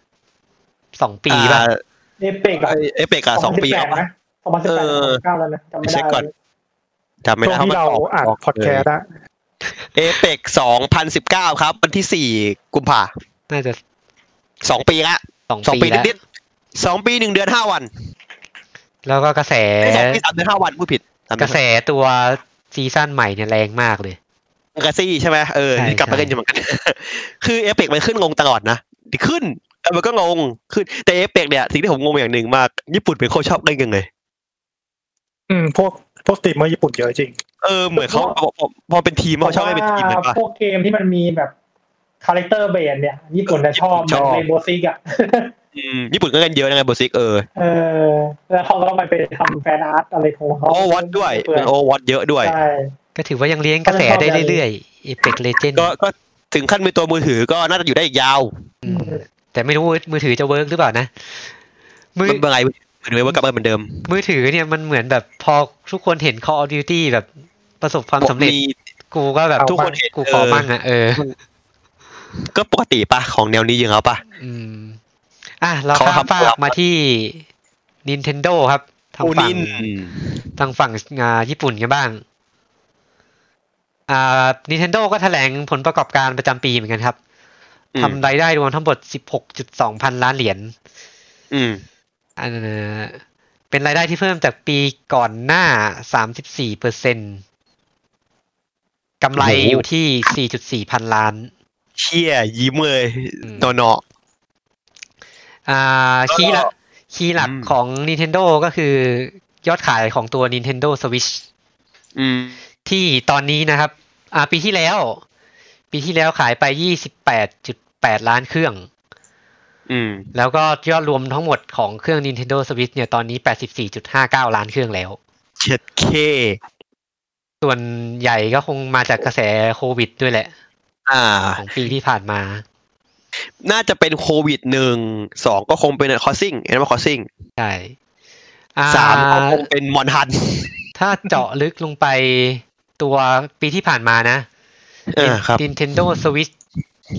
สองปีป่ะ เอเปก อ่าเอฟเฟกต์อะสองปี แล้ แล้ววปะ นะสองพันสิบแปดสองพันเก้าแล้วนะจำไม่ เช็ ได้ คก่อน จำไม่ ช่ว ได้ งที่เราอ่านพอดแคสต์อะ เอฟเฟกต์สองพันสิบเก้าครับ วันที่สี่กุมภา น่าจะ สองปีละ สอง สองปี ปีแล้ว นิดๆสองปีหนึ่งเดือนห้าวัน แล้วก็กระแส ไม่สองปีสามเดือนห้าวันพูดผิดสามเดื ก อ ระ น แสตัวซีซั่นใหม่เนี่ยแรงมากเลย กระซี่ใช่ไหมเออ ใช่ นี่กลับมาเล่นอยู่เหมือนกัน คือเอ e ปกมันขึ้นลงตลอดนะขึ้นแล้วมันก็ลงขึ้นแต่เอ e ปกเนี่ยสิ่งที่ผมงงอย่างหนึ่งมาก ญี่ปุ่นเป็นคนชอบเล่นกันเลย อืมพวกพวกสตรีมเมอร์ญี่ปุ่นเยอะจริง เออเหมือนเขาพอพอพอเป็นทีมเขาชอบให้เป็นทีมเหมือนปะ พวกเกมที่มันมีแบบคาแรคเตอร์เบสเนี่ยญี่ปุ่นจะชอบ ชอบ เรนโบซิกอ่ะ อืมญี่ปุ่นก็เล่นเยอะนะไงบอสิกเออ เออแล้วเขาก็ไปไปทำแฟนอาร์ตอะไรของเขา โอวอตด้วย เปื่ เป็นโอวอตเยอะด้วย ใช่ ก็ถือว่ายังเลี้ยงกระแสได้เรื่อยๆ Apex Legend ก็ก็ถึงขั้นมีตัวมือถือก็น่าจะอยู่ได้อีกยาว อืมแต่ไม่รู้ว่ามือถือจะเวิร์กหรือเปล่านะ มือ มันเป็นไงเหมือนเดิมว่ากลับมาเหมือนเดิม มือถือเนี่ยมันเหมือนแบบพอทุกคนเห็น Call of Duty แบบประสบความสำเร็จ มี กูก็แบบ เอา ทุกคนเห็น กูขอ เออ มั่งอ่ะเออ ก็ปกติปะของแนวนี้ยิงเอาปะ อืมอ่ะเรา เขา ข้าม ทำ ฝา ครั ก บ มาที่ Nintendo ครับ ทาง อู ฝั่ นิ ง น ทางฝั่งงานญี่ปุ่นกันบ้าง อ่า Nintendo ก็แถลงผลประกอบการประจำปีเหมือนกันครับ อืม ทำรายได้รวมทั้งหมด 16.2 พันล้านเหรียญ อืม อันเอ่อเป็นรายได้ที่เพิ่มจากปีก่อนหน้า 34เปอร์เซ็นกำไร โอ้โห อยู่ที่ 4.4 พันล้าน เชี่ยยิ้มเลย อืม นอนอ อ่า คีย์หลัก ก็ คีย์หลัก อืม ของ Nintendo ก็คือ ยอดขายของตัว Nintendo Switch อืม ที่ตอนนี้นะครับ อ่าปีที่แล้ว ปีที่แล้วขายไป 28.8 ล้านเครื่อง อืม แล้วก็ยอดรวมทั้งหมดของเครื่อง Nintendo Switch เนี่ยตอนนี้ 84.59 ล้านเครื่องแล้ว เจ็ดเค ส่วนใหญ่ก็คงมาจากกระแสโควิดด้วยแหละ อ่า ของปีที่ผ่านมา น่าจะเป็นโควิดหนึ่งสองก็คงเป็นคอสซิ่งเห็นไหมคอสซิ่ง ใช่อ่ สามก็คงเป็นมอนฮัน ถ้าเจาะลึกลงไปตัวปีที่ผ่านมานะ เออครับ Nintendo Switch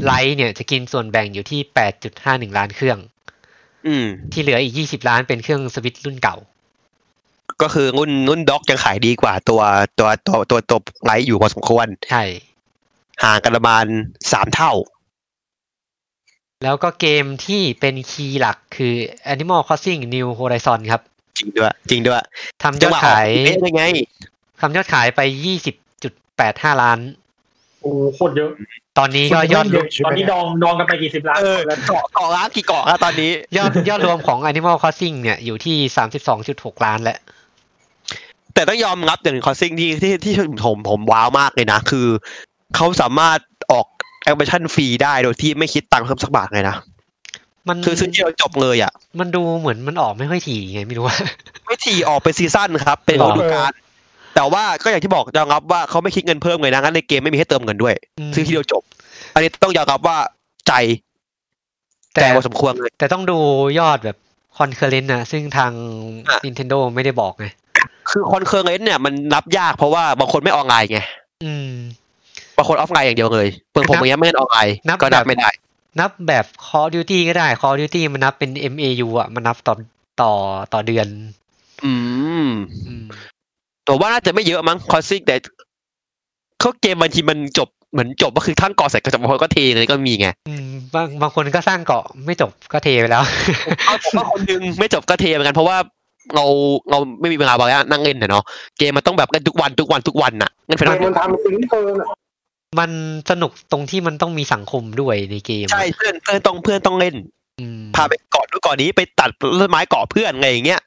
Lite เนี่ยจะกินส่วนแบ่งอยู่ที่ 8.51 ล้านเครื่อง อืม ที่เหลืออีก 20 ล้านเป็นเครื่องสวิตช์รุ่นเก่า ก็คือรุ่นรุ่นด็อกยังขายดีกว่าตัวตัวตัวตัวตัวไลท์อยู่พอสมควร ใช่ ห่างกันประมาณสามเท่า แล้วก็เกมที่เป็นคีย์หลักคือ Animal Crossing New Horizon ครับ จริงด้วย จริงด้วย ทำยอดขาย เอ๊ะยังไง ทำยอดขายไป 20.85 ล้าน โอ้โหโคตรเยอะ ตอนนี้ก็ยอดรวม ตอนนี้ดองดองกันไปกี่สิบล้าน เออ แล้ว เกาะเกาะล้างกี่เกาะแล้วตอนนี้ ยอดยอดรวมของ Animal Crossing เนี่ยอยู่ที่ 32.6 ล้านแหละ แต่ต้องยอมรับอย่างหนึ่งคอสซิ่งที่ที่ที่ผมผมว้าวมากเลยนะ คือเขาสามารถออกแอปชั่นฟรีได้โดยที่ไม่คิดตังค์เพิ่มสักบาทเลยนะ มัน คือซื้อเดียวจบเลยอ่ะ มันดูเหมือนมันออกไม่ค่อยถี่ไงไม่รู้ว่า ไม่ถี่ออกเป็นซีซั่นครับ เป็นฤดูกาลแต่ว่าก็อย่างที่บอกยอมรับว่าเขาไม่คิดเงินเพิ่มเลยนะงั้นในเกมไม่มีให้เติมเงินด้วย อืม ซื้อทีเดียวจบ อันนี้ต้องยอมรับว่าใจ แต่ แต่พอสมควรเลย แต่ต้องดูยอดแบบคอนเคอร์เรนต์นะซึ่งทาง อ่ะ Nintendo ไม่ได้บอกไง คือคอนเคอร์เรนต์เนี่ยมันนับยากเพราะว่าบางคนไม่ออนไลน์ไง อืม บางคนออฟไลน์อย่างเดียวเลยเพื่อนผมอย่างเงี้ยไม่เล่นออนไลน์ นับ ก็นับไม่ได้ นับแบบ Call of Duty ก็ได้ Call of Duty มันนับเป็น MAU อ่ะ มันนับต่อต่อต่อเดือน อืม อืม แต่ว่าน่าจะไม่เยอะมั้งคอสซิกแต่เขาเกมบางทีมันจบเหมือนจบก็คือทั้งก่อเสร็จก็จบบางคนก็เทเลยก็มีไง อืมบางบางคนก็สร้างเกาะไม่จบก็เทไปแล้ว เอาผมว่าคนหนึง ไม่จบก็เทเหมือนกันเพราะว่าเราเราไม่มีเวลาบางอย่างนั่งเล่นน่ะเนาะเกมมันต้องแบบเล่นทุกวันทุกวันทุกวันน่ะเล่นเป็น ทำไม วัน มันทำซีรีส์เกินอะ มันสนุกตรงที่มันต้องมีสังคมด้วยในเกม ใช่เพื่อนเพื่อนต้องเพื่อนต้องเล่น อืม พาไปเกาะด้วยเกาะนี้ไปตัดต้นไม้เกาะเพื่อนอะไรอย่างเงี้ย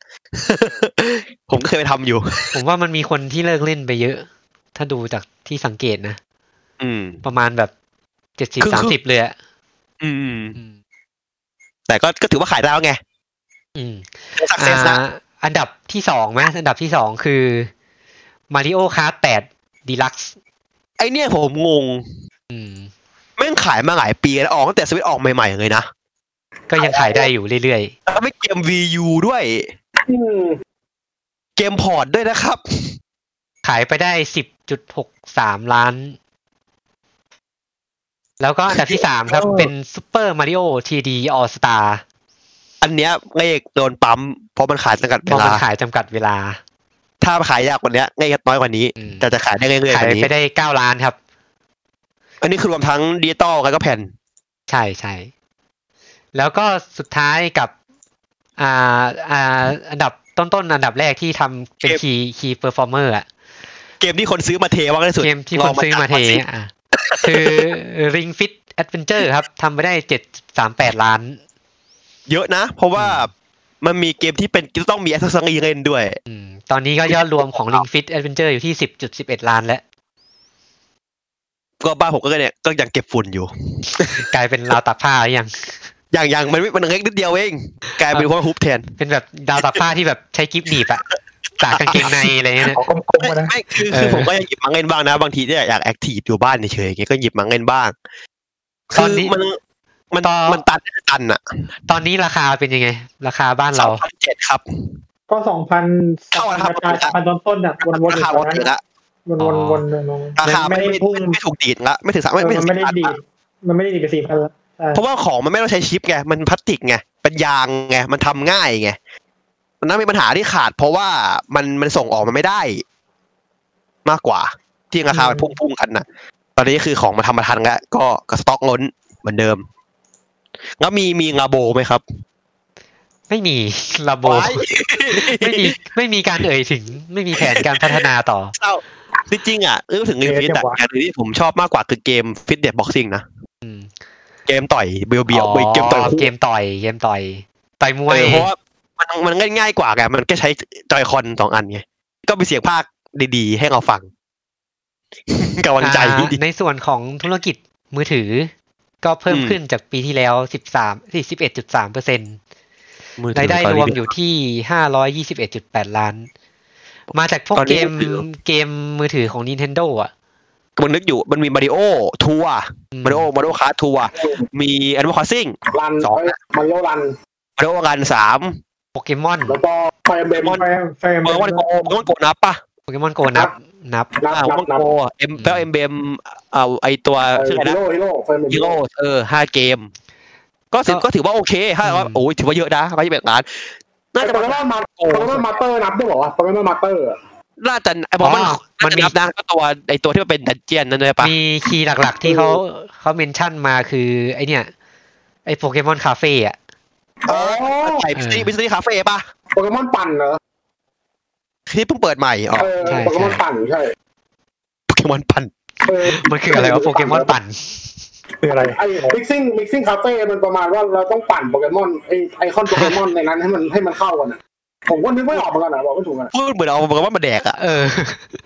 ผมก็เคยไปทำอยู่ ผมว่ามันมีคนที่เลิกเล่นไปเยอะ ถ้าดูจากที่สังเกตนะ อืม ประมาณแบบเจ็ดสิบ ครึ่งๆ สามสิบเลยอ่ะ อืม อืม แต่ก็ก็ถือว่าขายได้แล้วไง อืม สักเซ อ่า สนะ อันดับที่สองไหมอันดับที่สองคือ Mario Kart 8 Deluxe ไอเนี่ยผมงง อืม แม่งขายมาหลายปีแล้วออกตั้งแต่สวิตออกใหม่ๆเลยนะ ก็ยังขายได้อยู่เรื่อย แล้วไม่เกม VU ด้วย อืม เกมพอร์ตด้วยนะครับ ๆ ขายไปได้ 10.63 ล้าน แล้วก็อันดับที่สามครับ เป็น Super Mario 3D All Star อันเนี้ยเลขโดนปั๊มเพราะมันขายจำกัด เพ เว ราะมั ลาน ขายจำกัดเวลา ถ้าขายยากกว่าเนี้ยเลขน้อยกว่านี้ อืม แต่จะขายได้เรื่อยๆ ขาย กว่านี้ ไปได้ 9 ล้านครับ อันนี้คือรวมทั้งดิจิตอลแล้วก็แผ่น ใช่ใช่แล้วก็สุดท้ายกับอ่าอ่าอันดับต้นๆ อันดับแรกที่ทำเป็น เกม คีย์คีย์เปอร์ฟอร์เมอร์อะ เกมที่คนซื้อมาเทว่างที่สุด เกมที่คนซื้อมาเทอ่ะคือ Ring Fit Adventure ครับทำไปได้เจ็ดสามแปดล้าน เยอะนะ เพราะว่ามันมีเกมที่เป็นต้องมีแอสซัสซีเล่นด้วย อืม ตอนนี้ก็ยอดรวมของ Ring Fit Adventure อยู่ที่สิบจุดสิบเอ็ดล้านแล้ว ก็บ้านผมก็เนี่ยก็ยังเก็บฝุ่นอยู่ กลายเป็นราวตักผ้าหรือยัง อย่างอย่างมันไม่มันเล็กนิดเดียวเอง กลายเป็นว่าฮุบแทน เป็นแบบดาวตักผ้าที่แบบใช้กิฟหนีบอะตากกางเกงในอะไรเงี้ยนะ ขอกลมไม่ๆมานะ ไม่คือคือผมก็ยังหยิบมาเล่นบ้างนะ บางทีเนี่ยอยากแอคทีฟอยู่บ้านเฉยๆอย่างเงี้ยก็หยิบมาเล่นบ้าง คือมันมันมันตันตันอะ ตอนนี้ราคาเป็นยังไง ราคาบ้าน สา เรา มพันเจ็ดครับ ก็สองพันส เท่า อง ไหร่ครั พั บ นกว่าสามพันต้นต้นๆอ่ะวนๆ ราคาอยู่ต ป ร ก งนั้น ติ อะ ละ วน อ๋อๆวนๆลง ราคาไม่ ไม่ได้ ไม่ พุ่ง ไม่ถูกดีดละไม่ถึงสามไม่ไม่ถึง มันไม่ได้ สาม ดีดมันไม่ได้ดีดกับสี่พันละใช่ เพราะว่าของมันไม่ต้องใช้ชิปไงมันพลาสติกไงเป็นยางไงมันทำง่ายไงมันน่ามีปัญหาที่ขาด เพราะว่ามันมันส่งออกมาไม่ได้ มากกว่า ที่ราคามันพุ่งพุ่งกันน่ะ ตอนนี้คือของมาทำมาทันแล้วก็ก็สต็อกล้นเหมือนเดิม แล้วมีมีงาโบไหมครับ ไม่มีระบบไม่มีไม่มีการเอ่ยถึง ไม่มีแผนการพัฒนาต่อ เศร้าจริงๆอ่ะเรื่องถึงเกมฟิตอ่ะอย่างหนึ่งที่ผมชอบมากกว่าคือเกมฟิตเนสบ็อกซิ่งนะ อืม เกมต่อยเบียวเบียวๆเกมต่อย เกมต่อย เกมต่อย ต่อยมวย เออเพราะว่ามัน มันมันง่ายๆกว่าไงมันแค่ใช้จอยคอนสองอันไงก็มีเสียงภาคดีๆ ให้เราฟัง กำลังใจ อ่าในส่วนของธุรกิจมือถือ ก็เพิ่มขึ้นจากปีที่แล้ว 13 41.3เปอร์เซ็นต์ มือถื รายได้รตนนี้ วมอยู่ที่ 521.8 ล้าน มาจากพวก ตอนนี้ เกม มือถือ เกมมือถือของ Nintendo อ่ะ มันนึกอยู่มันมีมาริโอทัว อืม มาริโอมาริโอคาทัวมีแอนิมอลคอสซิ่ง รัน สอง เอ้ยมันโลรัน มาริโอกันสาม โปเกมอน แล้วก็ไฟเบมอน แฟมแฟม มาริโอโกมาริโอโกนับปะ โปเกมอนโกนับนับ นับ อ่า นั มา บ ริ นั โอบ เอ็มแล้วเอ็มเบมเอาไอตัว เออ ชื่ออะไร ฮี นะ โร่ฮีโร่ไฟเบม ฮีโร่เออห้าเกม ก็ถือ ก็ ก็ถือว่าโอเคห้า อืม โอ้ยถือว่าเยอะนะร้อยยี่สิบล้านน่าจะ โปเกมอนมาโปเกมอนมาเตอร์นับด้วยเหรอวะโปเกมอนมาเตอร์อะ น่าจะไอ้บอมมัน อ๋อมันมี นับนะก็ตัวไอตัวที่มันเป็นดันเจียนนั่นเลยปะ มีคีย์หลักๆที่เขาเขาเมนชั่นมาคือไอเนี่ย ไอโปเกมอนคาเฟ่อ่ะ เออใส่บิสตี้บิสตี้คาเฟ่ป่ะ โปเกมอนปั่นเหรอ ที่เพิ่งเปิดใหม่อ๋อ เออ ใช่ โปเกมอนปั่นใช่ โปเกมอนพัน เออ มันคืออะไรวะโปเกมอนปั่น คืออะไร ไอ้ mixing mixing cafe มันประมาณว่าเราต้องปั่นโปเกมอนไอไอคอนโปเกมอนในนั้นให้มันให้มันเข้ากันอะผมก็นึกไม่ออกเหมือนกันนะบอกไม่ถูกอะ พูดเหมือนเอาโปเกมอนมาแดกอ่ะ เออ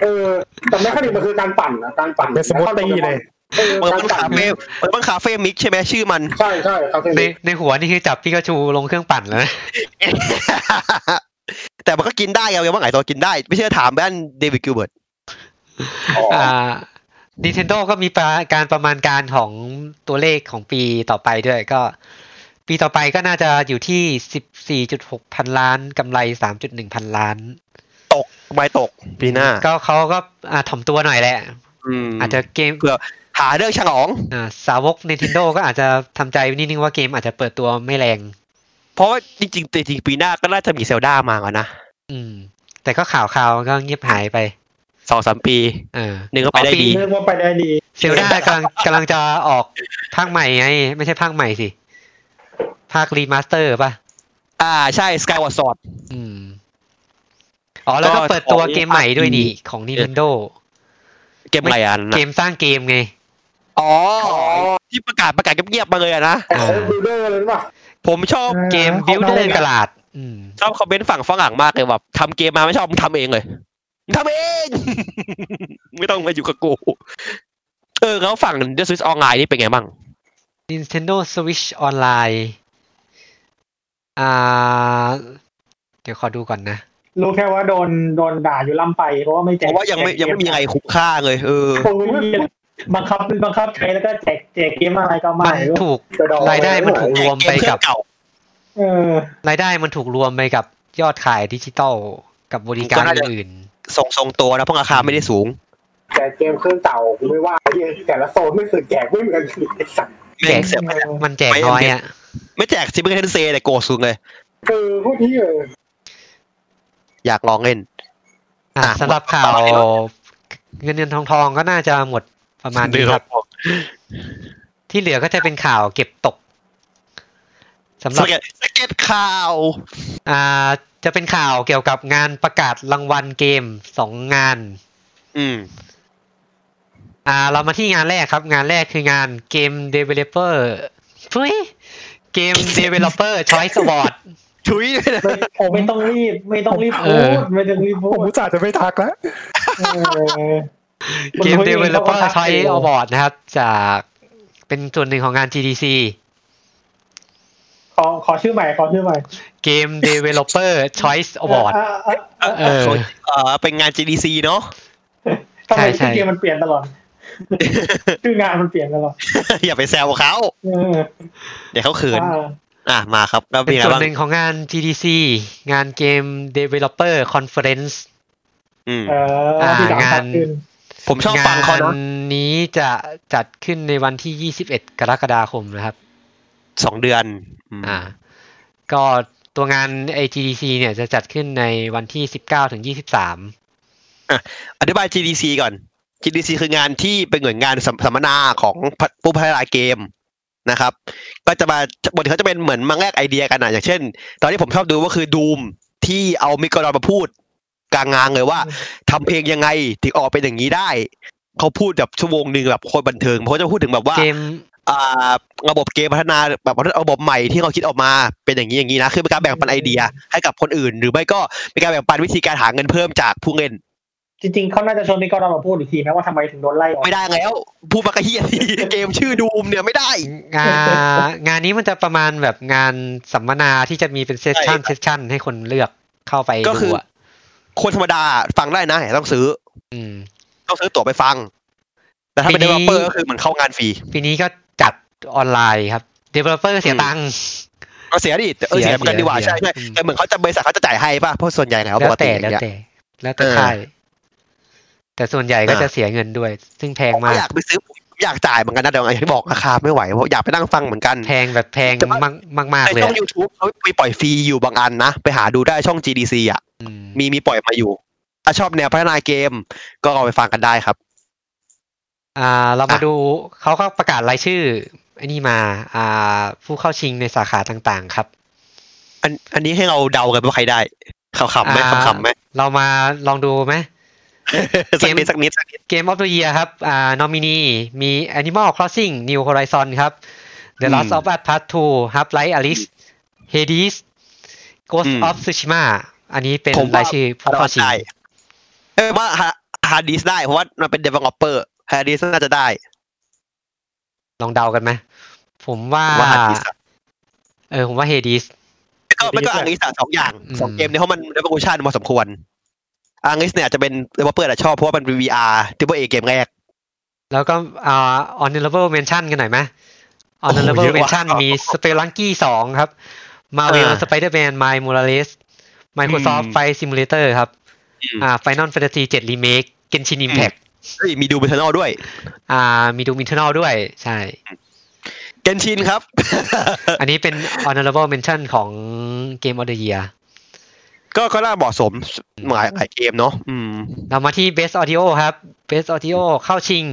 เออแต่แมคคานิกมันคือการปั่นนะการปั่น เป็นสมูทตี้เลย เออ โปเกมอนการปั่ คานเฟ่โปเกมอนคาเฟ่มิกใช่ไหมชื่อมัน ใช่ใช่คาเฟ่ ในในหัวนี่ คือจับปิกาชูลงเครื่องปั่นแล้วนะ แต่มันก็กินได้ไงโปเกมอนไงตัวกินได้ ไม่เชื่อถามบ้านเดวิดกิลเบิร์ต อ๋อ อ่า Nintendo ก็มีประการประมาณการของตัวเลขของปีต่อไปด้วยก็ ปีต่อไปก็น่าจะอยู่ที่ 14.6 พันล้านกำไร 3.1 พันล้าน ใบตกปีหน้า ก็เขาก็อ่าถ่อมตัวหน่อยแหละ อา อา จ จ จะ จะ เกม หาเรื่องฉลอง อ่าสาวก Nintendo ก็อาจจะทำใจนิดนึงว่าเกมอาจจะเปิดตัวไม่แรง เพราะว่าจริงๆจริงๆปีหน้าก็น่าจะมีเซลดามาแล้วนะ อืม แต่ก็ข่าวคราวก็เงียบหายไป สองสามปี เออ หนึ่งก็ไปได้ดี เรื่องว่าไปได้ดี เซลดากำลังกำลังจะออกภาคใหม่ไง ไม่ใช่ภาคใหม่สิ ภาครีมาสเตอร์ป่ะ อ่าใช่สกายวอร์ด อืม อ๋อ แล้วก็ ก็ เปิดตัว ของ เกมใหม่ด้วยนี่ อืม ของ Nintendo เกมอะไรอ่ะนั่น เก น่ะ มสร้างเกมไง อ๋อที่ประกาศประกาศเงียบๆมาเลยอะนะ ไอโค้ดบิลเดอร์เลยหรือเปล่ะ ผมชอบ เกม เขา Builder กระลาด อืม ชอบคอมเมนต์ฝั่งฝรั่งมากเลยแบบทำเกมมาไม่ชอบมึงทำเองเลยมึงทำเอง ไม่ต้องมาอยู่กับกูเออแล้วฝั่ง The Switch Online นี่เป็นไงบ้าง Nintendo Switch Online อ่า เดี๋ยวขอดูก่อนนะ รู้แค่ว่าโดนโดนด่าอยู่ล่ำไปเพราะว่าไม่แจ เพ ก ราะว่ายังไม่ยังไม่มีอะไรคุ้มค่าเลยเออ ผมไม่มีเลยบังคับบังคับใช้แล้วก็แจกแจกเกมอะไรก็ไม่ มัน รู้ ถูก จะดอง รายได้มันถูกรวมไปกับ เกมเครื่องเก่า เออ รายได้มันถูกรวมไปกับยอดขายดิจิตอลกับบริกา ก็ ร น่าจะ อื่น ทรงทรงตัวนะเพราะราคาไม่ได้สูง แต่เกมเครื่องเก่ากูไม่ว่าที่แต่ละโซนไม่สื่อแจกไม่เหมือนกันไอ้สัตว์ แจ แจ ก กเสียไม่ได้ มันแจกน้อยอ่ะ ไม่แจกซิมเบอร์เทนเซแต่โกสุงเลย คือพวกที่เออ อยากลองเล่น อ่ะ อ่ะ สำหรับข่าว หมดแล้ว เงินเงินทองทองก็น่าจะหมดประมาณนี้ครับ ที่เหลือก็จะเป็นข่าวเก็บตกสำห ส รับ เก็ตสเก็ตข่าว อ่าจะเป็นข่าวเกี่ยวกับงานประกาศรางวัลเกมสองงาน อืม อ่าเรามาที่งานแรกครับ งานแรกคืองานเกม Developer เฮ้ยเกม Developer Choice Award ถุยเลยนะ ไม่ผมไม่ต้องรีบ ไม่ต้องรีบ เอ พู อ ดไม่ต้องรีบพู ผม ด อุตส่าห์จะไม่ทักแล้ว เออ เกม คุณคุยองขา Developer ทัก Choice ยู่ Award นะครับ จากเป็นส่วนหนึ่งของงาน GDC ขอขอชื่อใหม่ขอชื่อใหม่ เกม Developer Choice Award ะะ เอออ่ะเออเออเป็นงาน GDC เนาะ ทำไม ใช่ใช่ ชื่อเกมมันเปลี่ยนตลอด ชื่องานมันเปลี่ยนตลอด อย่าไปแซวเขา เออ เดี๋ยวเขาเขิน อ่า อ่ะมาครับแล้ว เป็ มี น อะไร ส่วน บ้าง หนึ่งของงาน GDC งานเกม Developer Conference อืม เออที่ดังชัดขึ้น ผมชอบฟังเขานะ นี้จะจัดขึ้นในวันที่ 21 กรกฎาคมนะครับ สองเดือนม อ่า ก็ตัวงาน AGDC เนี่ยจะจัดขึ้นในวันที่ 19 ถึง 23 อธิบาย GDC ก่อน GDC คืองานที่เป็นหน่วยงานสัมสัมมนาของพัฒผู้พัฒนาเกมนะครับ ก็จะมาบทเขาจะเป็นเหมือนมาแลกไอเดียกันอ่ะอย่างเช่น ตอนที่ผมชอบดูก็คือดูมที่เอามิกรอนมาพูดกลางงานเลยว่าทำเพลงยังไงถึงออกเป็นอย่างนี้ได้ เขาพูดแบบชั่วโมงหนึ่งแบบโคตรบันเทิงเพราะเขาจะพูดถึงแบบว่า เกม อ่าระบบเกมพัฒนาแบบระบบใหม่ที่เขาคิดออกมาเป็นอย่างนี้อย่างนี้นะคือเป็นการแบ่งปันไอเดียให้กับคนอื่น หรือไม่ก็เป็นการแบ่งปันวิธีการหาเงินเพิ่มจากผู้เงิน จริงๆเขาน่าจะชวนพี่กอล์ฟเรามาพูดอีกทีนะว่าทำไมถึงโดนไล่ออก ไม่ได้แล้วพูดมากระเฮียทีเกมชื่อดูมเนี่ยไม่ได้ งานงานนี้มันจะประมาณแบบงานสัมมนาที่จะมีเป็นเซสชัน ใช่ครับ เซสชันให้คนเลือกเข้าไป ก็คื ดู อ อ่ะ คนธรรมดาฟังได้นะแต่ต้องซื้อ อืม ต้องซื้อตั๋วไปฟัง แต่ถ้าเป็น ปี เด นี้ เวลเปอร์ก็คือเหมือนเข้างานฟรี ปีนี้ก็จัดออนไลน์ครับ developer เสีย อืม ตังค์ ก็เสียดิแต่เออ เสีย เสียเหมือนกันดีกว่า เสีย ใช่ใช่ อืม แต่เหมือนเขาจะบริษัทเขาจะจ่ายให้ป่ะเพราะส่วนใหญ่แล้ว แล้ ป ว กติ แต่ อย่าง แล้ว เงี้ย แต่ แล้วแต่ เออ ค่ายแต่ส่วนใหญ่ก็ อ่า จะเสียเงินด้วย ซึ่งแพง ผมก็ มา อยาก กไปซื้อผมอยากจ่ายเหมือนกันนะแต่อย่างที่บอกราคาไม่ไหวเพราะอยากไปนั่งฟังเหมือนกัน แพงแบบแพง แต่ว่า มากมากมาก ใน เลย ช่อง อะ YouTube เขามีปล่อยฟรีอยู่บางอันนะ ไปหาดูได้ช่อง GDC อ่ะ อืม มีมีปล่อยมาอยู่ ถ้าชอบแนวพัฒนาเกม ก็เอาไปฟังกันได้ครับ อ่า เรามา อ่ะ ดูเขาก็ประกาศรายชื่อไอ้นี่มา อ่า ผู้เข้าชิงในสาขาต่างๆ ครับ อันอันนี้ให้เราเดากันว่าใครได้ขำๆไหม อ่า ขำๆไหม เรามาลองดูไหม สักนิดสักนิดสักนิด เกมออฟ t h เ Year ครับ อ่านอมินีมี Animal Crossing New Horizon ครับ The อืม Last of Us Part 2 Half Life Alyx Hades Ghost อืม of Tsushima อันนี้เป็น ผมว่าร ายชื่อผู้เข้าชิง ได้ เอ้ยว่าฮาร์ดดิสได้เพราะว่ามันเป็นเดเวลอปเปอร์ฮาร์ดดิสน่าจะได้ ลองเดากันไหม ผมว่า ผมว่า Hades อะ เออ ผมว่า Hades ก็มันก็อังกฤษอะสองอย่าง อืม สองเกมเนี่ยเพราะมันเดเวลชันมาสมควรอังกฤษเนี่ยจะเป็นเดเวลเปอร์แต่ชอบเพราะว่ามันเป็น VR ที่เอเกมแรก แล้วก็อ่า honorable mention กันหน่อยไหม โอ้โหเย honorable อะว่ะ mention มี Spelunky 2 ครับ Marvel อ่า Spider-Man My Morales Microsoft อืม Flight Simulator ครับ อืม อ่า Final Fantasy 7 Remake Genshin Impact เฮ้ยมีดูเบทเนอลด้วย อ่า มีดูมินเทอร์นอลด้วย ใช่ เกนชินครับ อันนี้เป็น honorable mention ของ Game of the Year ก็ก็น่าเหมาะสมหลายหลายเกมเนาะอืม เรามาที่ Best Audio ครับ Best Audio เข้าชิง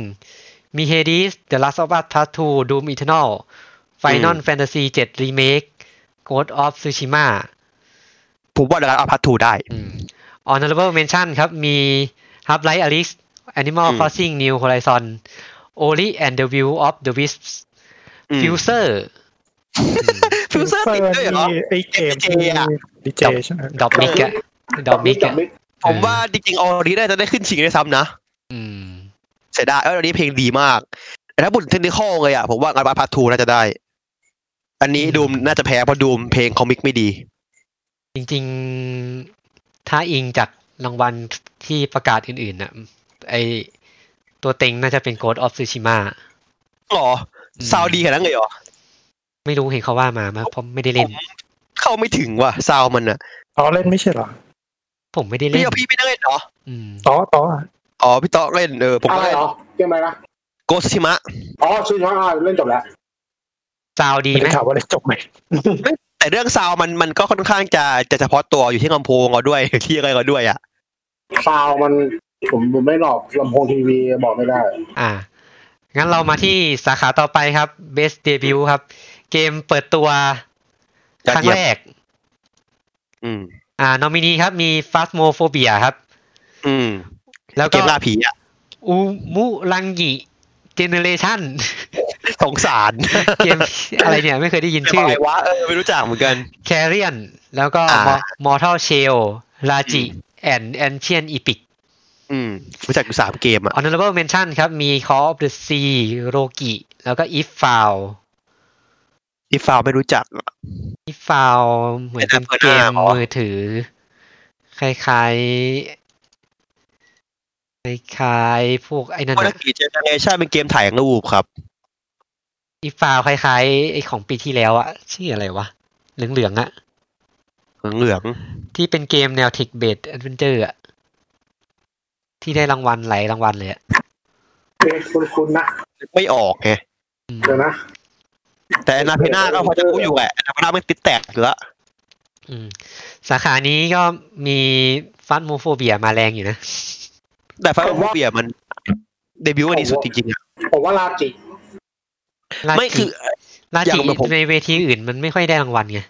มี Hades The Last of Us Part 2 Doom Eternal Final Fantasy 7 Remake Ghost of Tsushima ผมว่าเดลัสอาพัททูได้ อืม Honorable Mention ครับ มี Half Life Alyx Animal อืม Crossing New Horizon Ori and the Will of the Wisps อืม Fuser ฟิวเซอร์ติดด้วยเหรอ มีไอเกมที่ DJ อะ ดีเจใช่ไหม ดอบมิกอะดอบมิกอะ ผมว่าจริงๆออรีน่าจะได้ขึ้นชิงได้วยซ้ำนะ อืม เสียดายเอออันนี้เพลงดีมาก แต่ถ้าบุญเทคนิคอลเลยอ่ะ ผมว่างานวัดพาร์ททูน่าจะได้ อันนี้ดูมน่าจะแพ้เพราะดูมเพลงคอมิกไม่ดี จริงๆ ถ้าอิงจากรางวัลที่ประกาศอื่นๆนะไอตัวเต็งน่าจะเป็น Ghost of Tsushima หรอ อืม ซาวดีขนาดนั้นเลยเหรอ ไม่รู้เห็นเขาว่ามาไหมเพราะไม่ได้เล่น เข้าไม่ถึงว่ะซาวมันอ่ะ อ๋อเล่นไม่ใช่เหรอ ผมไม่ได้เล่ พี่ น เอาพี่ไม่ได้เล่นเหรอ อืม ต่อต่อ อ๋อ พี่ต๊อกเล่นเออผม อะ ก็ ไร เล่น เหรอเกมอะไรนะ โกสชิมะ อ๋อชื่อว่าเล่นจบแล้ว ซาวดี ไม่ ไหม ได้ข่าวว่าเล่นจบไหม แต่เรื่องซาวมันมันก็ค่อนข้างจะจะเฉพาะตัวอยู่ที่ลำโพงเราด้วย ที่อะไรเราด้วยอ่ะ ซาวมันผมผมไม่หลอกลำโพงทีวีบอกไม่ได้ อ่า งั้นเรามาที่สาขาต่อไปครับ Best Debut ครับ เกมเปิดตัวค ยอด รั้ง เยี่ยม แรก อืม อ่านอมินีครับมี Phasmophobia ครับ อืม แล้ว เก ก็ มล่าผีอ่ะ อูมุรังกิเจเนเรชัน สงสาร เกมอะไรเนี่ย ไม่เคยได้ยิน เกม ชื่อ อะไรวะเออไม่รู้จักเหมือนกัน แคเรียนแล้วก็ อ่า มอร์ทัลเชลลาจิแอนแอนเชียนอีพิก อืมรู้จักอยู่สามเกมอ่ะ ออนเนอร์เบิลเมนชั่นครับ มี Call of the Sea โรกิแล้วก็ If Found ที่ฟาวไม่รู้จัก If Found เหมือนเป็นเกม เป็นแบบเปิดหน้าเหรอ มือถือ คล้ายๆ คล้ายๆ พวกไอ้นั่น วัน นะ กีเจเนเรชันเป็นเกมถ่ายรูปครับ If Found คล้ายๆ ไอ้ของปีที่แล้วอะชื่ออะไรวะ เหลืองๆอะ เหลือง ที่เป็นเกมแนว Tech Based Adventure อะที่ได้รางวัลหลายรางวัลเลยอะ เอ๊ะคุณคุณนะ ๆไม่ออกไง อืม เดี๋ยวนะ แต่นาเพน่าก็พอจะรู้อยู่แหละนาเพน่าไม่ติดแตกอยู่ละ อืมสาขานี้ก็มีฟันโมโฟเบียมาแรงอยู่นะ แต่ฟ้าเบียมันเดบิวต์อันนี้สุดจริงๆอะ ผมว่าลาจิ รา ไม่คือ รา อย่า จิ งแบบผม ในเวทีอื่นมันไม่ค่อยได้รางวัลไง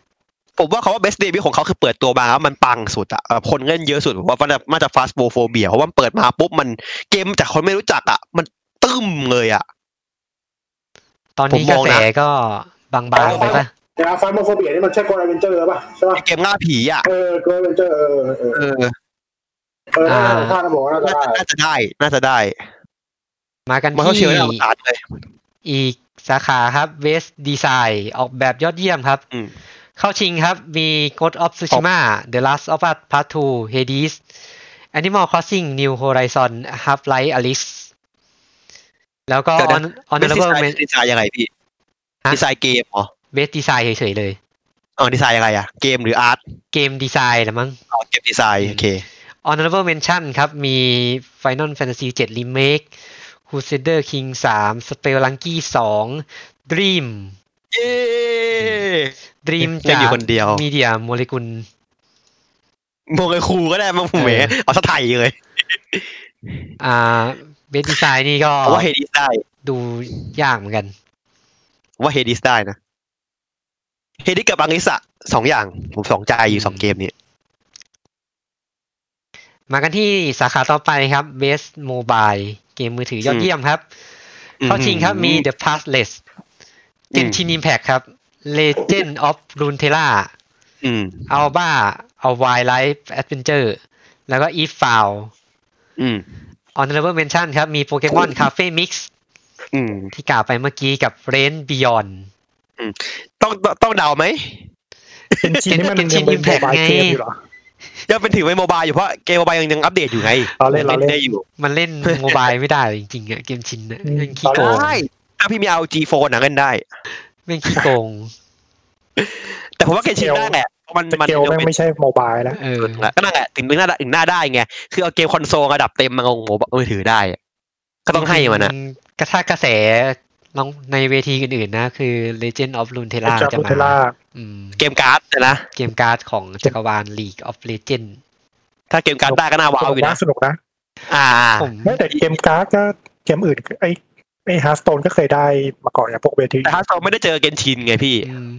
ผมว่าเขาว่าเบสเดบิวต์ของเขาคือเปิดตัวมาแล้วมันปังสุดอะเอ่อคนเล่นเยอะสุดผมว่ามันจะมาจากฟาสโบโฟเบียเพราะว่ามันเปิดมาปุ๊บมันเกมจากคนไม่รู้จักอะมันตึ้มเลยอะ ตอนนี้กระแสก็บางๆไปปะ แต่ฟาร์มโฟเบียนี่มันใช่โกลเวนเจอร์ป่ะใช่ป่ะ ไอ้เกมล่าผีอ่ะ เออโกลเวนเจอร์เออเออ เออ เออถ้าจะบอกน่าจะ น่า ได้ จะน่าจะได้ น่าจะได้ มากัน มันเขา ที่ เชื่อในอวตารเลย อีกสาขาครับเวสดีไซน์ออกแบบยอดเยี่ยมครับ อืม เข้าชิงครับ มี Ghost of Tsushima The Last of Us Part 2 Hades Animal Crossing New Horizon Half-Life Alyx แล้วก็ เดี๋ยวนะ Hon- ไม่ดีไซ Honorable น์ Men- ดีไซน์ยังไงพี่ ฮะ ดีไซน์เกมเหรอ เวสดีไซน์เฉยๆเลย อ๋อดีไซน์ยังไงอ่ะเกมหรืออาร์ต เกมดีไซน์ละมั้ง อ๋อเกมดีไซน์โอเค Honorable Mention ครับ มี Final Fantasy 7 Remake Crusader King 3 Spell Lanky 2 Dream เย้ Dream ยั จาง ก อยู่คนเดียว Media Molecule โมงไอครูก็ได้มาผมเหมเอาสะไทยเลย อ่าเบสดีไซน์นี่ก็ เพราะว่าเฮดิสได้ ดูยากเหมือนกัน ว่าเฮดิสได้นะเฮดิสกับอังลิสอะสองอย่าง ผมสองใจอยู่สองเกมนี้ มากันที่สาขาต่อไปครับเบสโมบายเกมมือถือยอดเยี่ยมครับ เข้าชิงครับมี The Passless เกม Genshin Impact ครับ Legend of Runeterra อืม Alba A Wildlife Adventure แล้วก็ If Found อืม Honorable Mention ครับ มี Pokemon Cafe Mix อืม ที่กล่าวไปเมื่อกี้กับ Rain Beyond ต้องต้องต้องเดาไหม เป็นชิ้นนี่มัน เป็นชิ้ ยัง น เป็นโม Impact บาย ไง เกมอยู่เหรอ ยังเป็นถือไว้โมบายอยู่เพราะเกมโมบายยังยังอัปเดตอยู่ไง เอาเล่นเอาเล่น ได้อยู่ มัน เล่นโมบายไม่ได้จริงๆอะเกมชินอะเล่นขี้โกง ได้ถ้าพี่มีเอา G4 หนังเล่นได้ เล่นขี้โกง แต่ผมว่าเกมชิ้นได้แหละเพราะมัน ส มัน เกล ยัง แม่ง เป็น ไม่ใช่โมบายแล้ว เออ ก็นั่นแหละถึงหน้าได้ถึงหน้าได้ไง คือเอาเกมคอนโซลระดับเต็มมาลงโมบายมือถือได้อะก็ต้องให้มันนะ กระทากระแสลองในเวทีอื่นๆนะ คือ Legend of Runeterra จาก จะ พุท มา เทล่า อืม เกมการ์ดเนี่ยนะ เกมการ์ดของจักรวาล League of Legends ถ้าเกมการ์ดได้ก็น่าว้าวอยู่ น่า นะ สนุกนะ อ่า ผม ไม่แต่เกมการ์ดก็เกมอื่นไอ้ไอ้ฮาร์สโตนก็เคยได้มาก่อนอย่างพวกเวที แต่ถ้าเราไม่ได้เจอเกนชินไงพี่ อืม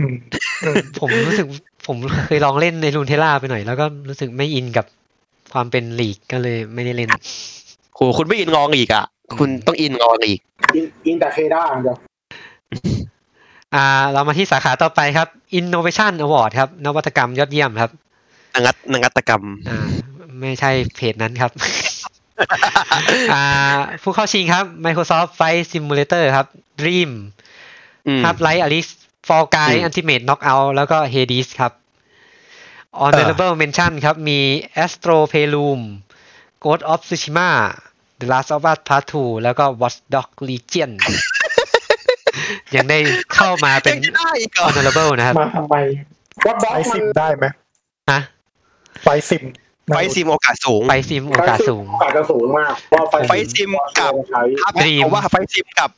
อืมอืม ผมรู้สึกผมเคยลองเล่นใน Runeterra ไปหน่อย แล้วก็รู้สึกไม่อินกับความเป็น League ก็เลยไม่ได้เล่น โหคุณไม่อินงองอีกอ่ะ คุณต้องอินงองอีก อินอินแต่เคด้าอย่างเดียว อ่า เรามาที่สาขาต่อไปครับ Innovation Award ครับ นวัตกรรมยอดเยี่ยมครับ นงัตนงัตกรรม อ่า ไม่ใช่เพจนั้น ครับ อ่า ผู้เข้าชิงครับ Microsoft Flight Simulator ครับ Dream อืม ครับไลท์อลิสฟอร์กาย อืม อันติเมตน็อกเอาแล้วก็เฮดิสครับ Honorable Mention ครับ มี Astro p l u m Ghost of Tsushima The Last of Us Part 2 แล้วก็ Watch Dog Legion ยังได้เข้ามาเป็น ยังจะได้อีกเหรอ Honorable นะครับ มาทำไม วัดด็อก ไฟ มั ซิ น มได้ไหม ฮะ ไฟซิม ไฟท์ซิมโอกาสสูง ไปซิมโอกาสสูง โอกาสจะสูงมากเพราะ ไฟท์ซิมกับ ใช้ Dream ผมว่าไฟท์ซิมกับ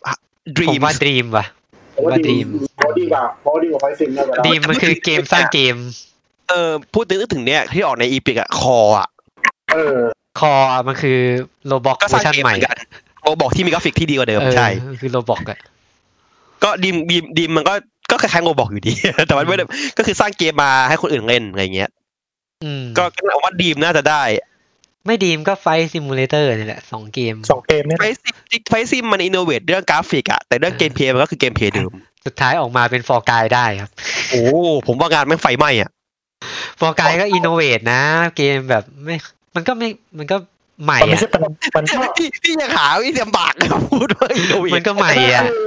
ดรี ผม ม ว่า Dream ว่ะ เพราะว่าดีเพราะดีกว่าเพราะดีกว่าไฟซิมนะเวลา Dream มันคือเกมสร้างเกม เออพูดถึงนึกถึงเนี่ยที่ออกในอีพิกอะคออะ เออ คอมันคือ Roblox ก็ เว ส อ ร้าร์ชันงเกม ให เห ม่ มือนกันโอบอกที่มีกราฟิกที่ดีกว่าเดิม เออ ใช่ มันคือ Roblox อะ ก็ดีมดีมดีมมันก็ก็คล้ายๆโอบอกอยู่ดี แต่มันไม่ได้ก็คือสร้างเกมมาให้คนอื่นเล่นอะไรเงี้ย อืม ก็ก็ผมว่าดีมน่าจะได้ ไม่ดีมก็ไฟซิมูเลเตอร์นี่แหละสองเกม สองเกมเนี่ย ไฟท์ซิมไฟท์ซิมมันอินโนเวทเรื่องกราฟิกอะแต่เรื่องเกมเพลย์มันก็คือเกมเพลย์เดิม สุดท้ายออกมาเป็นฟอร์กายได้ครับ โอ้ผมว่างานแม่งไฟไหม้อะ ฟอร์กายก็อินโนเวทนะ เกมแบบไม่ มันก็ไม่มันก็ใหม่ มันไม่ อะ ใช่เป็นมัน พี่พี่ยังหาวิธีลำบากนะพูดว่าอินโนเว มันก็ใหม่อ่ะ คือ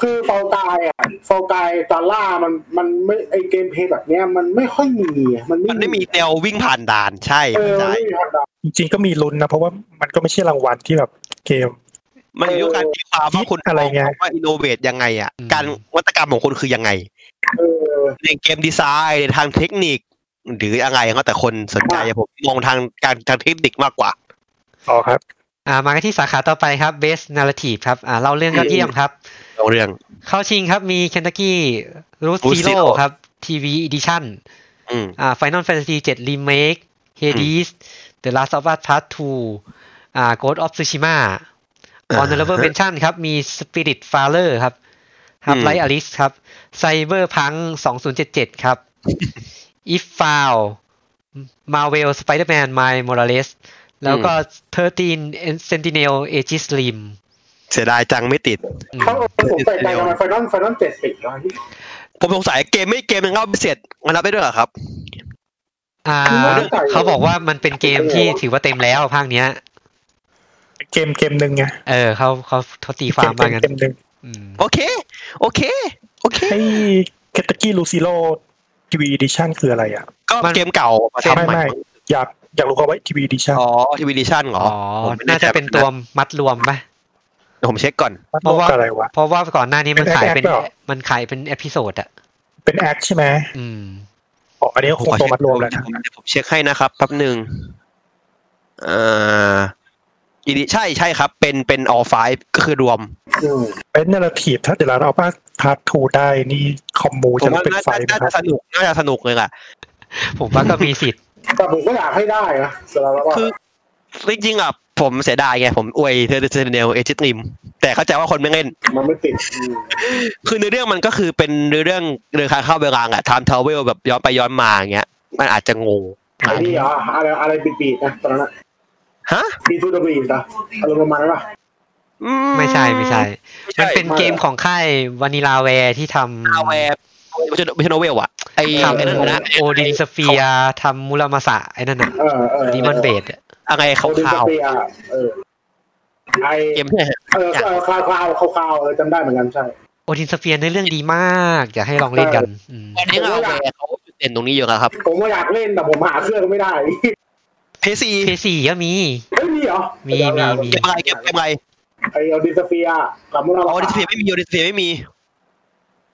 คือเฟากายอ่ะเฟากายตาล่ามันมันไม่ไอเกมเพย์แบบเนี้ยมันไม่ค่อยมีอะมัน มัน ไม่ ไม่มีแนววิ่งผ่านด่านใช่ เออ ใช่ ไม่มีครับ จริงๆก็มีลุ้นนะเพราะว่ามันก็ไม่ใช่รางวัลที่แบบเกม มันอยู่ที่การตีความว่าคุณ คิดอะไรไง มว่าอินโนเวทยังไงอ่ะ อืม การนวัตกรรมของคนคือยังไง เออ ในเกมดีไซน์ในทางเทคนิค หรืออะไรก็แต่คนสนใจอะผมมองทางการทางเทคนิคมากกว่า ต่อครับ อ่ามากันที่สาขาต่อไปครับเบสนาร์ทีฟครับอ่าเล่าเรื่องยอดเยี่ยมครับ เรื่อง เข้าชิงครับมีเคนตักกี้รูท Route ซีโร่ Zero ครับทีวีอีดิชั่น อืม อ่าไฟนอลแฟนตาซีเจ็ดรีเมคเฮดิสเดอะลาสต์ออฟอัสพาร์ททูอ่าโกดออฟซูชิมาออนเดอร์เวอร์เมนชั่นครับ มีสปิริตฟาเลอร์ครับฮับไลท์อลิสครับไซเบอร์พังสองศูนย์เจ็ดเจ็ด ครับอีฟฟาวมาเวลสไปเดอร์แมนไมล์มอร์เลสแล้วก็เทอร์ตีนเซนติเนลเอจิสลิม เสียดายจังไม่ติด เขาผมไปไปไฟนอลไฟนอลเจ็ดปิดแล้วที่ ผมสงสัยเกมไม่เกมยังเข้าไม่เสร็จมันรับได้ด้วยเหรอครับ อ่าเขาบอกว่ามันเป็นเกมที่ถือว่าเต็มแล้วภาคเนี้ย เกมเกมหนึ่งไง เออเขาเขาเขาตีค เก วาม มว่างั้น เกมหนึ่ง อืม โอเค โอเค โอเค ไอ้เคตกี้ลูซิโลทีวีดิชั่นคืออะไรอ่ะ ก็เกมเก่ามาทำ ไม่ ใหม่ ไม่อยากอยากรู้เขาไว้ทีวีดิชั่น อ๋อทีวีดิชั่นเหรอ อ๋อ ผมไม่แ น่าจะเป็นตัวมัดรวมปะ เดี๋ยวผมเช็คก่อน มัน เพราะว่า อะไรวะ เพราะว่าก่อนหน้านี้มันขายเป็น เป็นแอปเปล่า มันขายเป็นเอพิโซดอ่ะ เป็นแอคใช่ไหม อืม อ๋ออันนี้ก็คงตัวมัดรวมแล้ว เดี๋ยผนะมเดี๋ยวผมเช็คให้นะครับแป๊บหนึ่งเอ่ออีดิใช่ใช่ครับ เป็นเป็น all five ก็คือรวม อืม เป็นเนราทีฟถ้าเดี๋ยวเราเอาป้าพาร์ททูได้นี่คอมมู ผ จะ มว่า เป็น น่า ไฟ น่า นะคจะสรับนุกน่าจะสนุกเลยล่ะ ผมว่าก็มีสิทธิ์ แต่ผมก็อยากให้ได้นะแต่เราก็ คือจริงๆอ่ะผมเสียดายไง ผมอวยเทอร์เซเนลเอจิตริมแต่เข้าใจว่าคนไม่เล่น มันไม่ติดอืม คือในอเรื่องมันก็คือเป็นในอเรื่องเรื่องการเข้าเวลาอะไทม์ทาวเวลแบบย้อนไปย้อนมาอย่างเงี้ย มันอาจจะงง ไอ้นี่เหรออะไรอะไรบิดบีดนะตอนนั้น ฮะ บีทูดบีดนะอารมณ์ประมาณนั้นป่ะ อื ไม่ใช่ไม่ใช่ มั มัน น เป็ เป็น นเกมของค่ายวานิลาแวร์ที่ทำ ทาวเวลไม่ใช่ไม่ใช่โนเวลอะไอ้ ท ไอ้นั่นนะ ำโอดินสเฟียทำมุรามาสะไอ้นั่นอ่ะ เออเออ ดีมอนเบด อะไร โอ ขา ดินส ว เปียร์เออไอ ๆเกมเนี่ย เออเออคลาวคลาวคลาวคลาวเออจำได้เหมือนกันใช่ โอดินสเฟียในเรื่องดีมาก อยากให้ลองเล่นกัน อืม ตอนนี้เราแหวนเขาเด่นตรงนี้เยอะแล้วครับ ผมก็อยากเล่นแต่ผมหาเครื่องไม่ได้ เพซี เพสี่ก็มี เฮ้ยมีเหรอ มีมีมี เกมอะไรเกมเกมอะไร ไอโอดินสเฟียร์กับมุรา อ มา อดิส สะ เฟียไม่มีออดิสเฟียไม่มี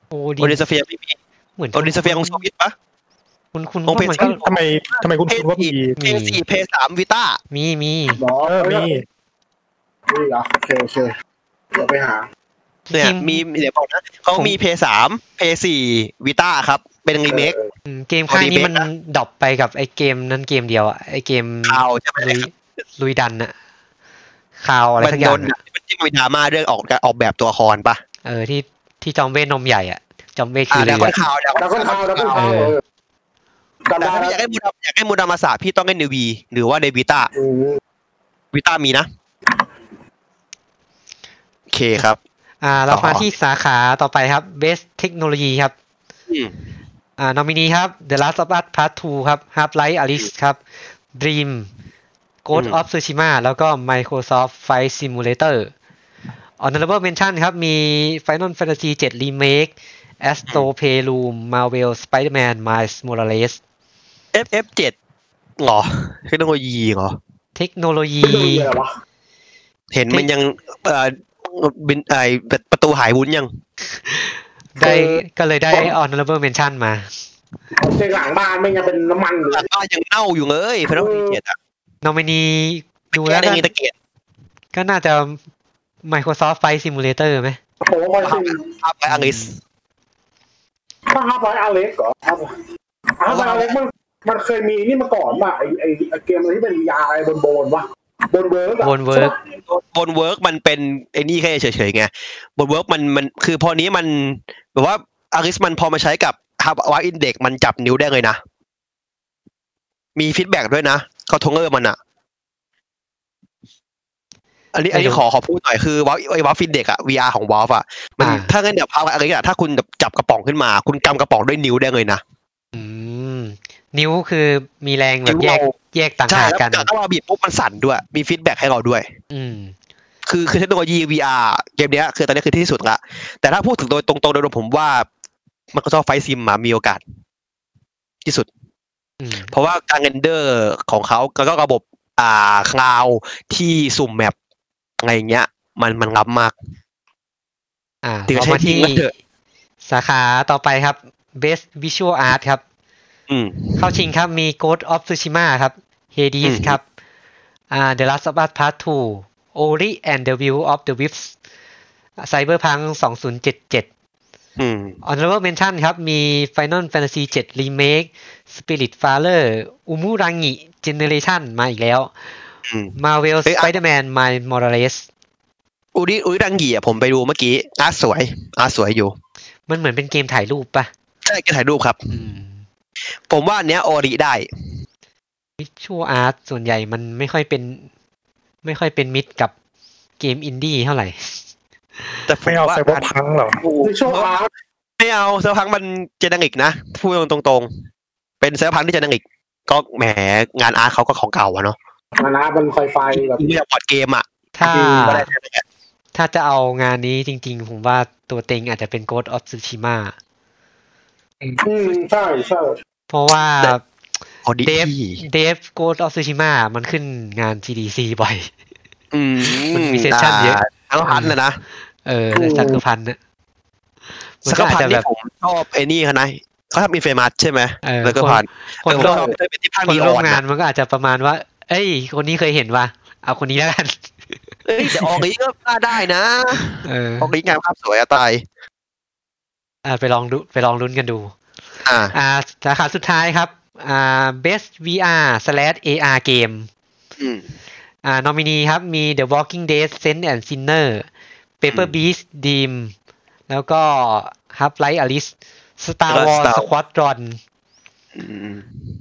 โอ ออดิ ดิน สเฟียไม่มี เหมือน ออดิสเฟียของโซวิตปะ คุณคุณ ของเพ ว่า จ มันก็ ทำไมทำไมคุณ เพ คิดว่ามี สี่เพสี่เพสามวิต้า มีมี หรอ เออมี มีเหรอโอเคโอเคเดี๋ยวไปหา เนี่ยมีเดี๋ยวบอกนะเขามีเพสามเพสี่วิต้าครับ เป็นรีเมค อืมเกมค่ายนี้มัน พอดีเบสนะ ดรอปไปกับไอ้เกมนั้นเกมเดียวอะไอ้เกม ข่าวใช่ไหม ลุยลุยดันอะคาวอะไร มัน สักอ โด ย่าง น อะ มันจิ้มไปดราม่าเรื่องออกออกแบบตัวละครปะ เออที่ที่จอมเวทนมใหญ่อะจอมเวท อ่า คือ ด เรื ราอก้อน ข่าวดรา ดัก ก้ ก้ อน น คา ข่าว ว ดักก้นคาวเออจำ แต่ ได้ ถ้า แล้ พี่ ว อยากให้มูดามอยากให้มูดามาสาพี่ต้องเล่นในวีหรือว่าในวิต้า อืม วิต้ามีนะโอเคครับ อ่าเรา ต่อ มาที่สาขาต่อไปครับ Best Technology ครับ อืม อ่านอมินีครับ The Last of Us Part 2 ครับ Half-Life Alyx ครับ Dream Ghost อืม of Tsushima แล้วก็ Microsoft Flight Simulator Honorable Mention ครับ มี Final Fantasy 7 Remake Astro Playroom Marvel Spider-Man Miles Morales F F เจ็ดหรอเทคโนโลยีเหรอ เทคโนโลยี ไม่รู้เลยวะ เห็นมันยังเอ่อบินไอประตูหายวุ้นยัง ได้ก็เลยได้ honorable mention มา เอาเจหลังบ้านไม่งั้นเป็นน้ำมันหรือ หลังบ้านยังเน่าอยู่เลยเพราะว่าเกียดอะ n o m i n e ดู แค่ แล้ว ได้ ก็ ไงตะเกียบ ก็น่าจะ Microsoft Flight Simulator ไหม ผมว่าคอยซิง ภาพไปอังกฤษ ถ้าฮาร์ปไลท์อเล็กเหรอฮาร์ปฮาร์ปไลท์อเล็กมันมันเคยมีนี่มาก่อนป่ะไอไอไอ้เกมอะไรที่เป็นยาอะไรบนโบนวะบนเวิร์กอะ บนเวิร์ก บนเวิร์กมันเป็นไอ้นี่แค่เฉยๆไงบนเวิร์กมันมันคือพอนี้มันแบบว่าอังกฤษมันพอมาใช้กับฮาร์วาอินเด็กมันจับนิ้วได้เลยนะ มีฟีดแบ็กด้วยนะเขาทงเออร์มันอะอันนี้อันนี้ขอขอพูดหน่อยคือวาไอ้วาฟินเด็กอะ VR ของวาฟอะ มันถ้างั้นเดี๋ยวพาอะไรอย่างเงี้ยถ้าคุณแบบจับกระป๋องขึ้นมา คุณกำกระป๋องด้วยนิ้วได้เลยนะ อืมนิ้วคือมีแรงแบบแยกแยกต่าง ใช่ หาก แล้ว กัน ถ้าเราบีบปุ๊บมันสั่นด้วย มีฟีดแบ็กให้เราด้วย อืม คือคือเทคโนโลยี VR เกมเนี้ยคือตอนนี้คือที่สุดละแต่ถ้าพูดถึงโดยตรงๆโดยรวมผมว่า Microsoft Flight Sim มามีโอกาส ที่สุด อืม เพราะว่าการเรนเดอร์ของเขาแล้วก็ระบบอ่าคลาวที่สุ่มแมปอะไรอย่างเงี้ย มันมันล้ำมาก อ่า ถือ เรา ใช้ มา ทิ้ ที่ งไว้เถอะ สาขาต่อไปครับ Best Visual Art ครับ อืม เข้าชิงครับ มี Ghost of Tsushima ครับ อื Hades ม ครับอ่า The Last of Us Part 2 Ori and the Will of the Wisps Cyberpunk 2077 อืม Honorable Mention ครับ มี Final Fantasy 7 Remake Spirit f a l e r Umurangi Generation มาอีกแล้ว อืม Marvel เอ้ยอ่ะ Spider-Man Miles Morales อุริอุริดังกีอ่ะผมไปดูเมื่อกี้อาร์ตสวยอาร์ตสวยอยู่ มันเหมือนเป็นเกมถ่ายรูปปะ ใช่แกถ่ายรูปครับ อืม ผมว่าอันเนี้ยโอริได้ Visual Art ส่วนใหญ่มันไม่ค่อยเป็น ไม่ค่อยเป็นมิตรกับเกมอินดี้เท่าไหร่ แต่ผ ไม่เอา ว่ ไซเบอร์พังหรอ ในช่วงอาร์ต ไม่เอาเซอร์พังมันเจนังอีกนะพูดตรงๆ เป็นเซอร์พังที่เจนังอีกก็แหมงานอาร์ตเขาก็ของเก่าอะเนาะ มานะมันไฟไฟแบบ เรียกพอร์ตเกมอะ ถ้า ก็ได้แค่นั้นแหละ ถ้าจะเอางานนี้จริงๆ ผมว่าตัวเต็งอาจจะเป็น Ghost of Tsushima อืมใช่ใช่ เพราะ ว่า พอดี เดฟเดฟ Ghost of Tsushima มันขึ้นงาน GDC บ่อย อืม มันมีเซสชั่นเยอะ ทั้งพันนะนะ เออแล้วจักรพันธ์น่ะมั ส น ก ก็อาจ พัน จะแบ นี่ บ ผมชอบไอ้นี่เขานะเขาทำอินเฟมัสใช่ไหม เออ แล้วก็พัน คน เออผม ร่ว ช ม อบเอ้ยเป็นที่ภาค คน มีอ ร่วม อน งาน อะ มันก็อาจจะประมาณว่า เอ้ย คนนี้เคยเห็นว่ะเอาคนนี้แล้วกัน เอ้ยแต่ออกนี้ก็พลาดได้นะ เออ ออกนี้งานภาพสวยอะตาย อ่ะไปลองดูไปลองลุ้นกันดู อ่า อ่าสาขาสุดท้ายครับอ่า best VR slash AR game อืม อ่านอมินีครับ มี The Walking Dead Saint and Sinner Paper อืม Beast Dream แล้วก็ Half-Life Alyx Star แล้ว Wars Star- Squadron อืม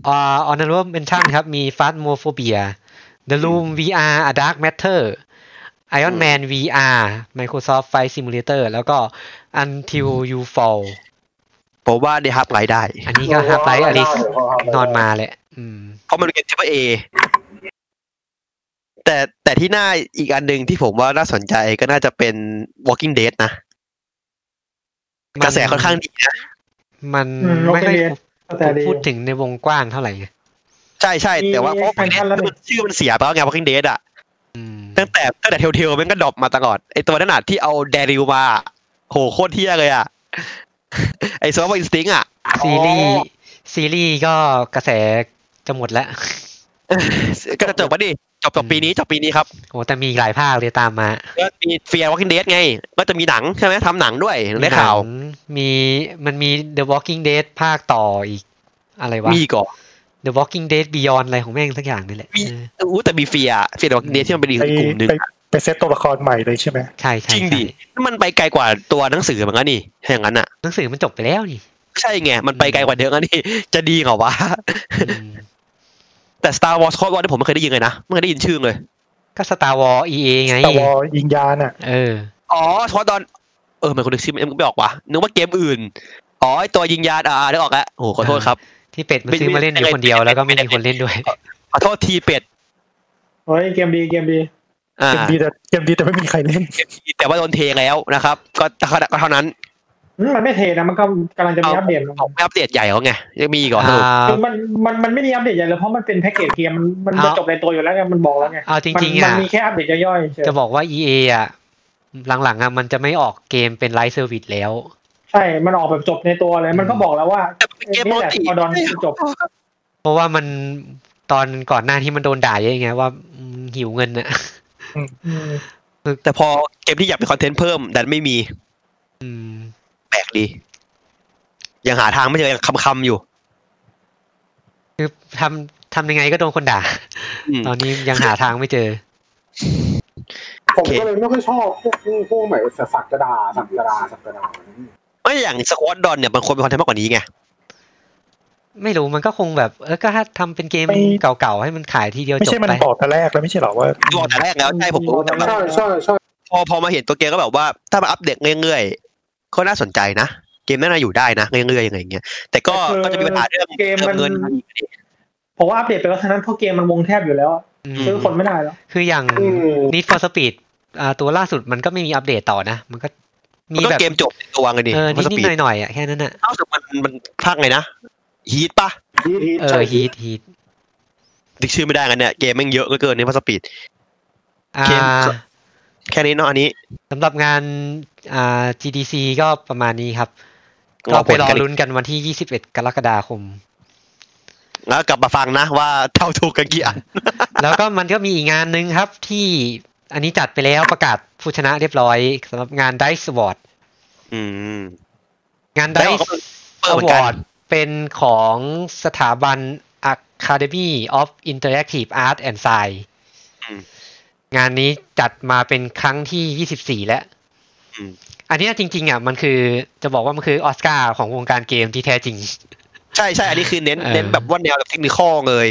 อ่า Honorable Mention ครับ มี Phasmophobia The Room VR A Dark Matter Iron อืม Man VR Microsoft Flight Simulator แล้วก็ Until You Fall ผมว่าเดฮับไลได้ อันนี้ก็ Half-Life Alyx นอนมาแหละอืม เพราะมันเป็นเกมทิปเอแต่แต่ที่น่าอีกอันหนึ่งที่ผมว่าน่าสนใจก็น่าจะเป็น Walking Dead นะ กระแสค่อนข้างดีนะ มัน อืม ไม่ค่อย Walking Dead แต่ดี พูดถึงในวงกว้างเท่าไหร่ไง ใช่ใช่แต่ว่าเพราะ มี Walking แฟนๆแล้วนี่ Dead ชื่อมันเสียไปแล้วไง Walking Dead อะ อืม ตั้งแต่ตั้งแต่เทลเทลมันก็ดรอปมาตลอด ไอตัวนั้นอะที่เอาแดริวมา โหโคตรเที่ยเลยอะ ไอซอฟต์อินสติ้งอะ ซีรีส์ซีรีส์ก็กระแสจะหมดแล้ว ก็จะจบปะดิจบจบปีนี้จบปีนี้ครับ โหแต่มีอีกหลายภาคเลยตามมา ก็มีเฟียร์ Walking Dead ไง ก็จะมีหนังใช่ไหมทำหนังด้วยได้ข่าว มีหนังมีมันมี The Walking Dead ภาคต่ออีก อะไรวะ มีก่อน The Walking Dead Beyond อะไรของแม่งสักอย่างนี่แหละ มี เออ อู้แต่มีเฟียร์เฟียร์ Walking Dead ที่มันเป็นอีก ไป กลุ่มหนึ่ง ไปไปเซตตัวละครใหม่เลยใช่ไหม ใช่ใช่ จริงดิ ใช่ มันไปไกลกว่าตัวหนังสือเหมือนกันนี่ถ้าอย่างนั้นอ่ะ หนังสือมันจบไปแล้ว นี่ ใช่ไง มันไปไกลกว่าเดิมอันนี่ จะดีเหรอวะ อืม แต่ Star Wars Code War ที่ยผมไม่เคยได้ยินเลยนะ ไม่เคยได้ยินชื่อเลย ก็ Star Wars EA ไง แต่วอยิงยาน่ะ เออ อ๋อเพราะตอน เออมันคนนึกชื่อมันไม่ออกว่ะนึกว่าเกมอื่น อ๋อไอ้ตัวยิงยานอ่าได้ออกแล้วโอ้โหขอโทษครับ ที่เป็ดมันซื้อมาเล่นอยู่คนเดียวแล้วก็ไม่มีคนเล่นด้วย ขอโทษทีเป็ด เฮ้ยเกมดีเกมดี อ่า เกมดีแต่เกมดีแต่ไม่มีใครเล่น แต่ว่าโดนเทแล้วนะครับ ก็ก็เท่านั้น อืมมันไม่เทนะมันก็กำลังจะมีอัปเดตลง ผมไม่อัปเดตใหญ่เขาไงยังมีอีกเหรอ อ่า คือมันมันมันไม่มีอัปเดตใหญ่เลยเพราะมันเป็นแพ็กเกจเกมมันมัน เอา จบในตัวอยู่แล้วไงมันบอกแล้วไง เอาจ มั ริงๆอ่ะ มันมีแค่อัปเดตย่อยๆเฉย จะบอกว่า EA อ่ะ หลังๆอ่ะมันจะไม่ออกเกมเป็นไลฟ์เซอร์วิสแล้ว ใช่ มันออกแบบจบในตัวเลยมันก็บอกแล้วว่า แต่เป็นเกมป นี่ ก แหละ ติ พอดอนจบ เพราะว่ามันตอนก่อนหน้าที่มันโดนด่าเยอะไงว่าอืมหิวเงินอะ อืม แต่พอเกมที่อยากเป็นคอนเทนต์เพิ่มดันไม่มี อืม แปลกดี ยังหาทางไม่เจอยังคำๆอยู่ คือทำทำยังไงก็โดนคนด่า อืม ตอนนี้ยังหาทางไม่เจอ ผมก็เลยไม่ค่อยชอบพวกพวกใหม่สักกระดาสักกระดาสักกระดา ไม่อย่างสควอตดอนเนี่ยมันควรเป็นคอนเทนต์มากกว่านี้ไง ไม่รู้มันก็คงแบบ เออก็ถ้าทำเป็นเกม ไม่ เก่าๆ ให้มันขายทีเดียว ไม่ จบ ใช่มัน ไป บอกแต่แรกแล้วไม่ใช่เหรอว่า ดูออกแต่แรกแล้วใช่ผมรู้แต่ว่า ใช่ใช่ใช่ พอพอมาเห็นตัวเกมก็แบบว่า ถ้ามาอัปเดตเรื่อยๆก็น่าสนใจนะ เกมน่าจะอยู่ได้นะเรื่อยๆอย่างเงี้ยแต่ก็ก็จะมีปัญหาเรื่อง เกมมัน เงิน ผมว่าอัปเดตไปแล้วทั้งนั้นเพราะเกมมันวงแทบอยู่แล้วอะ อืม ซื้อคนไม่ได้แล้ว คืออย่าง อืม Need for Speed อ่าตัวล่าสุดมันก็ไม่มีอัปเดตต่อนะ มันก็ มั มี นก็ แบบ เกมจบในตัวไงดิ เออ เพราะส นิ ปี ด ด ๆหน่อยๆอ่ะแค่นั้นอ่ะ เท่าสุดมันมันภาคไงนะฮีทปะ ฮีทฮีท เอ ใช่ อฮีทฮีท ดิชื่อไม่ได้กันเนี่ยเกมแม่งเยอะเหลือเกินในพาสปีด อ่า เกม แค่นี้เนาะอันนี้ สำหรับงานอ่า GDC ก็ประมาณนี้ครับ ก็ไปรอลุ้นกันวันที่ 21 กรกฎาคม แล้วกลับมาฟังนะว่าเท่าถูกกันกี่อัน แล้วก็มันก็มีอีกงานหนึ่งครับที่อันนี้จัดไปแล้วประกาศผู้ชนะเรียบร้อยสำหรับงาน Dice Award อืม งาน Dice Dice Award เหมือนกัน Award เป็นของสถาบัน Academy of Interactive Art and Science อืม งานนี้จัดมาเป็นครั้งที่ 24 แล้ว อืม อันเนี้ยจริงๆอ่ะมันคือจะบอกว่ามันคือออสการ์ของวงการเกมที่แท้จริง ใช่ใช่อันนี้คือเน้น เออ เน้นแบบว่าแนวแบบเทคนิคอลเลย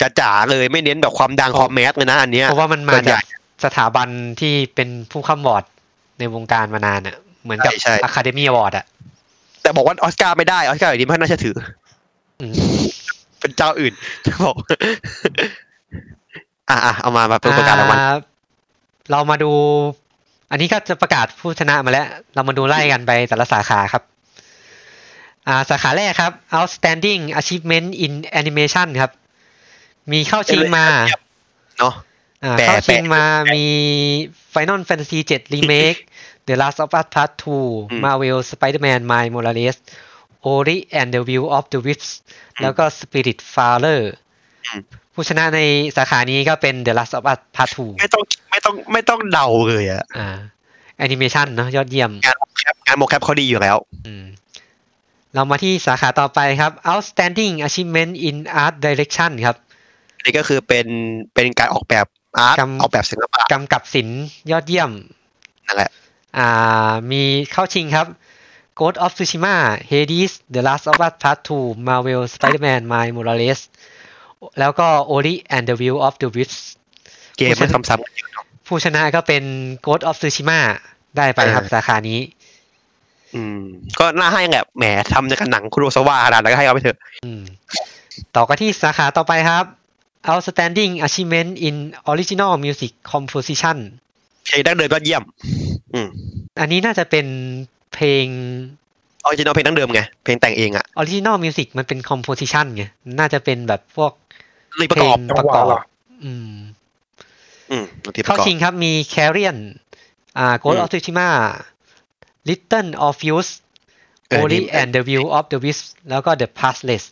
จ๋าๆเลยไม่เน้นแบบความดังความแมสเลยนะอันเนี้ย เพราะว่ามัน ส่ มา วนใหญ่ จากสถาบันที่เป็นผู้ค้ำบอร์ดใน ในวงการมานานอ่ะ เหมือนกับ ใช่ใช่ อะคาเดมี่อวอร์ดอ่ะ แต่บอกว่าออสการ์ไม่ได้ออสการ์อย่างนี้ไม่น่าเชื่อถือ อืม เป็นเจ้าอื่น จะบอก อ่ะอ่ะเอามามาเป็นประกาศรางวัล อ่เรามาดู อันนี้ก็จะประกาศผู้ชนะมาแล้ว เรามาดูไล่กันไปแต่ละสาขาครับ อ่าสาขาแรกครับ outstanding achievement in animation ครับ มีเข้าชิงมา เนาะ อ่า แปะ เข้าชิง แปะ มามี Final Fantasy 7 Remake The Last of Us Part อืม 2 Marvel Spider-Man Miles Morales Ori and the Will of the Wisps แล้วก็ Spirit f a l e r ผู้ชนะในสาขานี้ก็เป็น The Last of Us Part ไม่ต้องไม่ต้องไม่ต้องเดาเลยอะ 2อ่า Animation เนอะยอดเยี่ยม งานโมแคปงานโมแคปเขาดีอยู่แล้ว อืม เรามาที่สาขาต่อไปครับ Outstanding Achievement in Art Direction ครับ นี่ก็คือเป็นเป็นการออกแบบอาร์ต กำ ออกแบบศิลปะ กำกับศิลป์ยอดเยี่ยม นั่นแหละ อ่ามีเข้าชิงครับ Ghost of Tsushima Hades The Last of Us Part 2 Marvel Spider-Man Miles Morales แล้วก็ Ori and the Will of the Wisps เกมมันซ้ำๆกันอยู่เนาะ ผู้ชนะก็เป็น Ghost of Tsushima ได้ไปครับ อ่า สาขานี้ อืม ก็น่าให้แหละแหมทำในกันหนังคุโรซาวะขนาดนั้นก็ให้เอาไปเถอะ อืมต่อกันที่สาขาต่อไปครับ Outstanding Achievement in Original Music Composition เพลงดั้งเดิมยอดเยี่ยม อืม อันนี้น่าจะเป็นเพลง ออริจินอลเพลงดั้งเดิมไง เพลงแต่งเองอะ Original Music มันเป็น Composition ไงน่าจะเป็นแบบพวก รีประกอบ เพล จังหวะเหรอ อืม อืมรีประ เข้าก อบ ชิงครับมี Carrion อ่า Ghost of Tsushima Little of Fuse เออ Ori นี่ and the Will of the Wisps แล้วก็ The Pathless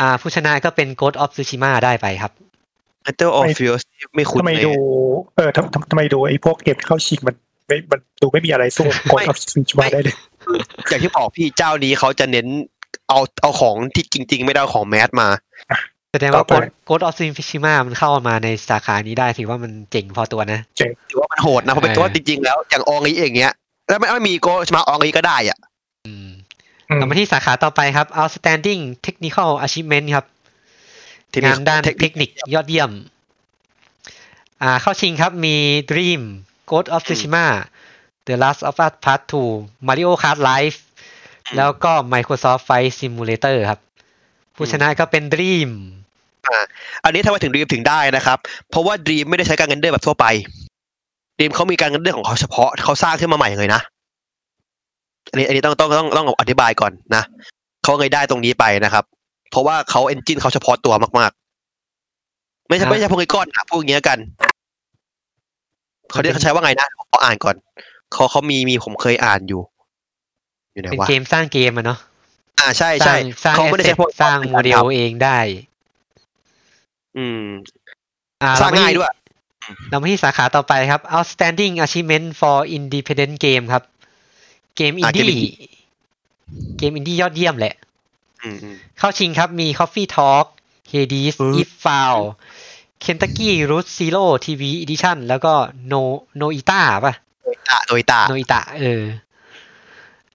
อ่าผู้ชนะก็เป็น Ghost of Tsushima ได้ไปครับ Metal of Fuse ไม่คุ้น ทำไม เลย ดู เออทำทำทำไมดูไอ้พวกเกมที่เข้าชิงมันไม่มันดูไม่มีอะไรสู้กด ไม่ เอาชิงชวา ไม่ ได้เลย อย่างที่บอกพี่เจ้านี้เขาจะเน้นเอาเอาของที่จริง ๆ ไม่ได้เอาของแมสมา แสดงว่า ต่อไป Ghost- Ghost of Tsushima มันเข้ามาในสาขานี้ได้ถือว่ามันเจ๋งพอตัวนะ ถือว่ามันโหดนะเพราะเป็น เออ ตัวจริงๆแล้วอย่างอองอีอย่างเงี้ยแล้วไม่ไม่มีโกชมาอองอีก็ได้อ่ะ อืม อืม ต่อมาที่สาขาต่อไปครับ Outstanding Technical Achievement ครับ ที งานด้าน เทค เท นิค คนิคยอดเยี่ยม อ่าเข้าชิงครับมี Dream Ghost of Tsushima The Last of Us Part 2 Mario Kart Live แล้วก็ Microsoft Flight Simulator ครับ ผู้ชนะก็เป็น Dream อันนี้ทำไมถึงดีมถึงได้นะครับ เพราะว่าดีมไม่ได้ใช้การเงินเดือนแบบทั่วไปดีมเขามีการเงินเดือนของเขาเฉพาะเขาสร้างขึ้นมาใหม่เลยนะ อันนี้อันนี้ต้องต้องต้องต้องอธิบายก่อนนะเขาเลยได้ตรงนี้ไปนะครับ เพราะว่าเขาเอนจินเขาเฉพาะตัวมากๆ ไม่ใช่ ครับ ไม่ใช่พวกไอ้ก้อนนะพวกอย่างเงี้ยกันเขาเรียกเขาใช้ว่าไงนะเขาอ่านก่อนเขาเขามีมีผมเคยอ่านอยู่ อยู่ไหน เป็น วะ เกมสร้างเกมอะเนาะ อ่าใช่ สร้า ใช่ งสร้าง เขาไม่ แอส ได้ เซทใช้พวก สร้างโมเดลเองได้ อืม อ่ สร้าง เมที่ ง่ายด้วย เรามาที่สาขาต่อไปครับ Outstanding Achievement for Independent Game ครับ เกมอิน อ่าเกม ดี้ indie เกมอินดี้ยอดเยี่ยมแหละ อืมอืม เข้าชิงครับมี Coffee Talk Hades อืม If Found Kentucky Route Zero TV Edition แล้วก็ No Noita ป่ะ ตาโดยตา Noita เออ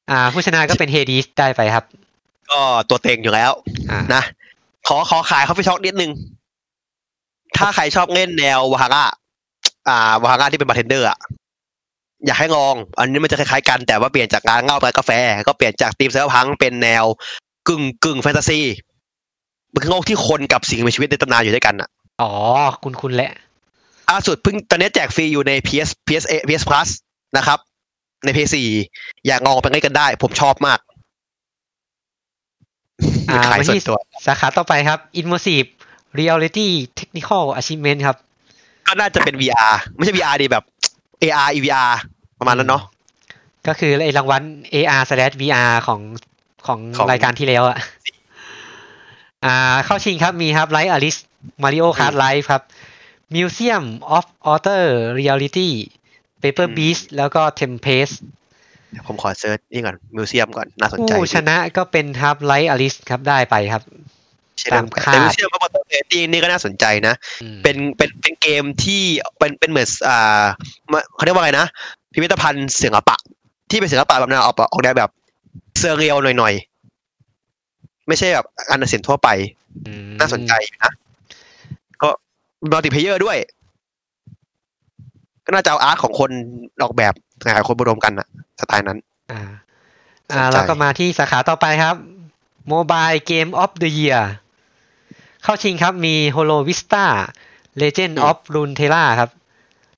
อ่า ผู้ชนะก็เป็น Hades ได้ไปครับ ก็ตัวเต็งอยู่แล้ว อ่า นะ ขอขอขาย Coffee Talk นิดนึง ถ้าใครชอบเล่นแนววาฮาร่าอ่าวาฮาร่าที่เป็นบาร์เทนเดอร์อะอยากให้ลอง อันนี้มันจะคล้ายๆกันแต่ว่าเปลี่ยนจากงานเหล้าไปกาแฟ ก็เปลี่ยนจากตีมเซลพังเป็นแนวกึ่งกึ่งแฟนตาซีมันคือโลกที่คนกับสิ่งมีชีวิตในตำนานอยู่ด้วยกันอะ อ๋อ คุณคุณแหละ ล่าสุดเพิ่งตอนนี้แจกฟรีอยู่ใน PS PS PS Plus นะครับ ใน PS4 อยากลองไปเล่นกันได้ ผมชอบมาก อ่า ขาย วัน ส่ว ที่ นตัว สาขาต่อไปครับ Immersive Reality Technical Achievement ครับ ก็น่าจะเป็น VR ไม่ใช่ VR ดีแบบ AR EVR ประมาณนั้นเนาะ ก็คือไอรางวัล AR slash VR ของของ ของ รายการที่แล้ว อะอ่า เข้าชิงครับมีครับไลท์อลิสมาริโอคาร์ดไลฟ์ครับ Museum of Outer Reality Paper Beast แล้วก็ Tempest เดี๋ยวผมขอเซิร์ชนี่ก่อนมิวเซียมก่อน น่าสนใจ ผู้ชนะก็เป็นครับไลท์อลิสครับได้ไปครับ ใช่ไหมครัตามคาดบแต่มิวเซียมก็มาเตอร์เรตติ้งนี่ก็น่าสนใจนะ อืม เป็นเป็นเป็นเกมที่เป็นเป็นเหมือนอ่ามาเขาเรียกว่าไงนะ พิพิธภัณฑ์ศิลปะ ที่เป็นศิลปะแบบแนวออกออกแนวแบบเซอร์เรียลหน่อยๆ ไม่ใช่แบบอันศิลป์ทั่วไป อืม น่าสนใจอยู่นะ ก็มัลติเพเยอร์ด้วย ก็น่าจะเอาอาร์ตของคนออกแบบหลายๆคนมารวมกันอะสไตล์นั้น อ่า สนใจ อ่าแล้วก็มาที่สาขาต่อไปครับโมบายเกมออฟเดอะเยียเข้าชิงครับมี Holo Vista Legend of Runeterra ครับ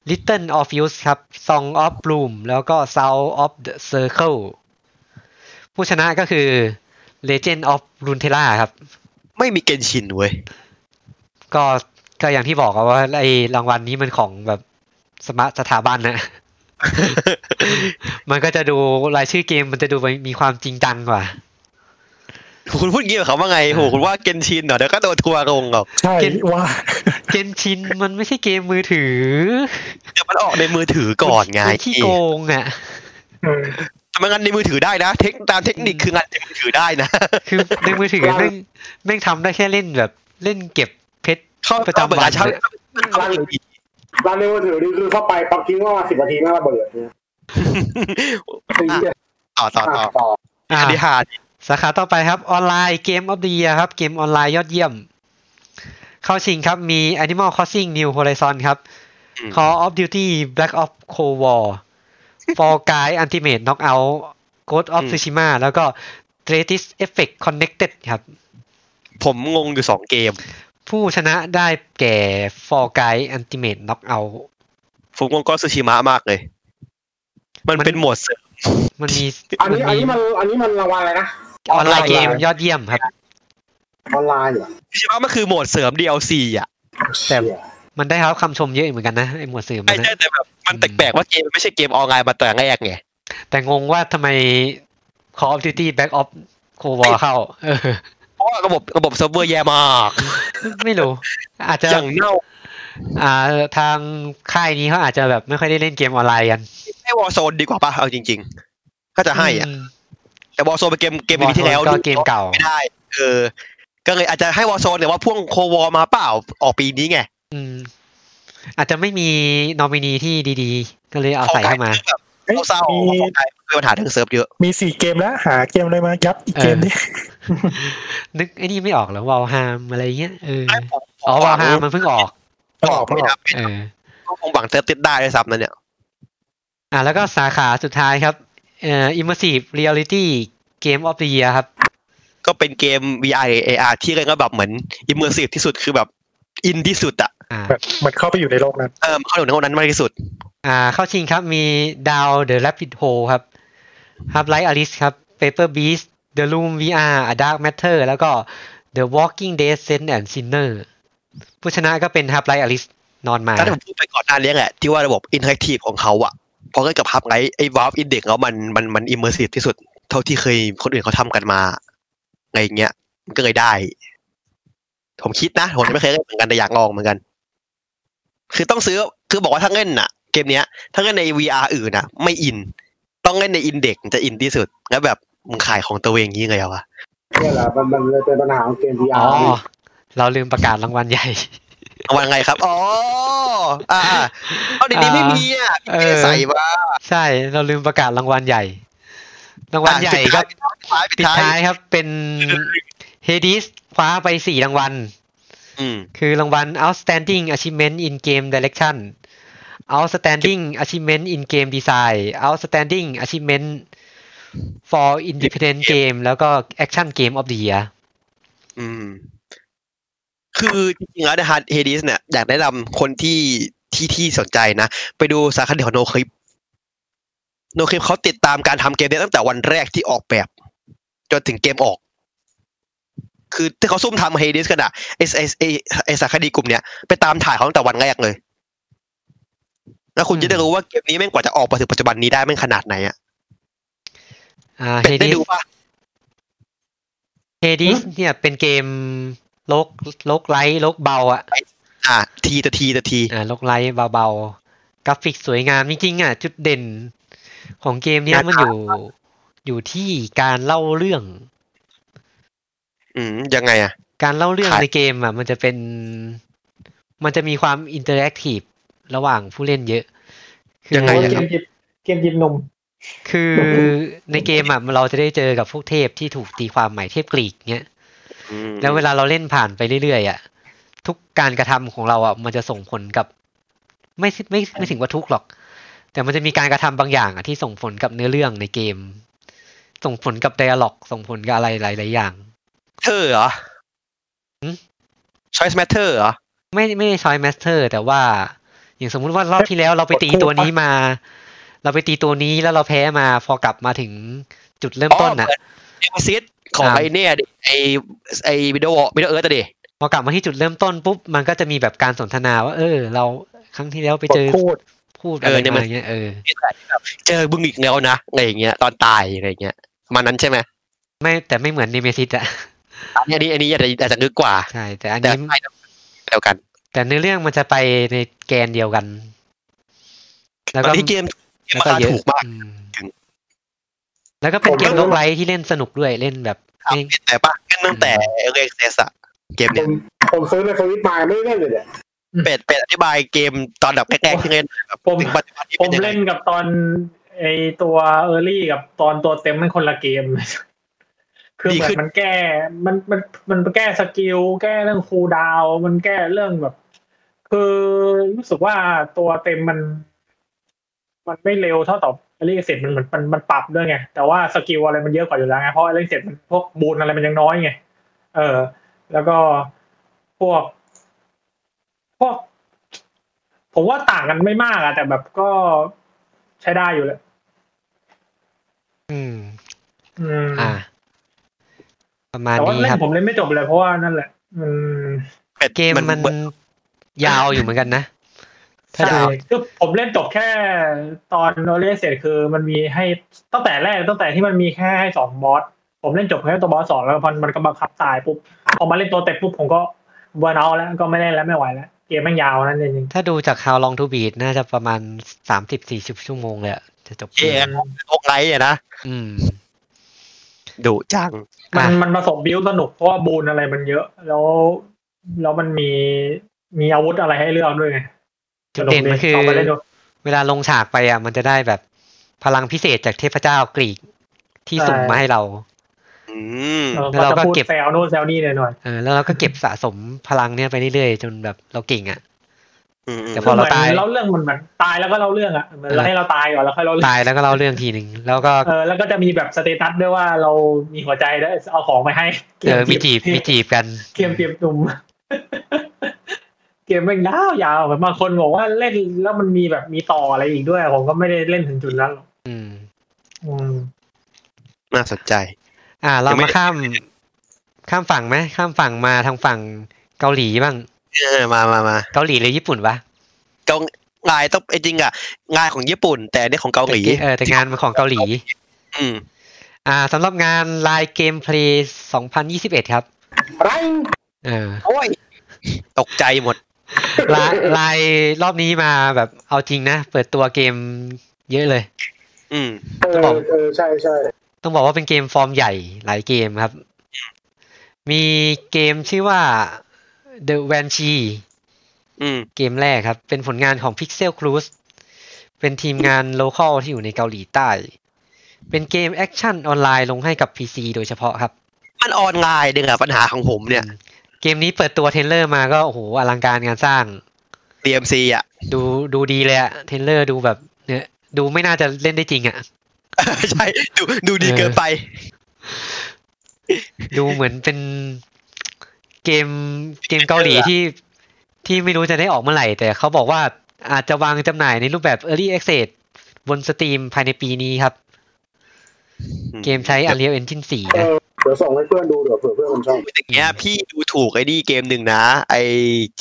Little of Use ครับ Song of Bloom แล้วก็ Sound of the Circle ผู้ชนะก็คือ Legend of Runeterra ครับ ไม่มีเกนชินเว้ย ก็ก็อย่างที่บอกอะว่าไอ้รางวัลนี้มันของแบบสมาสถาบันนะ มันก็จะดูรายชื่อเกมมันจะดูมีความจริงจังกว่า คุณพูดอย่างงี้กับเขาว่าไงโหคุณว่าเกนชินเหรอเดี๋ยวก็โดนทัวร์ลงหรอก ใช่ เกม ว่า เกนชินมันไม่ใช่เกมมือถือ เดี๋ยวมันออกในมือถือก่อนไง มันขี้โกงอ่ะ เออ ทำงานในมือถือได้นะ เทคตามเทคนิคคืองานในมือถือได้นะ คือในมือ ถือแม่งแม่งทำได้แค่เล่นแบบ เล่นเก็บเพชร เข้า ประจำวัน เปิดร้านเช่าเข้าไป ร้านในมือถือนี่คือเข้าไปปั๊บทิ้งว่าสิบนาทีไม่ระเบิดเนี่ยไอ้เหี้ย ต่อต่อต่อ อ่ะต่อ อ่า อันนี้หา สาขาต่อไปครับออนไลน์เกมออฟเดียครับ เกมออนไลน์ยอดเยี่ยม เข้าชิงครับมี Animal Crossing New Horizon ครับ Call of Duty Black Ops Cold War For Guy Ultimate Knockout Ghost of Tsushima แล้วก็ t r e t i s Effect Connected ครับ ผมงงอยู่สองเกม ผู้ชนะได้แก่ For Guy Ultimate Knockout ผมงงก็ซูชิมะมากเลย มันเป็นโหมดเสริม มันมี อันนี้อันนี้มันอันนี้มันรางวัลอะไรนะ ออนไลน์เกมยอดเยี่ยมครับ ออนไลน์เหรอ ซูชิมะมันคือโหมดเสริม DLC อ่ะ แต่ เชี่ย มันได้รับคำชมเยอะเหมือนกันนะไอหมวดสื่อมั ไอ้ น เนี่ย นะ แต่แบบมันแปลกๆว่าเกมมันไม่ใช่เกมออนไลน์มาแต่แรกไง แต่งงว่าทำไม Call of Duty Black Ops Cold War เข้าเออ เพราะว่าระบบระบบเซิร์ฟเวอร์แย่มาก ไม่รู้ อาจจะ อย่างเน่า อ่าทางค่ายนี้เขาอาจจะแบบไม่ค่อยได้เล่นเกมออนไลน์กัน ให้วอลโซนดีกว่าป่ะเอาจริงๆถ้าจะให้อ่ะ ม แต่วอลโซนเป็นเกมเกมปี Warzone ที่แล้ว ก็เกมเก่า ไม่ได้เออก็เลยอาจจะให้วอลโซนแต่ว่าพ่วงโควอมาเปล่าออกปีนี้ไง อืม อาจจะไม่มีนอมินีที่ดีๆ ก็เลยเอาใส่เข้ามา เอ้ย เศร้า มี ๆของไทยมีปัญหาเรื่องเซิร์ฟเยอะ มีสี่เกมแล้ว หาเกมอะไรมายับอีก เออ เกมนี้ นึกไอ้นี่ไม่ออกเหรอวอลฮามอะไรเงี้ยเออ ไอ้ผม อ๋อ ผม วอล ห ฮามวัง มันเพิ่งออก ออกไม่ออก เออ ก็คงหวังเซิร์ฟติดได้ด้วยซ้ำนะเนี่ย อ่ะแล้วก็สาขาสุดท้ายครับเอ่อ immersive reality game of the year ครับ ก็เป็นเกม VR AR ที่เล่นก็แบบเหมือนอิมเมอร์ซีฟที่สุดคือแบบอินที่สุดอะ อ่า แบบเหมือนเข้าไปอยู่ในโลกนั้น เออเข้าถึงในห้องนั้นมากที่สุด อ่าเข้าชิงครับมีดาวเดอะแรปปิดโฮครับฮับไลท์อลิสครับ Paper Beast The Room VR A Dark Matter แล้วก็ The Walking Dead Saint and Sinner ผู้ชนะก็เป็นฮับไลท์อลิสนอนมา ถ้าผมพูดไปก่อนหน้านี้แหละที่ว่าระบบอินเทอร์แอคทีฟของเขาอะพอเล่นกับพับไลท์ไอ้วาร์ปอินเด็กแล้วมันมันมันอิมเมอร์ซีฟที่สุด เท่าที่เคยคนอื่นเขาทำกันมาอะไรอย่างเงี้ยมันก็เลยได้ ผมคิดนะผมยังไม่เคยเล่นเหมือนกันแต่อยากลองเหมือนกัน คือต้องซื้อคือบอกว่าถ้าเล่นน่ะ เกมเนี้ย ถ้าเล่นใน VR อื่นน่ะ ไม่อิน ต้องเล่นในอินเด็กจะอินที่สุดแล้วแบบมึงขายของตัวเองงี้ไงเหรอวะ เนี่ยแหละมันมันเลยเป็นปัญหาของเกม อ๋อ VR เราลืมประกาศรางวัลใหญ่ เอาวันไงครับอ๋ออ่าอ่าเอาเดี๋ยวนี้ไม่มีอ่ะไม่ได้ใส่มา ใช่เราลืมประกาศรางวัลใหญ่ รางวัลใหญ่ครับ อ่ะปิ ปิ ด ด ท้ายปิดท้ายปิท้าดท้าย ย ครับเป็นเฮดิสคว้าไปสี่รางวัล อืม คือรางวัล Outstanding Achievement in Game Direction Outstanding Achievement in Game Design Outstanding Achievement for Independent Game แล้วก็ Action Game of the Year อืม คือจริงๆแล้วนะฮะเฮดิสเนี่ยอยากแนะนำคนที่ที่ที่สนใจนะ ไปดูสารคดีของโนคลิป โนคลิปเขาติดตามการทำเกมเนี้ตั้งแต่วันแรกที่ออกแบบ จนถึงเกมออก คือที่เขาซุ่มทำเฮดิสกันอะไอไอไอไอสารคดีกลุ่มเนี้ยไปตามถ่ายเขาตั้งแต่วันแรกเลย แล้วคุณ อืม จะได้รู้ว่าเกมนี้แม่งกว่าจะออกมาถึงปัจจุบันนี้ได้แม่งขนาดไหนอะ อ่า เป็ เฮ ดได้ ดิส ดูปะ เฮดิสเนี่ยเป็นเกมโลกโลกไลท์โลกเบาอ่ะ อ่า ทีต่อทีต่อที อ่าโลกไลท์เบาๆ กราฟิกสวยงามจริงๆอ่ะ จุดเด่นของเกมเนี้ยมันอยู่อยู่ที่การเล่าเรื่อง อืม ยังไงอะ การเล่าเรื่อง ครับ ในเกมอ่ะ มันจะเป็น มันจะมีความอินเตอร์แอคทีฟระหว่างผู้เล่นเยอะ คื ยังไงอะ เก ครั ม บ จิบเกมจิบหนุ่ม คือในเกมอ่ะเราจะได้เจอกับพวกเทพที่ถูกตีความหมายเทพกรีกเนี้ย อืม แล้วเวลาเราเล่นผ่านไปเรื่อยๆอ่ะทุกการกระทำของเราอ่ะมันจะส่งผลกับ ไม่สิไม่ไม่ถึงว่าทุกข์หรอก แต่มันจะมีการกระทำบางอย่างอะที่ส่งผลกับเนื้อเรื่องในเกม ส่งผลกับไดอะล็อก ส่งผลกับอะไรหลายๆอย่าง เธอเหรอ หืม choice matter เหรอ ไม่ไม่ได้ชอยแมสเตอร์ แต่ว่า อย่างสมมุติว่ารอบที่แล้วเราไปตีตัวนี้มา เราไปตีตัวนี้แล้วเราแพ้มาพอกลับมาถึงจุดเริ่มต้นน่ะ อ๋อ เอเวอซิของ ครับ ไอเนี่ยดิไอไอวิดีโอวิดีโอเอิร์ธดิ พอกลับมาที่จุดเริ่มต้นปุ๊บมันก็จะมีแบบการสนทนาว่า เออ เราครั้งที่แล้วไป บ เจ ท อ พูด พูดอะไรมาอย่างเงี้ยเออ เจอบึงอีกแล้วนะอะไรอย่างเงี้ยตอนตายอะไรอย่างเงี้ยประมาณนั้นใช่ไหม ไม่แต่ไม่เหมือนเนเมซิสอะ อันนี้อันนี้อันนี้อาจจะอาจจะนึกกว่า ใช่แต่อัน แต่ นี้ ไปเดียวกัน แต่เนื้อเรื่องมันจะไปในแกนเดียวกัน แล้ว ต ก็ อนที่เกมเกมราคาถูกมาก อืม ถึง แล้วก็เป็นเกมโลกไลท์ที่เล่นสนุกด้วยเล่นแบบไม่ แต่ปะงั้นตั้งแต่เอ็กเซสอะเกม ผ เนี่ย มผมซื้อในสวิตมาไม่ได้เล่นเลยเนี่ย เป็ดเป็ดอธิบายเกมตอนแบบแรกๆที่เล่นแบบ ผม ถึงปัจจุบันที่ ผ เป็น ม ยังไง เล่นกับตอนไอตัวเออร์ลี่กับตอนตัวเต็มมันคนละเกม คือเหมือนมันแก้ มันมันมันแก้สกิลแก้เรื่องคูลดาวน์มันแก้เรื่องแบบ คือรู้สึกว่าตัวเต็มมัน มันไม่เร็วเท่าต่อเออร์ลี่เสร็จมันเหมือนมันมันปรับด้วยไง แต่ว่าสกิลอะไรมันเยอะกว่าอยู่แล้วไงเพราะเออร์ลี่เสร็จมันพวกบูนอะไรมันยังน้อยไงเออ แล้วก็พวก พวก ผมว่าต่างกันไม่มากอะแต่แบบก็ใช้ได้อยู่แหละ อืม อืม อ่า ประมาณ แต่ว่า นี้ เล่ ครับ นผมเล่นไม่จบเลยเพราะว่านั่นแหละอืม เป็ด เกมมัน เหอน ยาวอยู่เหมือนกันนะ ถ้า ใช่ ดู คือผมเล่นจบแค่ตอนโนเล่เสร็จคือมันมีให้ตั้งแต่แรกตั้งแต่ที่มันมีแค่ให้สองบอสผมเล่นจบแค่ตัวบอสสองแล้วพอมันก็บังคับตายปุ๊บพอมาเล่นตัวเต็มปุ๊บผมก็เบอร์นเอาท์แล้วก็ไม่เล่นแล้วไม่ไหวแล้วเกมแม่งยาวนั่นเองจริง ถ้าดูจาก How Long to Beat น่าจะประมาณสามสิบสี่สิบชั่วโมงเลยอะจะจบ เกมโอกไลท์อะนะ อืม ดุจัง มั อ่ะ นมันผสมบิวสนุกเพราะว่าบูนอะไรมันเยอะ แล้วแล้วมันมีมีอาวุธอะไรให้เลือกด้วยไง จุดเด่นมันคือ สกดีลงไปเล่นดู เวลาลงฉากไปอ่ะ มันจะได้แบบพลังพิเศษจากเทพเจ้ากรีกที่ ใช่ สุ่มมาให้เรา อืม เออ แล้วเราก็ จะพูด เก็บ แซวนู่นแซวนี่หน่อยหน่อย เออแล้วเราก็เก็บสะสมพลังเนี่ยไปเรื่อยๆ จนแบบเราเก่งอ่ะ อืมอืม แต่พอเรา คืหมืน ตาย เล่าเรื่องเหมือนเหมือนตายแล้วก็เล่าเรื่องอ่ะเหมือนเราให้เราตายก่อนแล้วค่อยเล่าเรื่อง ตายแล้วก็เล่าเรื่องทีหนึ่งแล้วก็ เออแล้วก็จะมีแบบสเตตัสด้วยว่าเรามีหัวใจแล้วเอาของไปให้ เจอมีจีบมีจีบกัน เกมจีบหนุ่มเกมแม่งยาวยาวแบบบางคนบอกว่าเล่นแล้วมันมีแบบมีต่ออะไรอีกด้วย ผมก็ไม่ได้เล่นถึงจุดนั้นหรอก อืม อืม น่าสนใจ อ่า เรา ยังไม่ มาข้าม ข้ามฝั่งไหมข้ามฝั่งมาทางฝั่งเกาหลีบ้าง เออมามามา เกาหลีหรือญี่ปุ่นวะ เกาลายต้องไอ้จริงอะงานของญี่ปุ่น แต่อันนี่ของเกาหลี เออแต่งานมันของเกาหลี อืม อ่าสำหรับงานไลน์เกมเพลย์2021 ครับ ไร เออ โอ้ยตกใจหมด ไลน์ไลน์รอบนี้มาแบบเอาจริงนะ เปิดตัวเกมเยอะเลย อืม เออเออใช่ใช่ ต้องบอกว่าเป็นเกมฟอร์มใหญ่หลายเกมครับ มีเกมชื่อว่า The Banshee อืม เกมแรกครับ เป็นผลงานของ Pixel Cruise เป็นทีมงานโลคอลที่อยู่ในเกาหลีใต้ เป็นเกมแอคชั่นออนไลน์ลงให้กับ PC โดยเฉพาะครับ มันออนไลน์ดึงอะปัญหาของผมเนี่ย เกมนี้เปิดตัวเทรนเลอร์มาก็โอ้โหอลังการงานสร้าง DMC อะ ดูดูดีเลยอะเทรนเลอร์ดูแบบเนี่ยดูไม่น่าจะเล่นได้จริงอะ ใช่ดูดูดีเกินไป ดูเหมือนเป็นเกมเกม เกาหลีที่ที่ไม่รู้จะได้ออกเมื่อไหร่ แต่เขาบอกว่าอาจจะวางจำหน่ายในรูปแบบ Early Access บนสตรีมภายในปีนี้ครับ เกมใช้ Unreal Engine 4 เอ นะ อเดี๋ยวส่งให้เพื่อนดูเดี๋ยวเผื่อเพื่อนมันชอบ อย่างเงี้ยพี่ดูถูกไอ้นี่เกมหนึ่งนะ ไอ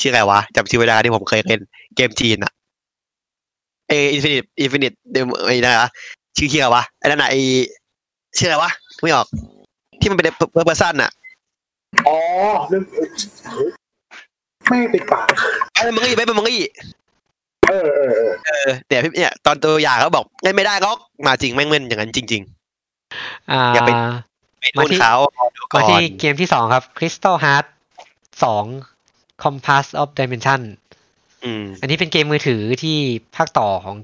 ชื่ออะไรวะจำชื่อเวลาที่ผมเคยเล่นเกมจีนอะเออินฟินิตอินฟินิตเดมไอ้นะ ชื่อเฮียวะไอ้นั่นน่ะไอชื่ออะไรวะไม่ออก ที่มันเป็นเพื่อเพื่อสั้นอะ อ๋อเรื่องไม่ติดปาก ไอ้มังงี้ไอ้มังงี้ เออเออเออ เออเนี่ยพี่เนี่ยตอนตัวอย่างเขาบอกเล่นไม่ได้ก็มาจริงแม่งเล่นอย่างนั้นจริง อ่า อย่าไป ๆไปโดนเขาดูก่ มา อ ที่ น เกมที่สองครับ Crystal Heart 2 Compass of Dimension อืม อันนี้เป็นเกมมือถือที่ภาคต่อของ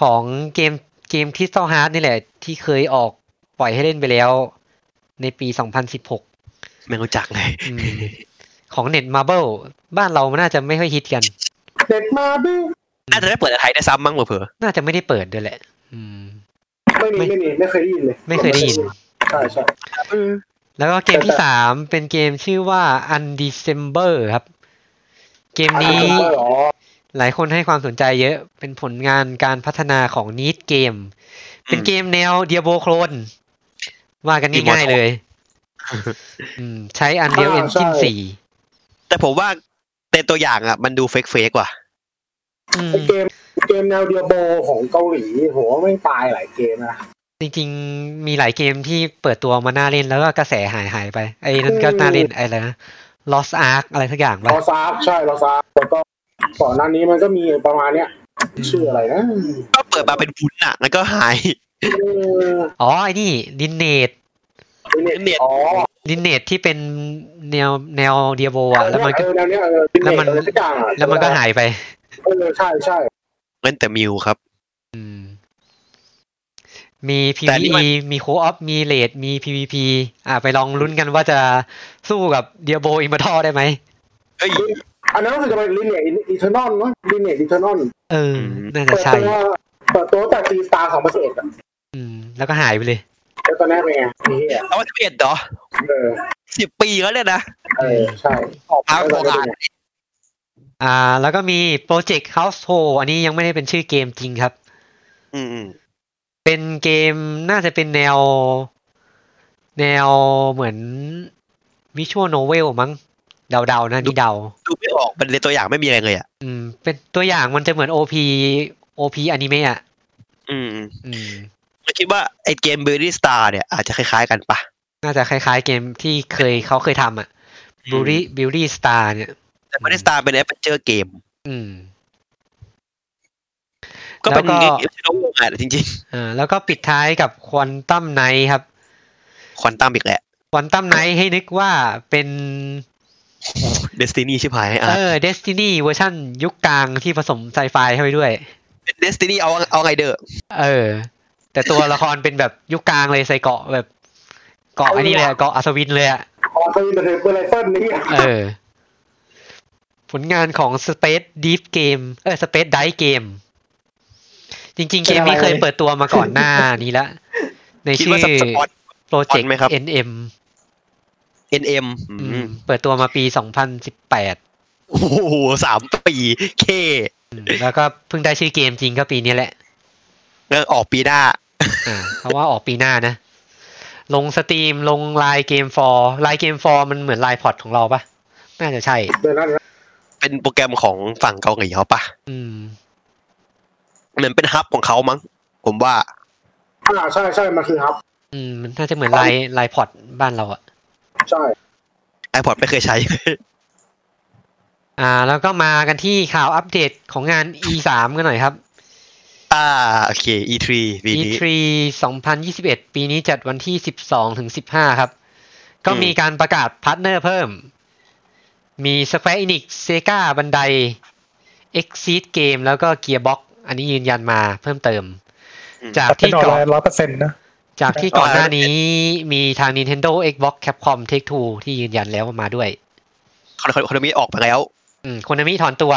ของเกมเกม Crystal Heart นี่แหละ ที่เคยออกปล่อยให้เล่นไปแล้ว ในปี 2016 ไม่รู้จักเลย อืมของเน็ตมาเบิลบ้านเรามันน่าจะไม่ค่อยฮิตกัน เด็กมาบี้ น่าจะได้เปิดในไทยได้ซ้ำมั้งเผื่อ น่าจะไม่ได้เปิดด้วยแหละ อืม ไม่มีไม่มีไม่เคยได้ยินเลย ไม่เคยได้ยิน ใช่ใช่ แล้วก็เกมที่สามเป็นเกมชื่อว่า Undecember ครับ เกมนี้ ก็หรอ หลายคนให้ความสนใจเยอะ เป็นผลงานการพัฒนาของ Neat Game เป็นเกมแนวเดียโบโครนว่ากันง่ายๆเลย อืม ใช้ Unreal Engine 4 ๆแต่ผมว่าในตัวอย่างอ่ะมันดูเฟกเฟกว่ะ อืม ไอ้เกมเกมแนวเดียโบของเกาหลีโหไม่งตายหลายเกมนะ จริงๆ มีหลายเกมที่เปิดตัวมาน่าเล่นแล้วก็กระแสหายหายๆไป ไอ้นั่นก็น่าเล่นไอ้อะไรนะ Lost Ark อะไรทักอย่าง ล ป่ะ อซาร์ใช่ลอซาร์แล้วก็ก่อนหน้านี้มันก็มีประมาณเนี้ยชื่ออะไรนะ ก็เปิดมาเป็นวุ้นอ่ะแล้วก็หาย เออ อ๋อ ไอ้นี่ดินเนต เน็ต อ๋อ ดินเนตที่เป็นแนวแนวเดียโบอ่ะแล้วมันก็ เออแนวเนี้ยเออเป็น แล้วมัน เอะไรสักอย่างอะ แล้วมันก็หายไป เออใช่ใช่ เล่นแต่มิวครับ อืม มี แต่นี่มัน PVE มีโคออฟมีเลดมี PVP อ่ะไปลองลุ้นกันว่าจะสู้กับเดียโบอิมเมอร์ทอได้ไหม เอ้ย อันนั้นรู้สึกจะเป็นลิเนียอีเทอร์นอลมั้งลิเนียอีเทอร์นอล เออ อืม น่าจะ เปิด ใช่ ตัวเปิดตัวตั้งแต่ตีสตาร์สองพันสิบเอ็ดอะ อืม แล้วก็หายไปเลย แล้วตอนแรกเป็นไงเหีย เอาว่าจะเอ็ดเหรอ เออ สิบปีแล้วเนี่ยนะ เออใช่ออก เอา ไป โบ แล้ราวณ เนี่ย อ่า แล้วก็มีโปรเจกต์ Household อันนี้ยังไม่ได้เป็นชื่อเกมจริงครับ อืมอืม เป็นเกมน่าจะเป็นแนว แนวเหมือนวิชวลโนเวลมั้ง เดาๆนะนี่เดา ดูไม่ออกมันในตัวอย่างไม่มีอะไรเลยอ่ะ อืม เป็นตัวอย่างมันจะเหมือน OP OP อนิเมะอ่ะ อืมอืม อืม ผมคิดว่าไอเกมเบอร์รี่สตาร์เนี่ยอาจจะคล้ายๆกันปะ น่าจะคล้ายๆเกมที่เคยเขาเคยทำอ่ะ อืม บิวตี้บิวตี้สตาร์เนี่ย แต่เบอร์รี่สตาร์เป็นแอปเปิลเจอร์เกม อืม ก็เป็น แล้วก็ เกมที่เราอ่านจริง อ่าแล้วก็ปิดท้ายกับควอนตัมไนท์ครับ ๆควอนตัมอีกแหละ ควอนตัมไนท์ให้นึกว่าเป็น เดสตินีชิบหายอ่ะ เออเดสตินีเวอร์ชั่นยุคกลางที่ผสมไซไฟเข้าไปด้วย เป็นเดสตินีเอาเอาไงเด้อ เออ แต่ตัวละครเป็นแบบยุคกลางเลยใส่เกาะแบบ เกาะอันนี้เลยอะเกาะอัศวินเลยอะ ออกไปเป็นเบอร์ไรเฟิลนี่ เออ ผลงานของ Space Deep Game เออ Space Dive Game จริงๆ เกมนี้เคยเปิดตัวมาก่อนหน้านี้แล้ว ใน คิด ชื่อ ว่าสปอน โปรเจก สปอน ต์ ไหมครับ NM เอ็นเอ็ม อืมเปิดตัวมาปี 2018 โอ้โหสามปีเค อืมแล้วก็เพิ่งได้ชื่อเกมจริงก็ปีนี้แหละ แล้วออกปีหน้า อ่าเพราะว่าออกปีหน้านะ ลงสตรีมลงไลน์เกมฟอร์ไลน์เกมฟอร์มันเหมือนไลน์พอดของเราปะน่าจะใช่ เดี๋ยวนะเดี๋ยวนะ เป็นโปรแกรมของฝั่งเกาหลีเขาปะ อืม เหมือนเป็นฮับของเขามั้ง ผมว่า อ่าใช่ใช่มันคือฮับ อืมมันน่าจะเหมือนไลน์ไลน์พอดบ้านเราอะ ใช่ ไอพอดไม่เคยใช้ อ่า แล้วก็มากันที่ข่าวอัปเดตของงาน E3 กันหน่อยครับ อ่าโอเค E3 ปีนี้ E3 2021 ปีนี้จัดวันที่ 12 ถึง 15 ครับ ก็มีการประกาศพาร์ทเนอร์เพิ่ม มี Square Enix Sega Bandai Exit Game แล้วก็ Gearbox อันนี้ยืนยันมาเพิ่มเติม อืม จาก เป็น ที่ ออนไล ก่อน น์ร้อยเปอร์เซ็นต์นะ จากที่ก่อนหน้านี้มีทาง Nintendo Xbox Capcom Take Two ที่ยืนยันแล้วว่ามาด้วย คอนคอนคอนมิออกไปแล้ว อืมคนมิถอนตัว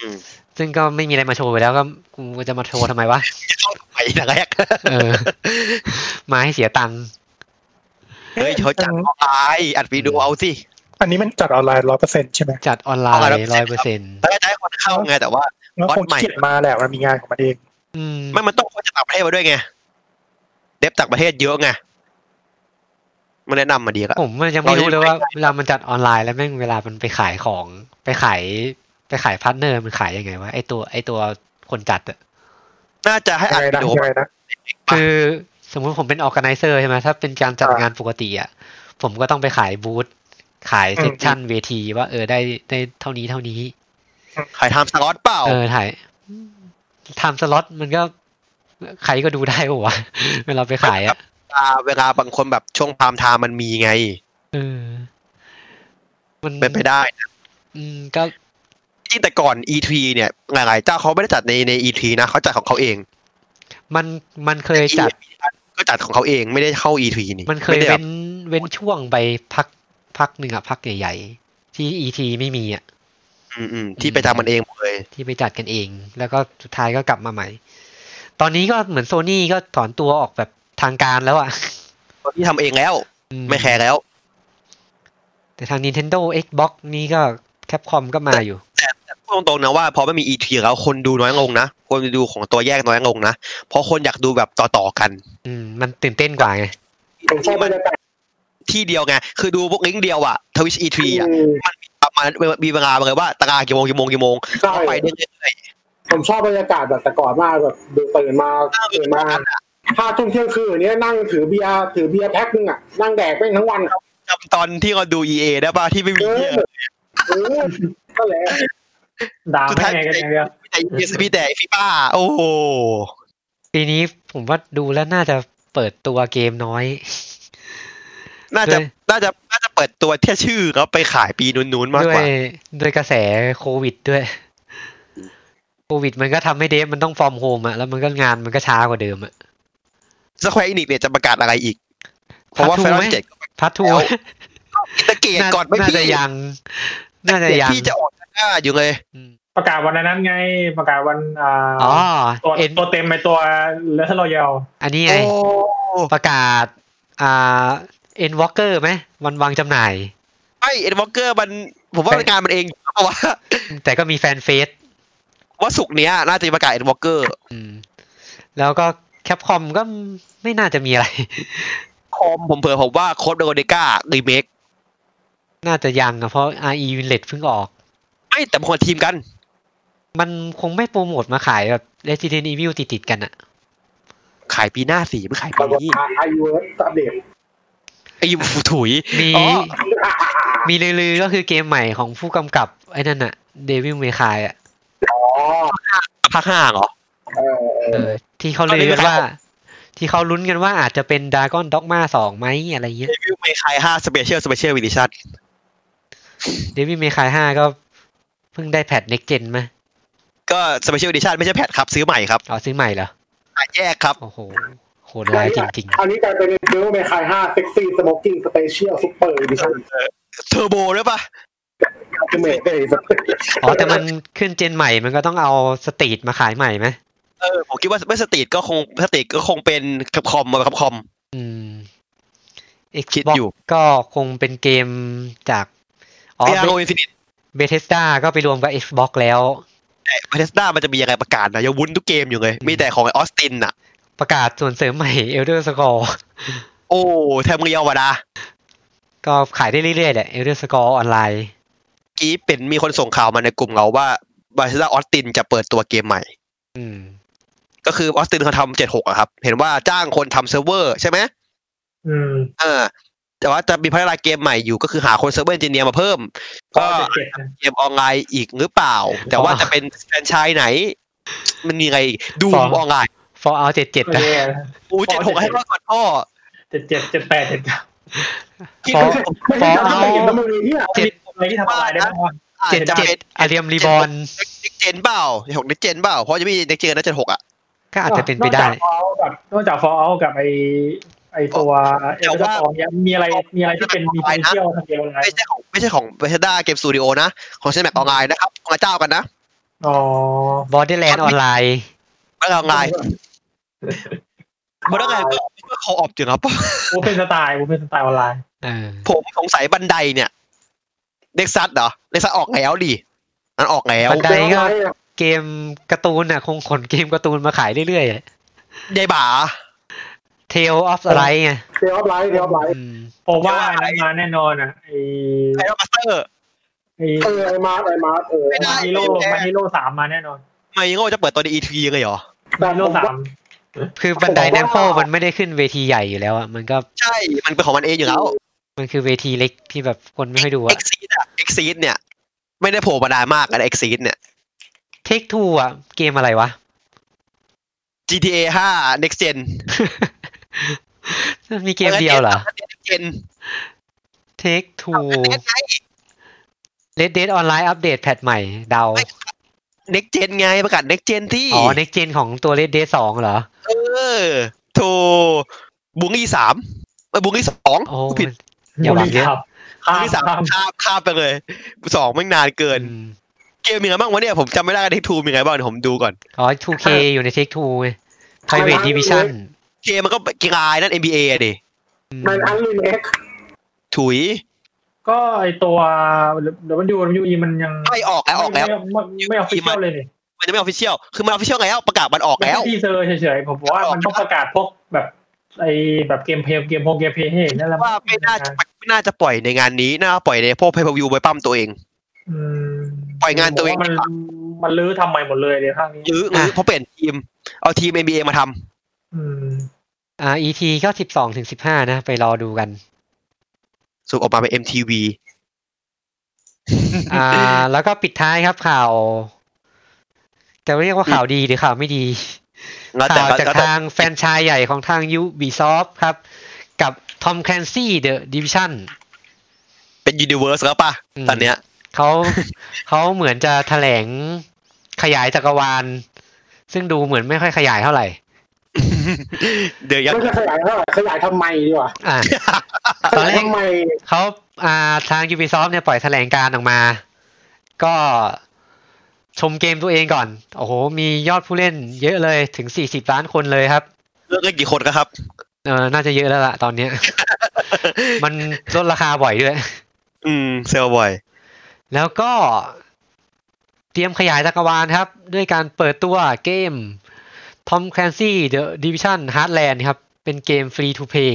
อืม ซึ่งก็ไม่มีอะไรมาโชว์อยู่แล้วก็กูจะมาโชว์ทำไมวะ จะเข้าทำไมนะแรก เออ มาให้เสียตังค์ เฮ้ยเขาจัดออนไลน์อัดวีดีโอเอาสิ อันนี้มันจัดออนไลน์ร้อยเปอร์เซ็นต์ใช่ไหม จัดออนไลน์ เอา ร้ ละ อยเปอร์เซ็นต์ แล้วจะให้คนเข้าไงแต่ว่า แล้วควังดใหม่ เขียนมาแหละมันมีงานของมันเอง อืม ไม่มันต้องคนจากต่างประเทศมาด้วยไง เด็บต่างประเทศเยอะไงมันแนะนำมาดีก็ ผมมันยังไม่รู้ เรายั เลย ง ว่า ไม่ เวลามันจัดออนไลน์แล้วแม่งเวลามันไปขายของไปขายไปขายพาร์ทเนอร์มันขายยังไงวะไอตัวไอตัวคนจัดอะ น่าจะให้ ยัง อัดวิดีไงนะโอ ยังไงนะ คือสมมุติผมเป็นออ g a แกไนเซอร์ใช่ไหมถ้าเป็นการจัดงานปกติอะผมก็ต้องไปขายบูธขายเซสชั่นเวทีว่าเออได้ได้เท่านี้เท่านี้ ใครทำสล็อตเปล่า เออถ่ายทำสล็อตมันก็ใครก็ดูได้ปะวะ เวลาไปขายอะ เวลาเวลาบางคนแบบช่วงพามไทม์มันมีไง เออ มัน เป็นไปได้นะ อืมก็ จริงแต่ก่อน E3 เนี่ยหลายๆเจ้าเขาไม่ได้จัดในใน E3 นะเขาจัดของเขาเอง มันมันเคยจัด ก็จัดของเขาเองไม่ได้เข้า E3 นี่ มันเคย ไได้แบ เว้นบเว้นช่วงไปพักพักหนึ่งอะพักใหญ่ๆ ที่อีทีไม่มีอะ อืมอืมที่ไปทำมันเองหมดเลย ที่ไปจัดกันเอง แล้วก็สุดท้ายก็กลับมาใหม่ ตอนนี้ก็เหมือนโซนี่ก็ถอนตัวออกแบบทางการแล้วอะ ตอนที่ทำเองแล้ว อื ไม่แคร์แล้ว แต่ทาง Nintendo Xbox นี่ก็แคปคอมก็มาอยู่ แต่แต่พูดตรงๆนะว่าพอไม่มี E3 แล้วคนดูน้อยลงนะ คนดูของตัวแยกน้อยลงนะ เพราะคนอยากดูแบบต่อๆกัน อืม มันตื่นเต้นกว่าไง ผมชอบบรรยากาศ ที่เดียวไง คือดูพวกลิงก์เดียวอะทวิช E3 อะ อืม มันมีประมาณมีเวลาเลยว่าตารางกี่โมงกี่โมงกี่โมง ใช่ ไปเรื่อย ผมชอบบรรยากาศแบบแต่ก่อนมากแบบดูตื่นมา ๆ ตื่นมาห้าทุ่มเที่ยงคืนอย่างเนี้ยนั่งถือเบียร์ถือเบียร์แพ็คนึงอ่ะนั่งแดกไปทั้งวันครับ จำตอนที่เราดู EA ได้ป่ะที่ไม่มี เอ เหี้ อย เออก็แหละ ด่าไม่ไงกันอย่างเดียว มีแต่ EA มีแต่ฟีฟ่าโอ้โห ปีนี้ผมว่าดูแล้วน่าจะเปิดตัวเกมน้อย น่าจะ ด้วย น่าจะน่าจะเปิดตัวแค่ชื่อเขาไปขายปีนู้นๆมาก ด้วยกว่า ด้วยกระแสโควิดด้วย โควิดมันก็ทำให้เดฟมันต้องฟอร์มโฮมอะแล้วมันก็งานมันก็ช้ากว่าเดิมอะ สแควร์อินิกเนี่ยจะประกาศอะไรอีก เพราะว่าแฟนเจ็ด พัททูไหม อินเตอร์เกตก่อนไม่ น่า พี่ จะยัง น่าจะ เดี๋ยว ยัง พี่จะออกหน้าอยู่เลย อืม ประกาศวันนั้นไง ประกาศวันอ่า อ๋อ ตัว เอ็น ตัวเต็มไปตัวเลสโรยล อันนี้ โอ้ ไง ประกาศ อ่าเอ็นวอลเกอร์ไหมวันวางจำหน่าย ไอเอ็นวอลเกอร์มัน ผมว่า แต่ งานมันเองเพราะว่า แต่ก็มีแฟนเฟส ว่าสุกร์เนี้ยน่าจะประกาศเอ็นวอลเกอร์ อืม แล้วก็แคปคอมก็ไม่น่าจะมีอะไร คอมผมเผื่อผมว่าโคดเดโกเดการีเมค น่าจะยังอะเพราะ RE Winlet เพิ่งออก ไอแต่มันคนละทีมกัน มันคงไม่โปรโมทมาขายแบบ Resident Evil ติดๆกันอะ ขายปีหน้าสีไม่ขาย ป ปี รากฏ นี้ อาอายุอัปเดต ไอ้ฟูถุย มี อ๋อ มีลือๆก็คือเกมใหม่ของผู้กำกับ ไอ้นั่นอะ Devil May Cry อะ อ๋อ ภาคห้าเหรอ เออเอ เอ อ อ ที่เขาลือกันว่า ที่เขาลุ้นกันว่าอาจจะเป็น Dragon Dogma 2ไหมอะไรเงี้ย รีวิวเมคายห้าสเปเชียลสเปเชียลวิดิชั่น Devil May Cry 5 ก็เพิ่งได้แพท Next Gen มา ก็สเปเชียลวิดิชั่นไม่ใช่แพทครับซื้อใหม่ครับ อ๋อซื้อใหม่เหรอ หาแยกครับ โอ้โห โหดร้ายจริง อันนี้กลายเป็นเดลเมคายห้าเซ็กซี่สโมกกิ้งสเปเชียลซุปเปอร์ดิชั่น เทอร์โบด้วยปะ อัลติเมทเลย ๆ อ๋อ แต่มันขึ้นเจนใหม่ มันก็ต้องเอาสตรีทมาขายใหม่ไหม เออผมคิดว่าไม่สตรีทก็คงสตรีทก็คงเป็นแคปคอมมาแคปคอม อืม คิด Xbox อยู่ ก็คงเป็นเกมจาก อ๋อ เอโรอินฟินิต เบเทสดาก็ไปรวมกับ Xbox แล้ว แต่เทสด้ามันจะมีอะไรประกาศนะยังวุ้นทุกเกมอยู่เลยมีแต่ของไอออสตินอะ ประกาศส่วนเสริมใหม่ Elder Scroll โอ้แทมเรียววะนะ ก็ขายได้เรื่อยๆแหละ Elder Scroll ออนไลน์ กี้เป็นมีคนส่งข่าวมาในกลุ่มเราว่าบา r ์เซ l ออสตินจะเปิดตัวเกมใหม่ อืม ก็คือออสตินเขาทำเจ็ดหกอะครับ เห็นว่าจ้างคนทำเซิร์ฟเวอร์ใช่ไหม อืม เออแต่ว่าจะมีพัฒนาเกมใหม่อยู่ก็คือหาคนเซิร์ฟเวอร์เอนจิเนียร์มาเพิ่ม ก็ ก็ จะเจ็ดนะ เกมออนไลน์อีกหรือเปล่า แต่ว่าจะเป็นแฟรนไชส์ไหน มันมีไงดู สอง ออนไลน์ Fallout 77นะ แย่นะ อูเจ็ดหกให้รอดก่อนพ่อ เจ็ดเจ็ดเจ็ดแปดเจ็ดเก้า ที่ ฟ้อ เขา ง ไม่ใช่การเปลี่ยนน้ำมันเนี่ย เจ็ด อะไรที่ทำอะไรได้บ้างวะ อาจจะเป็น 77 Alien Reborn เน็กเจนเปล่าเจ็ดหกเน็กเจนเปล่าเพราะจะมีเน็กเจนนะเจ็ดหกอะ ก็อาจจะเป็นไปได้ นอกจากฟอลเอากับไอไอตัวเอลดอร์เนี่ยมีอะไรมีอะไรที่เป็นมีโซเชียลทางเดียวอะไร ไม่ใช่ของไม่ใช่ของเบ e ด้าเกมสตูดิโอนะ ของเชนแม็กออนไลน์นะครับของเจ้ากันนะ อ๋อ Borderland ออนไลน์ ไม่ออนไลน์ไม่ได้ไงก็ก็คออปอยู่นะปะ วูเป็นสไตล์วูเป็นสไตล์ออนไลน์ เออ ผมสงสัยบันไดเนี่ยเด็กซัดเหรอเด็กซัดออกแล้วดิมันออกแล้ว บันได เกมการ์ตูนอ่ะ คงขนเกมการ์ตูนมาขายเรื่อยๆอะ ยายบ่า Tale of the Light ไง เทออฟไลท์เทออฟไลท์ อืม ผมว่าอะไรมาแน่นอนอ่ะไอ ไอรอนมาสเตอร์ ไอ เออไอมาร์ทไอมาร์ทเออ ไม่ได้ มาฮิโร่มาฮิโร่สามมาแน่นอน ไม่โง่จะเปิดตัวในอีทีเลยเหรอ มาฮิโร่สาม คือบันไดแนมโฟมันไม่ได้ขึ้นเวทีใหญ่อยู่แล้วอ่ะ มันก็ ใช่ มันเป็นของมันเองอยู่แล้ว มันคือเวทีเล็กที่แบบคนไม่ค่อยดู เอ็ อ่ะ กซีดอะเอ็กซีดเนี่ย ไม่ได้โผล่มานานมากอะเอ็กซีดเนี่ย เทคทูอ่ะ เกมอะไรวะ GTA 5 Next Gen มีเกมเดียวเหรอ Next Gen เทคทูเลดเดดออนไลน์อัปเดตแพทใหม่เดา Next Gen ไงประกาศ Next Gen ที่ อ๋อ next gen ของตัวเลดเดดสองเหรอ เออโทรบุงอีสามเอ้ยบุงอีสอง โอ้ กูผิด อย่าหวังเยอะ ครับ บุงอีสาม ครับ ข้ามข้ามไปเลยสองไม่งนานเกิน อืม เกมมีอะไรบ้างวะเนี่ยผมจำไม่ได้เทคทูมีอะไรบ้างเดี๋ยวผมดูก่อน อ๋อ 2K อยู่ใน Take Two ไง Private Division เกมมันก็กีฬานั่น NBA อะดิ อืม มันอันลิเอ็ก ถุย ก็ไอตัวเดี๋ยวมันยูมันยูอีมันยัง ไม่ออกแล้วออกแล้ว ไม่ไม่ไม่ออฟฟิเชียลเลยนี่ มันจะไม่ออฟฟิเชียลคือมันออฟฟิเชียลแล้วประกาศมันออก มัน แล้ว แค่ทีเซอร์เฉยๆผมว่ามันต้องประกาศพวกแบบไอแบบเกมเพลย์เกมโฮมเกมเพลย์ให้เห็นนั่นแหละ ว่าไม่น่าจะไม่น่าจะปล่อยในงานนี้น่าปล่อยในพวกเพย์พวิวไปปั้มตัวเอง อืม ปล่อยงานตัวเอง ผมมันมันลื้อทำใหม่หมดเลยเดี๋ยวข้างนี้ หรือหรือเพราะเปลี่ยนทีม เอาทีม NBA มาท อืม อ่า ET ก็ 12ถึง15 นะ ไปรอดูกัน ำสูบออกมาเป็น MTV อ่า แล้วก็ปิดท้ายครับข่าว จะเรียกว่าข่าวดีหรือข่าวไม่ดี แล้วแต่ ข่าวจาก แล้วแต่ ทางแฟรนไชายใหญ่ของทาง Ubisoft ครับ กับ Tom Clancy The Division เป็นยูนิเวอร์สแล้วป่ะ อืม ตอนเนี้ย เขา เขาเหมือนจะแถลงขยายจักรวาล ซึ่งดูเหมือนไม่ค่อยขยายเท่าไหร่ เดี๋ยวยัง ไม่จะขยายเท่าไหร่ขยายทำไมดีกว่า อ่า ข ตอน ยาย แรก ทำไม เขาอ่าทาง Ubisoft เนี่ยปล่อยแถลงการณ์ออกมา ก็ชมเกมตัวเองก่อน โอ้โห มียอดผู้เล่นเยอะเลยถึง 40 ล้านคนเลยครับ เลิกกันกี่คนแล้วครับ เออน่าจะเยอะแล้วล่ะตอนเนี้ย มันลดราคาบ่อยด้วย อืมเซลบอย แล้วก็เตรียมขยายจักรวาลครับ ด้วยการเปิดตัวเกม Tom Clancy The Division Heartland ครับ เป็นเกม Free to Play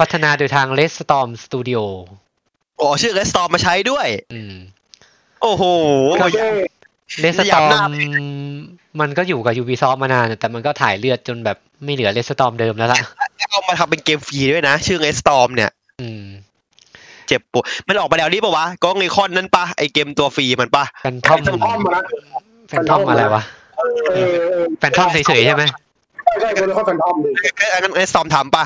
พัฒนาโดยทาง Red Storm Studio อ๋อชื่อ Red Storm มาใช้ด้วย อืม โอ้โห เจ้ เลส ส ต ยาม อ หน้า มมันก็อยู่กับ Ubisoft มานาน แต่มันก็ถ่ายเลือดจนแบบไม่เหลือเลสตอมเดิมแล้วล่ะ เอามาทำเป็นเกมฟรีด้วยนะ ชื่อ Red Storm เนี่ย อืม เจ็บปวดมันออกมาแล้วนี่ปะวะก็ไอคอนนั่นปะไอเกมตัวฟรีมันปะ แฟนทอม แฟนทอมมาแล้ว แฟนทอม แฟนทอม อะไรวะ เออเออ แฟนทอมเฉยๆใช่ไหม ใช่ใช่คนเขาแฟนทอมดี ไอ้ยอันนั้นไอซอมทำปะ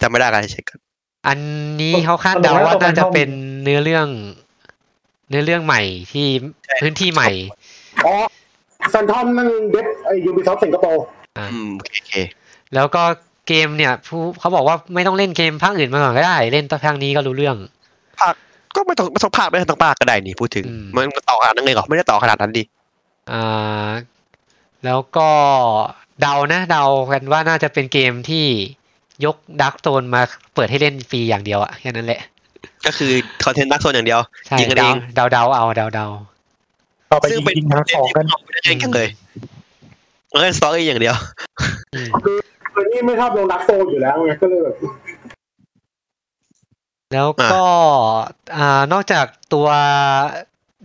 จำไม่ได้กันเช็คกัน อันนี้เขาคาดเดาว่าน่าจะเป็นเนื้อเรื่อง เนื้อเรื่องใหม่ที่พื้นที่ใหม่ อ๋อแฟนทอมนั่นเด็บไอยูบิซอฟสิงคโปร์ อืมโอเคโอเค แล้วก็เกมเนี่ยผู้เขาบอกว่าไม่ต้องเล่นเกมภาคอื่นมาก่อนก็ได้ เล่นตัวภาคนี้ก็รู้เรื่อง ก็ไม่ต้องไม่ต้องภาคไม่ต้องภาคก็ได้นี่พูดถึง อืม มันมันต่อขนาดนั้นเลยเหรอไม่ได้ต่อขนาดนั้นดิ อ่าแล้วก็เดานะเดากันว่าน่าจะเป็นเกมที่ยกดักโ n นมาเปิดให้เล่นฟรีอย่างเดียวอะแค่นั้นแหละ ก็คือคอนเทนต์ดักโซนอย่างเดียว ใช่ ยิงกันเอ เดาง เดาเดาเอาเดาเดา ต่อไป ซึ่ง ยิง เป็น ยิงหาของกัน เล่นเกมกันเลยเล่นสตอรี่อย่างเดียว อืม คือนี่ไม่ชอบลงรักโซนอยู่แล้วไงก็เลยแบบ แล้วก็อ่านอกจากตัว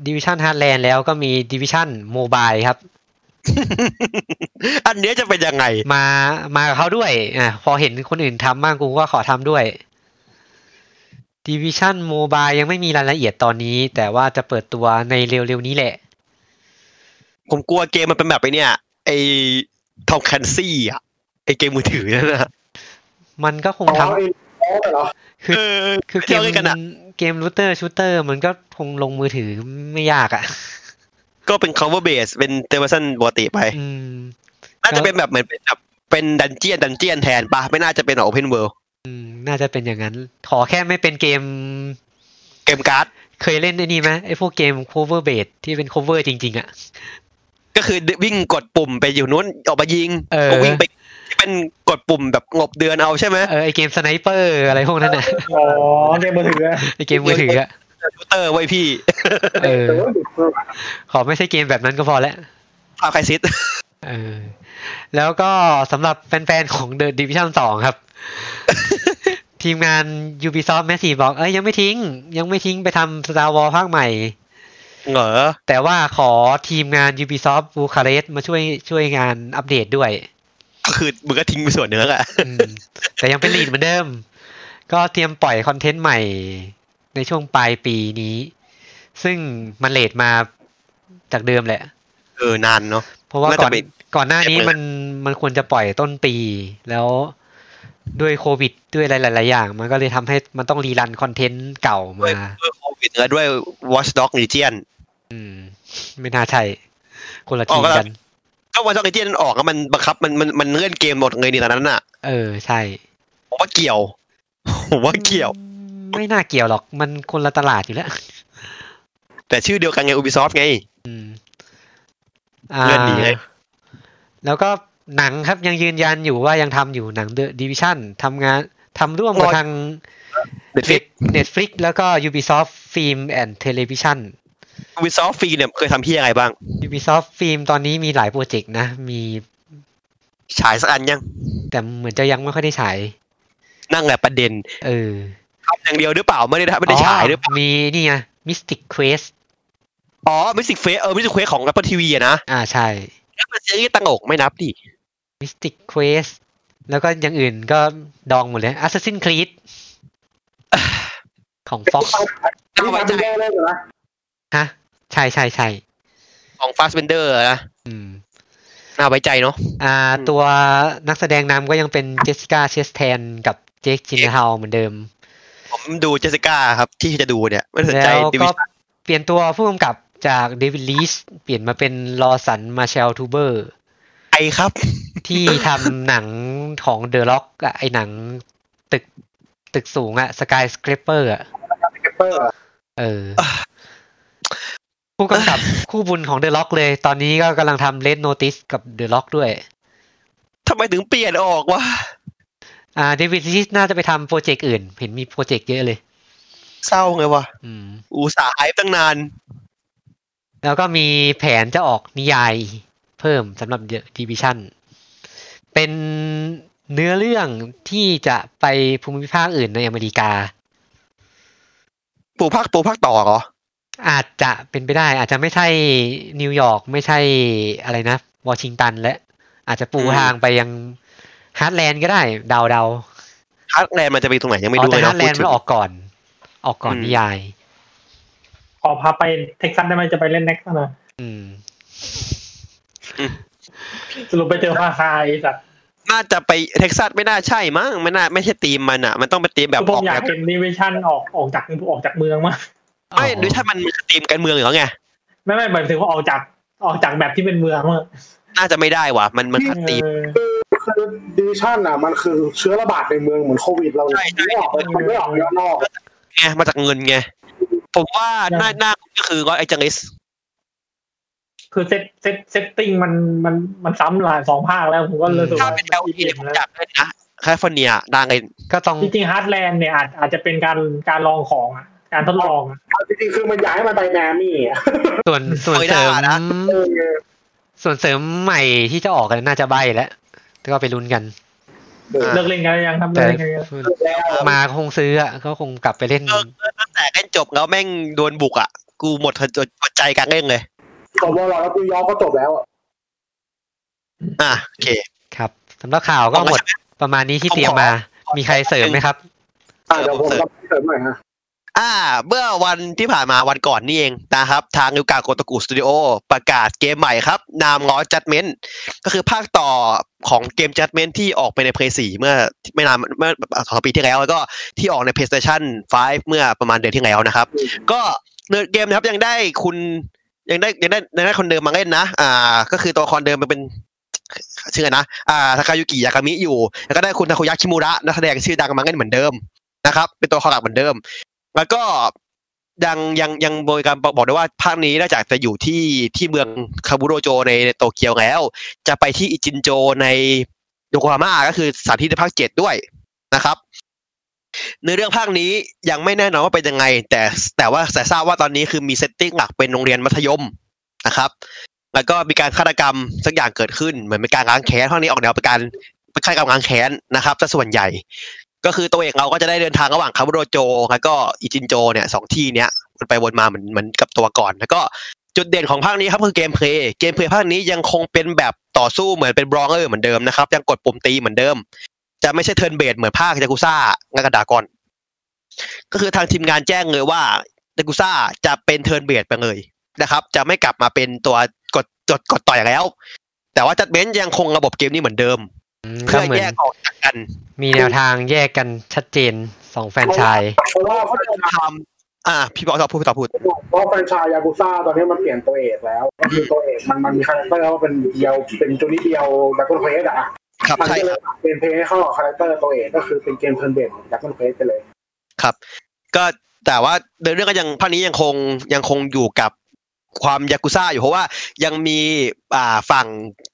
Division Heartland แล้วก็มี Division Mobile ครับ อันเนี้ยจะเป็นยังไง มามากับเขาด้วยอ่ะพอเห็นคนอื่นทำบ้างกูก็ขอทำด้วย Division Mobile ยังไม่มีรายละเอียดตอนนี้ แต่ว่าจะเปิดตัวในเร็วๆนี้แหละ ผมกลัวเกมมันเป็นแบบไอเนี่ย ไอทอมแคนซี่อ่ะ ไอเกมมือถือนั่นนะ มันก็คง อ๋อ ทำ ไอ้อ๋อเหรอ คือ เออ คือเก ที่ ม ราล่นกันอ่ะ เกมรูเตอร์ชูเตอร์มันก็คงลงมือถือไม่ยากอ่ะ ก็เป็น cover base เป็น third person ปกติไป อืม น่า ครั จะ บ เป็นแบบเหมือนเป็นแบบเป็นดันเจียนดันเจียนแทนปะไม่น่าจะเป็นแบบ open world อืม น่าจะเป็นอย่างนั้น ขอแค่ไม่เป็นเกม เกมการ์ด เคยเล่นไอ้นี่ไหมไอ้พวกเกม cover base ที่เป็น cover จริง ๆ อ่ะ ก็คือวิ่งกดปุ่มไปอยู่นู้นออกมายิง เออ ก็วิ่งไปที่เป็นกดปุ่มแบบงบเดือนเอาใช่ไหม เออไอเกมสไนเปอร์อะไรพวก นั้นอ่ะ อ๋อเกมมือถืออะ ไอเกมมือถืออ่ะ ยูเตอร์ไว้พี่ เออ แต่ว่าเด็กเออ ขอไม่ใช่เกมแบบนั้นก็พอแล้ว พาใครซิด เออ แล้วก็สำหรับแฟน ๆ ของ The Division 2 ครับ ทีมงาน Ubisoft Massive บอก เอ้ยยังไม่ทิ้ง ยังไม่ทิ้งไปทำ Star Wars ภาคใหม่ เหรอ แต่ว่าขอทีมงาน Ubisoft Bucharest มาช่วยช่วยงานอัปเดตด้วย ก็คือมึงก็ทิ้งไปส่วนเนื้อแหละ อืม แต่ยังเป็นลีดเหมือนเดิม ก็เตรียมปล่อยคอนเทนต์ใหม่ในช่วงปลายปีนี้ ซึ่งมันเลทมาจากเดิมแหละ เออนานเนาะ เพราะว่าก่อน น่าจะเป็น ก่อนหน้านี้มันมันควรจะปล่อยต้นปีแล้วด้วยโควิดด้วยหลายๆอย่าง มันก็เลยทำให้มันต้องรีรันคอนเทนต์เก่า ด้วย มา ด้วยโควิดแล้วด้วย Watch Dog Legion อืม ไม่น่าใช่คนละทีมกัน ก็ Watch Dog Legion นั้นออกแล้วมันบังคับมันมันมันเลื่อนเกมหมดเลยนี่ตอนนั้นน่ะ เออใช่ ผมว่าเกี่ยวผมว่าเกี่ยว อืมไม่น่าเกี่ยวหรอกมันคนละตลาดอยู่แล้ว แต่ชื่อเดียวกันไง Ubisoft ไง อืมอ่า เลื่อนหนีเลย แล้วก็หนังครับยังยืนยันอยู่ว่ายังทำอยู่หนังเดอะดิวิชั่นทำงานทำร่วมกับทาง Netflix Netflix แล้วก็ Ubisoft Film and Television Ubisoft ฟรีเนี่ยเคยทำที่อะไรบ้าง Ubisoft Film ตอนนี้มีหลายโปรเจกต์นะ มี ฉายสักอันยัง แต่เหมือนจะยังไม่ค่อยได้ฉาย นั่งแหละประเด็น เออ ทำอย่างเดียวหรือเปล่าไม่ได้ไม่ได้ฉายหรือเปล่า มีนี่ไง Mystic Quest อ๋อมิสิกเฟสเออมิสิกเฟสของ Apple TV อะนะ อ่าใช่ แล้วเป็นซีรีส์ตังอกไม่นับดิ Mystic Quest แล้วก็อย่างอื่นก็ดองหมดเลย Assassin's Creed ของ Fox น่าไว้ใจ แน่เลยนะ ฮะ ใช่ใช่ใช่ ของ Fast Bender นะ อืม น่าไว้ใจเนาะ อ่า ตัวนักแสดงนำก็ยังเป็นเจสสิก้าเชสแทนกับเจคจินฮาวเหมือนเดิม ผมดูเจสสิก้าครับที่จะดูเนี่ยไม่สนใจ แล้ว ดิวิ ก็เปลี่ยนตัวผู้กำกับจากเดวิดลีชเปลี่ยนมาเป็นลอสันมาเชลทูเบอร์ ไอครับ ที่ทำหนังของเดอะล็อกอะไอหนังตึกตึกสูงอะสกายสครปเปอร์อะ เกปเปอร์ เออ ผู้ กำกับ คู่บุญของเดอะล็อกเลย ตอนนี้ก็กำลังทำเล d โนติสกับเดอะล็อกด้วย ทำไมถึงเปลี่ยนออกวะ อ่าเดวิดลิชน่าจะไปทำโปรเจกต์อื่น เห็นมีโปรเจกต์เยอะเลย เศร้าไงวะ อืม อุตส่าห์ไอตั้งนาน แล้วก็มีแผนจะออกนิยายเพิ่มสำหรับเด e d ดิวิชั่น เป็นเนื้อเรื่องที่จะไปภูมิภาคอื่นในอเมริกา ปูภาคปูภาคต่อเหรอ อาจจะเป็นไปได้ อาจจะไม่ใช่นิวยอร์กไม่ใช่อะไรนะวอชิงตันและ อาจจะปู อืม ทางไปยังฮาร์ดแลนด์ก็ได้เดาเดา ฮาร์ดแลนด์มันจะไปตรงไหนยัๆงไม่ อ๋อ รู้ แต่ เลย ฮา เนาะ ร์ดแลนพูดด์ ถึ มัน ง ออกก่อน ออกก่อน อืม นิยาย ขอพาไปเท็กซัสได้ไหมจะไปเล่นเน็กซ์นะ อืม สรุปไปเจอภาคาไอสัตว์ น่าจะไปเท็กซัสไม่น่าใช่มั้งไม่น่าไม่ใช่ทีมมันอ่ะ มันต้องเป็นทีมแบบ ผ ออมก อยา แบ ก บ เป็นดิวิชั่นออกออกจากออกจากเมืองมาก ไม่ดูถ้ามันคือทีมการเมืองเหรอไง ไม่ไม่หมายถึงว่าออกจากออกจากแบบที่เป็นเมืองมาก น่าจะไม่ได้ว่ะมันมันคัดทีม เออ คือดิวิชั่นอ่ะมันคือเชื้อระบาดในเมืองเหมือนโควิดเรา ใช่ใช่ ไม่ออกมันไม่ออกข้างนอก ไงมาจากเงินไงผมว่าหน้าหน้าก็คือร้อยไอจังลิส คือเซตเซตเซตติ้งมันมันมันซ้ำหลายสองภาคแล้วผมก็เลยรู้สึก ถ้า ว่า เป็นแล้ว อี ที่ เอ็ม ผม แล้ว อยากเล่นนะแคลิฟอร์เนียดังไง ก็ต้อง จริงๆฮาร์ดแลนด์เนี่ยอาจอาจจะเป็นการการลองของอะการทดลองอะ เอาจริงๆคือมันย้ายมาไปแมอามี่อะ ส่วนส่วนเสริม เออ ส่วนเสริมใหม่ที่จะออกกันน่าจะใบแล้วก็ไปลุ้นกัน เลิกเล่นกันหรือยังครับเลิ แต่ กเล่นกันหรือยัง มาคงซื้ออะก็คงกลับไปเล่น ตั้งแต่เล่นจบแล้วแม่งโดนบุกอ่ะ กูหมดหมดใจการเล่นเลย ขอบวอลแล้วกูย้อนก็จบแล้วอะ อ่ะโอเค ครับสำหรับข่าวก็หมดประมาณนี้ที่เตรียมมา มีใครเสริมไหมครับ อ่ะเดี๋ยวผมก็เสริมหน่อยฮะ อ่าเมื่อวันที่ผ่านมาวันก่อนนี่เองนะครับ ทางยูกาโกตะกุสตูดิโอประกาศเกมใหม่ครับ นามล้อจัดเมนก็คือภาคต่อของเกมจัดเมนที่ออกไปในเพย์สี่เมื่อไม่นานเมื่อสองปีที่แล้วแล้วก็ที่ออกใน PlayStation 5 เมื่อประมาณเดือนที่แล้วนะครับ ก็เนื้อเกมนะครับยังได้คุณยังได้ยังได้ยังได้คนเดิมมาเล่นนะ อ่า ก็คือตัวละครเดิมมันเป็นชื่ออะไรนะ อ่าทากายุกิยากามิอยู่ แล้วก็ได้คุณทาคุยะคิมูระนักแสดงชื่อดังมาเล่นเหมือนเดิมนะครับ เป็นตัวละครหลักเหมือนเดิม แล้วก็ยังยังยังโดยการบอกได้ว่าภาคนี้นอกจากจะอยู่ที่ที่เมืองคาบุโรโจในโตเกียวแล้ว จะไปที่อิจินโจในโยโกฮาม่าก็คือสถานที่ในภาคเจ็ดด้วยนะครับ ในเรื่องภาคนี้ยังไม่แน่นอนว่าเป็นยังไง แต่แต่ว่าแต่ทราบว่าตอนนี้คือมีเซตติ้งหลักเป็นโรงเรียนมัธยมนะครับ แล้วก็มีการฆาตกรรมสักอย่างเกิดขึ้นเหมือนเป็นการล้างแค้นห้องนี้ออกแนวเป็นการเป็นฆาตกรรมล้างแค้นนะครับซะส่วนใหญ่ ก็คือตัวเอกเราก็จะได้เดินทางระหว่างคาบุโรโจแล้วก็อิจินโจเนี่ยสองที่เนี้ยวนไปวนมาเหมือนเหมือนกับตัวก่อน แล้วก็จุดเด่นของภาคนี้ครับคือเกมเพลย์เกมเพลย์ภาคนี้ยังคงเป็นแบบต่อสู้เหมือนเป็นบรองเออร์เหมือนเดิมนะครับยังกดปุ่มตีเหมือนเดิม จะไม่ใช่เทิร์นเบสเหมือนภาคยากุซ่างากาดากอน ก็คือทางทีมงานแจ้งเลยว่ายากุซ่าจะเป็นเทิร์นเบสไปเลยนะครับ จะไม่กลับมาเป็นตัวกดกดกดต่อยแล้ว แต่ว่าจัดเบนยังคงระบบเกมนี้เหมือนเดิม เพื่ ก็ อ เหมือ แย น กออกจากกัน มีแนวทางแยกกันชัดเจนสองแฟรนไชาย เพราะว่าเขาจะ ทำอ่า พี่บอกต่อพูดต่อพูด เพราะแฟรนไชายยากุซ่าตอนนี้มันเปลี่ยนตัวเอกแล้วก็คือตัวเอกมันมันมีคาแรคเตอร์ว่าเป็นเดียวเป็นจูนิเดียวดักเบิลเควสอะ ครับ มัน ใช่คก็เล รั ย บ เปลี่ยนเพลงให้เข้ากับคาแรคเตอร์ตัวเองก็คือเป็นเกมเทิร์นเบสดักเบิลเควสไปเลย ครับ ก็แต่ว่าในเรื่องก็ยังภาคนี้ยังคงยังคงอยู่กับความยากุซ่าอยู่เพราะว่ายังมีอ่าฝั่ง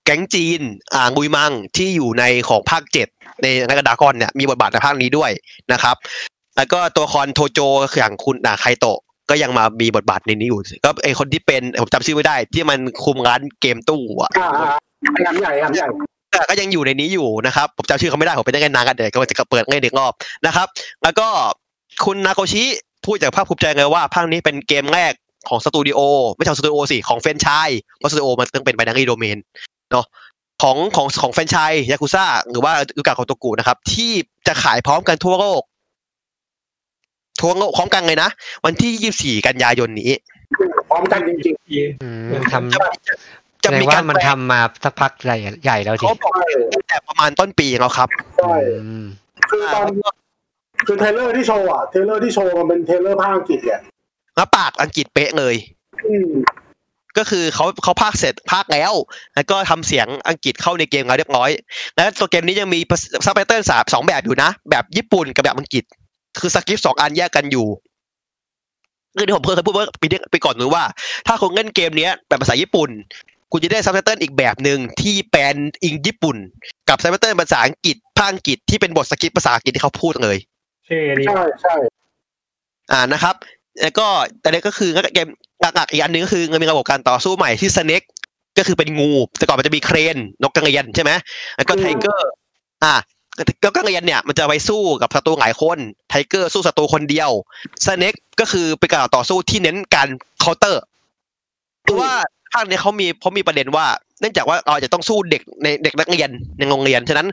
แก๊งจีน อ่ามุยมังที่อยู่ในของภาคเจ็ดในนักดากอนเนี่ยมีบทบาทในภาคนี้ด้วยนะครับ แล้วก็ตัวละคอนโทโจอย่างคุณอ่าไคโตะก็ยังมามีบทบาทในนี้อยู่ ก็ไอคนที่เป็นผมจำชื่อไม่ได้ ที่มันคุมร้านเกมตู้อะ อ่าๆยำใหญ่ยำใหญ่ แต่ก็ยังอยู่ในนี้อยู่นะครับ ผมจำชื่อเขาไม่ได้ผมเป็นได้ไงนานกันเดี๋ยวก็จะเปิดให้เด็กรอบนะครับ แล้วก็คุณนาโกชิพูดจากภาคภูมิใจเลยว่าภาคนี้เป็นเกมแรกของสตูดิโอไม่ใช่ของสตูดิโอสิของแฟรนไชายเพราะสตูดิโอมันต้องเป็นไบนารีโดเมนเนาะของของของแฟรนไชายยากุซ่าหรือว่าอุกาของโตกุนะครับ ที่จะขายพร้อมกันทั่วโลกทั่วโลกพร้อมกันเลยนะ วันที่ 24 กันยายนนี้ พร้อมกันจริง อืมท จะมี ำแสดงว่ามันทำมาสักพักใหญ่ใหญ่แล้วที เขาบอกตั้งแต่ประมาณต้นปีแล้วครับ ๆใช่ อืม คือตอนคือเทรลเลอร์ที่โชว์อะเทรลเลอร์ที่โชว์มันเป็นเทรลเลอร์ภาคอังกฤษแหละ แล้วปากอังกฤษเป๊ะเลย อืม ก็คือเขาเขาพากย์เสร็จพากย์แล้ว แล้วก็ทำเสียงอังกฤษเข้าในเกมแล้วเรียบร้อย แล้วตัวเกมนี้ยังมีซับไตเติลสามสองแบบอยู่นะ แบบญี่ปุ่นกับแบบอังกฤษ คือสกิปต์สองอันแยกกันอยู่คือที่ผมเคยพูดว่าปีที่ปีก่อนนู้นว่า ถ้าคุณเล่นเกมเนี้ยแบบภาษาญี่ปุ่น คุณจะได้ซับไตเติลอีกแบบหนึ่งที่แปลนอิงญี่ปุ่น กับซับไตเติลภาษาอังกฤษภาคอังกฤษที่เป็นบทสกิปต์ภาษาอังกฤษที่เขาพูดเลย เท่ดี ใช่ใช่ อ่านะครับ แล้วก็แต่เนี้ยก็คือเกมหลักๆอีกอันหนึงก็คือมันมีระบบการต่อสู้ใหม่ที่สเน็กก็คือเป็นงู แต่ก่อนมันจะมีเครนนกกระเรียนใช่ไหมแล้วก็ไทเกอร์ อ่าแล้วกระเรียนเนี่ยมันจะไปสู้กับศัตรูหลายคนไทเกอร์สู้ศัตรูคนเดียวสเน็กก็คือเป็นการต่อสู้ที่เน้นการเคาน์เตอร์เพราะว่าภาคเนี้ยเขามีเขามีประเด็นว่า เนื่องจากว่าเราจะต้องสู้เด็กในเด็กนักเรียนในโรงเรียนฉะนั้น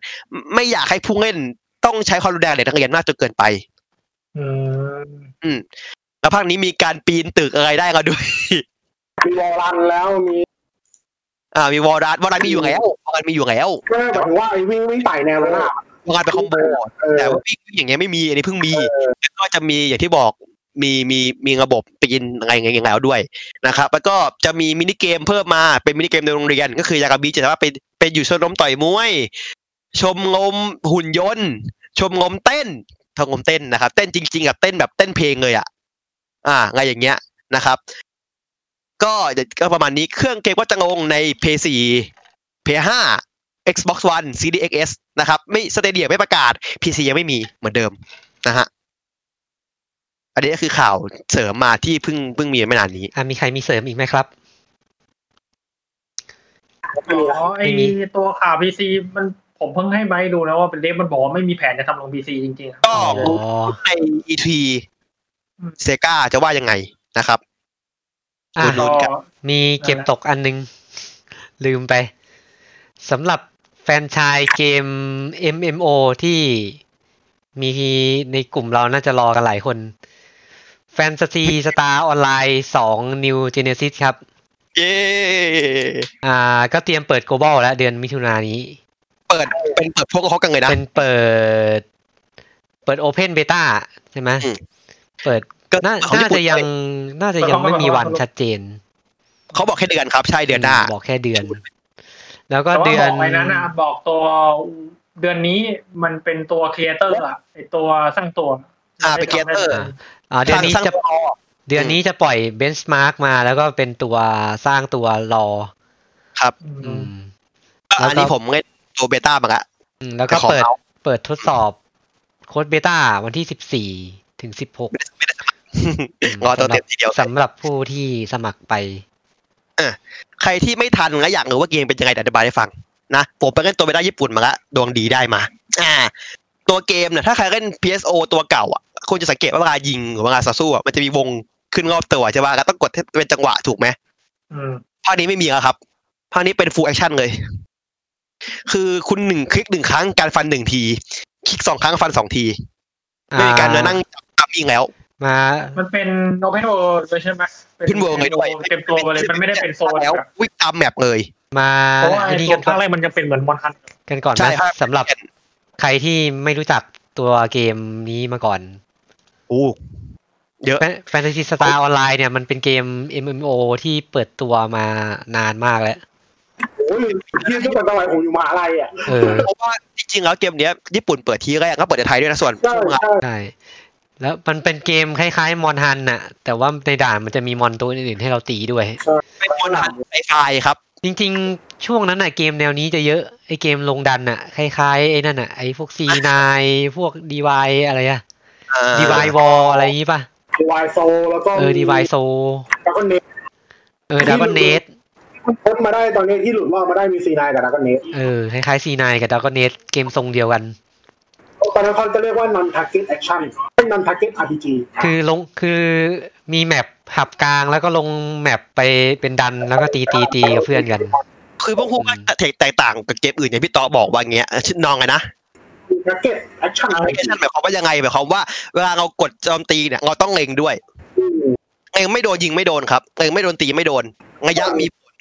ไม่อยากให้ผู้เล่นต้องใช้ความรุนแรงเด็กนักเรียนมากจนเกินไป อืม แล้วภาคนี้มีการปีนตึกอะไรได้ก็ด้วย มีวอลลันแล้วมี อ่า มีวอร์ดัสวอร์ดัสมีอยู่แล้ววอร์ดัสมีอยู่แล้ว ไม่ไม่หมายถึงว่าไอ้วิ่งวิ่งไต่แนวแล้วนะ วอร์ดัสเป็นคอมโบ เออ แต่ว่าวิ่งอย่างเงี้ยไม่มีอันนี้เพิ่งมีแล้วก็จะมีอย่างที่บอกมีมีมีระบบปีนอะไรอย่างเงี้ยแล้วด้วยนะครับ แล้วก็จะมีมินิเกมเพิ่มมาเป็นมินิเกมในโรงเรียน ก็คือยากาบีจะว่าเป็นเป็นอยู่ชมรมต่อยมวย ชมรมหุ่นยนต์ ชมรมเต้นชมรมเต้นนะครับ เต้นจริงๆกับเต้นแบบเต้นเพลงเลยอ่ะ อ่าอะไรอย่างเงี้ยนะครับ ก็จะก็ประมาณนี้เครื่องเกมก็จะลงใน PS4 PS5 Xbox One Series XS นะครับ ไม่สเตเดียไม่ประกาศ PC ยังไม่มีเหมือนเดิมนะฮะ อันนี้ก็คือข่าวเสริมมาที่เพิ่งเพิ่งมีไม่นานนี้ อ่ะมีใครมีเสริมอีกไหมครับ อ๋อไอตัวข่าวพีซีมันผมเพิ่งให้ไบร์ทดูนะว่าเป็นเดฟมันบอกว่าไม่มีแผนจะทำลงพีซีจริงๆครับ ก็ อ๋อ ใน E3 อืม เซกาจะว่ายังไงนะครับ อ่ะ โดนกัด มีเก็บตกอันนึง ลืมไปสำหรับแฟรนไชายเกม MMO ที่มีในกลุ่มเราน่าจะรอกันหลายคน แฟนตาซีสตาร์ออนไลน์2 New Genesis ครับ เย้ อ่า ก็เตรียมเปิด global แล้วเดือนมิถุนายนนี้ เปิดเป็นเปิดพวกเขากันเลยนะ เป็นเปิด เปิด Open Beta ใช่ไหม อืม เปิด ก็ น่า ของญี่ น่า ปุ่น จะยังน่าจะยังไม่มีวันชัดเจน เขาบอกแค่เดือนครับ ใช่เดือนหน้า บอกแค่เดือน แล้วก็ แต่ว่า เดือบน อกไปนั้นนะบอกตัวเดือนนี้มันเป็นตัวครีเอเตอร์อะไอตัวสร้างตัว อ่าเป็นครีเอเตอร์ อ่าเดือนนี้ สร้าง จะ สร้างตัว เดือนนี้จะปล่อยเบนช์มาร์กมาแล้วก็เป็นตัวสร้างตัวรอ อื อื ม ม ก็อันนี้ผมเล่นตัวเบต้ามาละ อืมแล้วก็ แต่ขเปิองด เรา เปิดทดสอบโค้ดเบต้าวันที่สิบสี่ถึงสิบหก รอตัวเต็มทีเดียว สำหรับผู้ที่สมัครไป ใครที่ไม่ทันและอยากรู้ว่าเกมเป็นยังไงเดี๋ยวอธิบายให้ฟังนะผมไปเล่นตัวเบต้าญี่ปุ่นมาละดวงดีได้มา อ่า ตัวเกมเนี่ยถ้าใครเล่น PSO ตัวเก่าอ่ะคุณจะสังเกตว่าเวลายิงหรือเวลาต่อสู้อ่ะมันจะมีวงขึ้นรอบตัวใช่ป่ะแล้วต้องกดให้เป็นจังหวะถูกไหม อืม ภาคนี้ไม่มีแล้วครับภาคนี้เป็น full action เลย คือคุณหนึ่งคลิกหนึ่งครั้งการฟันหนึ่งทีคลิกสองครั้งฟันสองทีไม่มีการมานั่งจับยิงแล้ว มา มันเป็นโอเพนเวิลด์ใช่ไหมป็ ขึ้นเวิร์ไงด้วย เต็มตัวไปเลยมันไม่ได้เป็นโซน แล้ว แบบ วิ่งตามแมปเลย มา เพราะว่า อั ไอ้ นนี้ ตั กั วน ก่ ข้า องน แรกมันจะเป็นเหมือนมอนฮัน กันก่อน ใช่ นะครับ สำหรับใครที่ไม่รู้จักตัวเกมนี้มาก่อน โอ้เยอะ แฟนตาซีสตาร์ออนไลน์เนี่ยมันเป็นเกม MMO ที่เปิดตัวมานานมากแล้ว โอ้ยที่ตั้งแต่สมัยผมอยู่มหาลัยอ่ะ เออ เพราะว่าจริงๆแล้วเกมเนี้ยญี่ปุ่นเปิดทีแรกก็เปิดในไทยด้วยนะส่วน ใช่ใช่ ใช่ แล้วมันเป็นเกมคล้ายๆมอนฮันน่ะ แต่ว่าในด่านมันจะมีมอนตัวอื่นๆให้เราตีด้วย เป็นมอนฮันทรายๆครับ จริงๆ ช่วงนั้นน่ะเกมแนวนี้จะเยอะไอเกมลงดันน่ะคล้ายๆไอ้นั่นน่ะไอพวกซีนายพวกดีวายอะไรอะดีวายวอลอะไรอย่างงี้ป่ะ ดีวายโซแล้วก็ เออดีวายโซ แล้วก็เนท เออดักเนส มันพ้นมาได้ตอนนี้ที่หลุดรอดมาได้มีซีนายกับแล้วก็เนท เออคล้ายๆซีนายกับดักเนสเกมทรงเดียวกัน ตอนนั้นเขาจะเรียกว่า non target action เป็น non target RPG คือลงคือมีแมปหับกลางแล้วก็ลงแมปไปเป็นดันแล้วก็ตีตีตีกับเพื่อนกัน คือพวกพูดว่าแตกต่างกับเกมอื่นอย่างพี่ต่อบอกว่าอย่างเงี้ยชื่อน้องไงนะ target action ไม่ใช่หมายความว่ายังไงหมายความว่าเวลาเรากดโจมตีเนี่ยเราต้องเล็งด้วยเล็งไม่โดนยิงไม่โดนครับเล็งไม่โดนตีไม่โดนระยะมีผล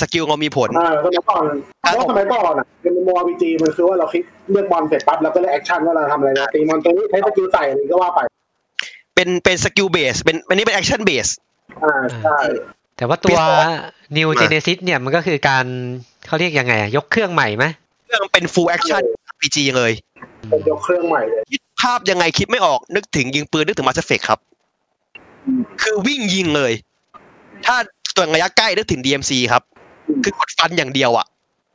สกิลเรามีผล อ่าสมัยก่อนเพราะว่าสมัยก่อนอ่ะเป็นมอ RPG มันคือว่าเราคลิกเลือกบอลเสร็จปั๊บแล้วก็เลือกแอคชั่นว่าเราทำอะไรนะตีมอนเตอร์ใช้สกิลใส่อะไรก็ว่าไป เป็นเป็นสกิลเบสเป็นอันนี้เป็นแอคชั่นเบส อ่าใช่ แต่ว่าตัว Beast Mode New Genesis เนี่ยมันก็คือการเขาเรียกยังไงอะยกเครื่องใหม่ไหม เรื่องเป็นฟูลแอคชั่น RPG เลย เป็นยกเครื่องใหม่เลย คิดภาพยังไงคิดไม่ออกนึกถึงยิงปืนนึกถึงมาสเฟกครับ คือวิ่งยิงเลย ถ้าส่วนระยะใกล้นึกถึง DMC ครับ คือกดฟันอย่างเดียวอะ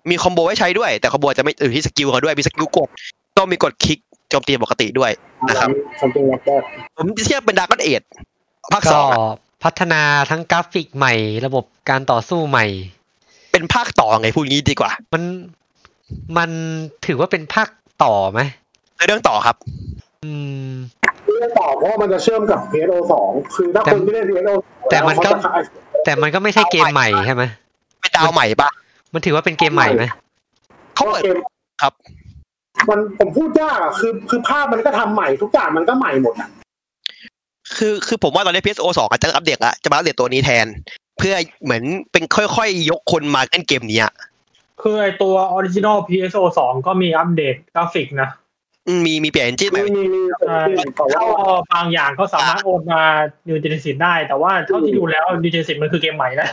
มีคอมโบให้ใช้ด้วย แต่คอมโบจะไม่อยู่ที่สกิลเขาด้วยมีสกิลกดต้องมีกดคลิกโจมตีปกติด้วย นะครับ ซัมติงแบบแรก ผมเทียบเป็นดาร์กเอ็ดภาคส ก็ องอะ พัฒนาทั้งกราฟิกใหม่ ระบบการต่อสู้ใหม่ เป็นภาคต่อไงพูดงี้ดีกว่า มันมันถือว่าเป็นภาคต่อไหม เรื่องต่อครับ อืม เรื่องต่อเพราะว่ามันจะเชื่อมกับ PSO 2คือถ้า แต่ คนที่เล่น PSO แต่มันก็ แต่มันก็ไม่ใช่เกมใหม่ใช่ไหม เป็นดาวใหม่ปะ มันถือว่าเป็นเกมใหม่ไหม เขาเปิด เกม ครับ มันผมพูดยากอะคือคือภาพมันก็ทำใหม่ทุกอย่างมันก็ใหม่หมดอะ คือคือผมว่าตอนนี้ PSO 2อาจจะอัปเดตละจะมาอัปเดตตัวนี้แทน เพื่อเหมือนเป็นค่อยๆ ยกคนมาเล่นเกมนี้อะ คือไอตัวออริจินอล PSO สองก็มีอัปเดตกราฟิกนะ อืมมีมีเปลี่ยนที่ใหม่ มีมีมีแต่ว่า เข้าบางอย่างก็สามารถโอนมานิวเจนซิตได้ แต่ว่าเท่าที่ดูแล้วนิวเจนซิตมันคือเกมใหม่นะ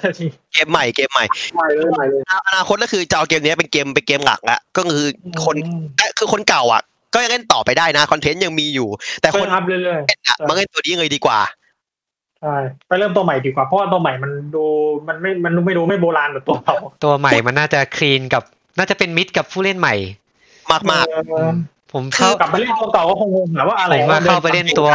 เกมใหม่เกมใหม่ ใหม่เลยใหม่เลย อนาคตก็คือจะเอาเกมนี้เป็นเกมเป็นเกมหลักละก็คือคนคือคนเก่าอ่ะ ก็ยังเล่นต่อไปได้นะคอนเทนต์ยังมีอยู่ แต่ ค คน น อัพเรื่อย เล่นอะมาเล่นตัวนี้เลยดีกว่า ๆใช่ไปเริ่มตัวใหม่ดีกว่าเพราะว่าตัวใหม่มันดูมันไม่มันไม่ดูไม่โบราณแบบตัวเก่า ตัวใหม่มันน่าจะคลีนกับ น่าจะเป็นมิตรกับผู้เล่นใหม่ มาก เออ ผม คื เข้า เอากลับไปเล่นตัวเก่าก็คงงงแหละว่าอะไร ผม วะ ว่าเข้าไปเล่นตัว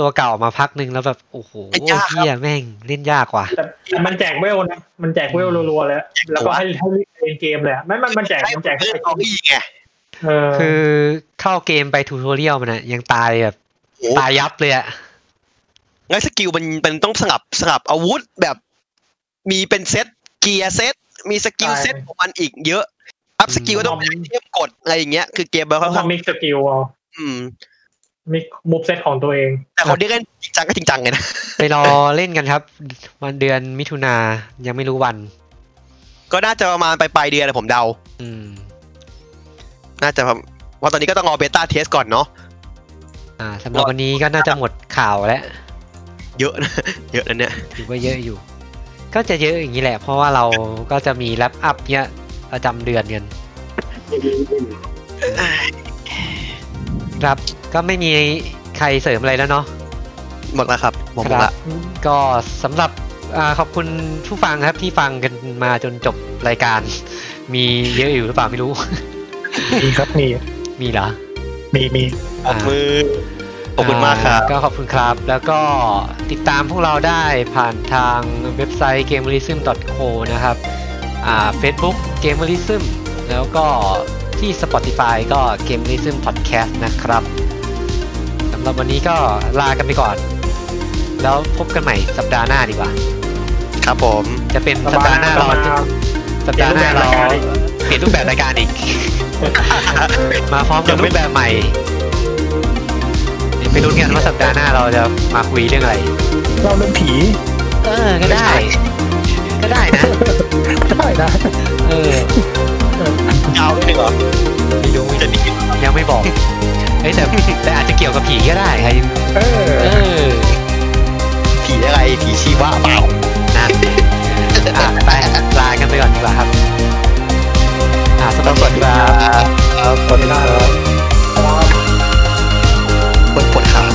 ตัวเก่ามาพักหนึ่งแล้วแบบโอ้โห เล่นยากครับ เฮียแม่งเล่นยากว่ะ แต่แต่มันแจกเวลนะ มันแจกเวลรัวๆเลยอะแล้วก็ให้ให้เล่นเองเกมเลยอะไม่มันมันแจก ใช่ มัน แจ แจ ก ก เล่นของอีกไง เออ คือเข้าเกมไปทูทอเรียลมันนะยังตายแบบ โอ้โห ตายยับเลยอะ งั้นสกิลมันมันต้องสลับสลับอาวุธแบบ มีเป็นเซตเกียร์เซตมีสกิลเซตของมันอีกเยอะอัพสกิลก็ต้องเป็นเทียบกดอะไรอย่างเงี้ยคือเกมมันค่อน ต้ ข้า อง งมิกสกิลเอา อืม มิกมูฟเซตของตัวเอง แต่คนที่เล่นจริงจังก็จริงจังไงนะ ไปรอเล่นกันครับ วันเดือนมิถุนายังไม่รู้วัน ก็น่าจะประมาณปลายๆเดือนนะผมเดา อืม น่าจะประว่าะตอนนี้ก็ต้องรอเบต้าเทสก่อนเนาะ อ่าสำหรับวันนี้ก็น่าจะหมดข่าวแล้ว เยอะนะ เยอะนะเนี่ย ถือว่าเยอะอยู่ ก็จะเยอะอย่างนี้แหละ เพราะว่าเราก็จะมีแลปอัพเนี่ยประจำเดือนกันครับ ก็ไม่มีใครเสริมอะไรแล้วเนาะ หมดแล้วครับหมด ครั ละ บก็สำหรับอ่าขอบคุณผู้ฟังครับที่ฟังกันมาจนจบรายการ มีเยอะอยู่หรือเปล่าไม่รู้ มีครับมี มีเหรอ มีมี ปรบมือ ขอบคุณมากครับ อ่ก็ขอบคุณครับ แล้วก็ติดตามพวกเราได้ผ่านทางเว็บไซต์ gamerism.co นะครับอ่า Facebook gamerism แล้วก็ที่ Spotify ก็ gamerism podcast นะครับสำหรับวันนี้ก็ลากันไปก่อน แล้วพบกันใหม่สัปดาห์หน้าดีกว่า ครับผม จะเป็นสัปดาห์หน้าเราจะ สัปดาห์หน้าเราเปลี่ยนรูปแบบรายการอีก มาพร้อมกับรูปแบบใหม่เดี๋ยวไปลุ้นกันว่าสัปดาห์หน้าเราจะมาคุยเรื่องอะไร เล่าเรื่องผี เออ ก็ได้ ก็ได้นะ ได้นะ เออ เอาหนึ่งเหรอ ไม่รู้ จะดี ยังไม่บอกเฮ้ยแต่แต่อาจจะเกี่ยวกับผีก็ได้ใคร เออ เออ ผีอะไร ผีชีวะเปล่า นะอ่ะไปลากันไปก่อนดีกว่าครับอ่ะสวัสดีครับ ครับปวดขา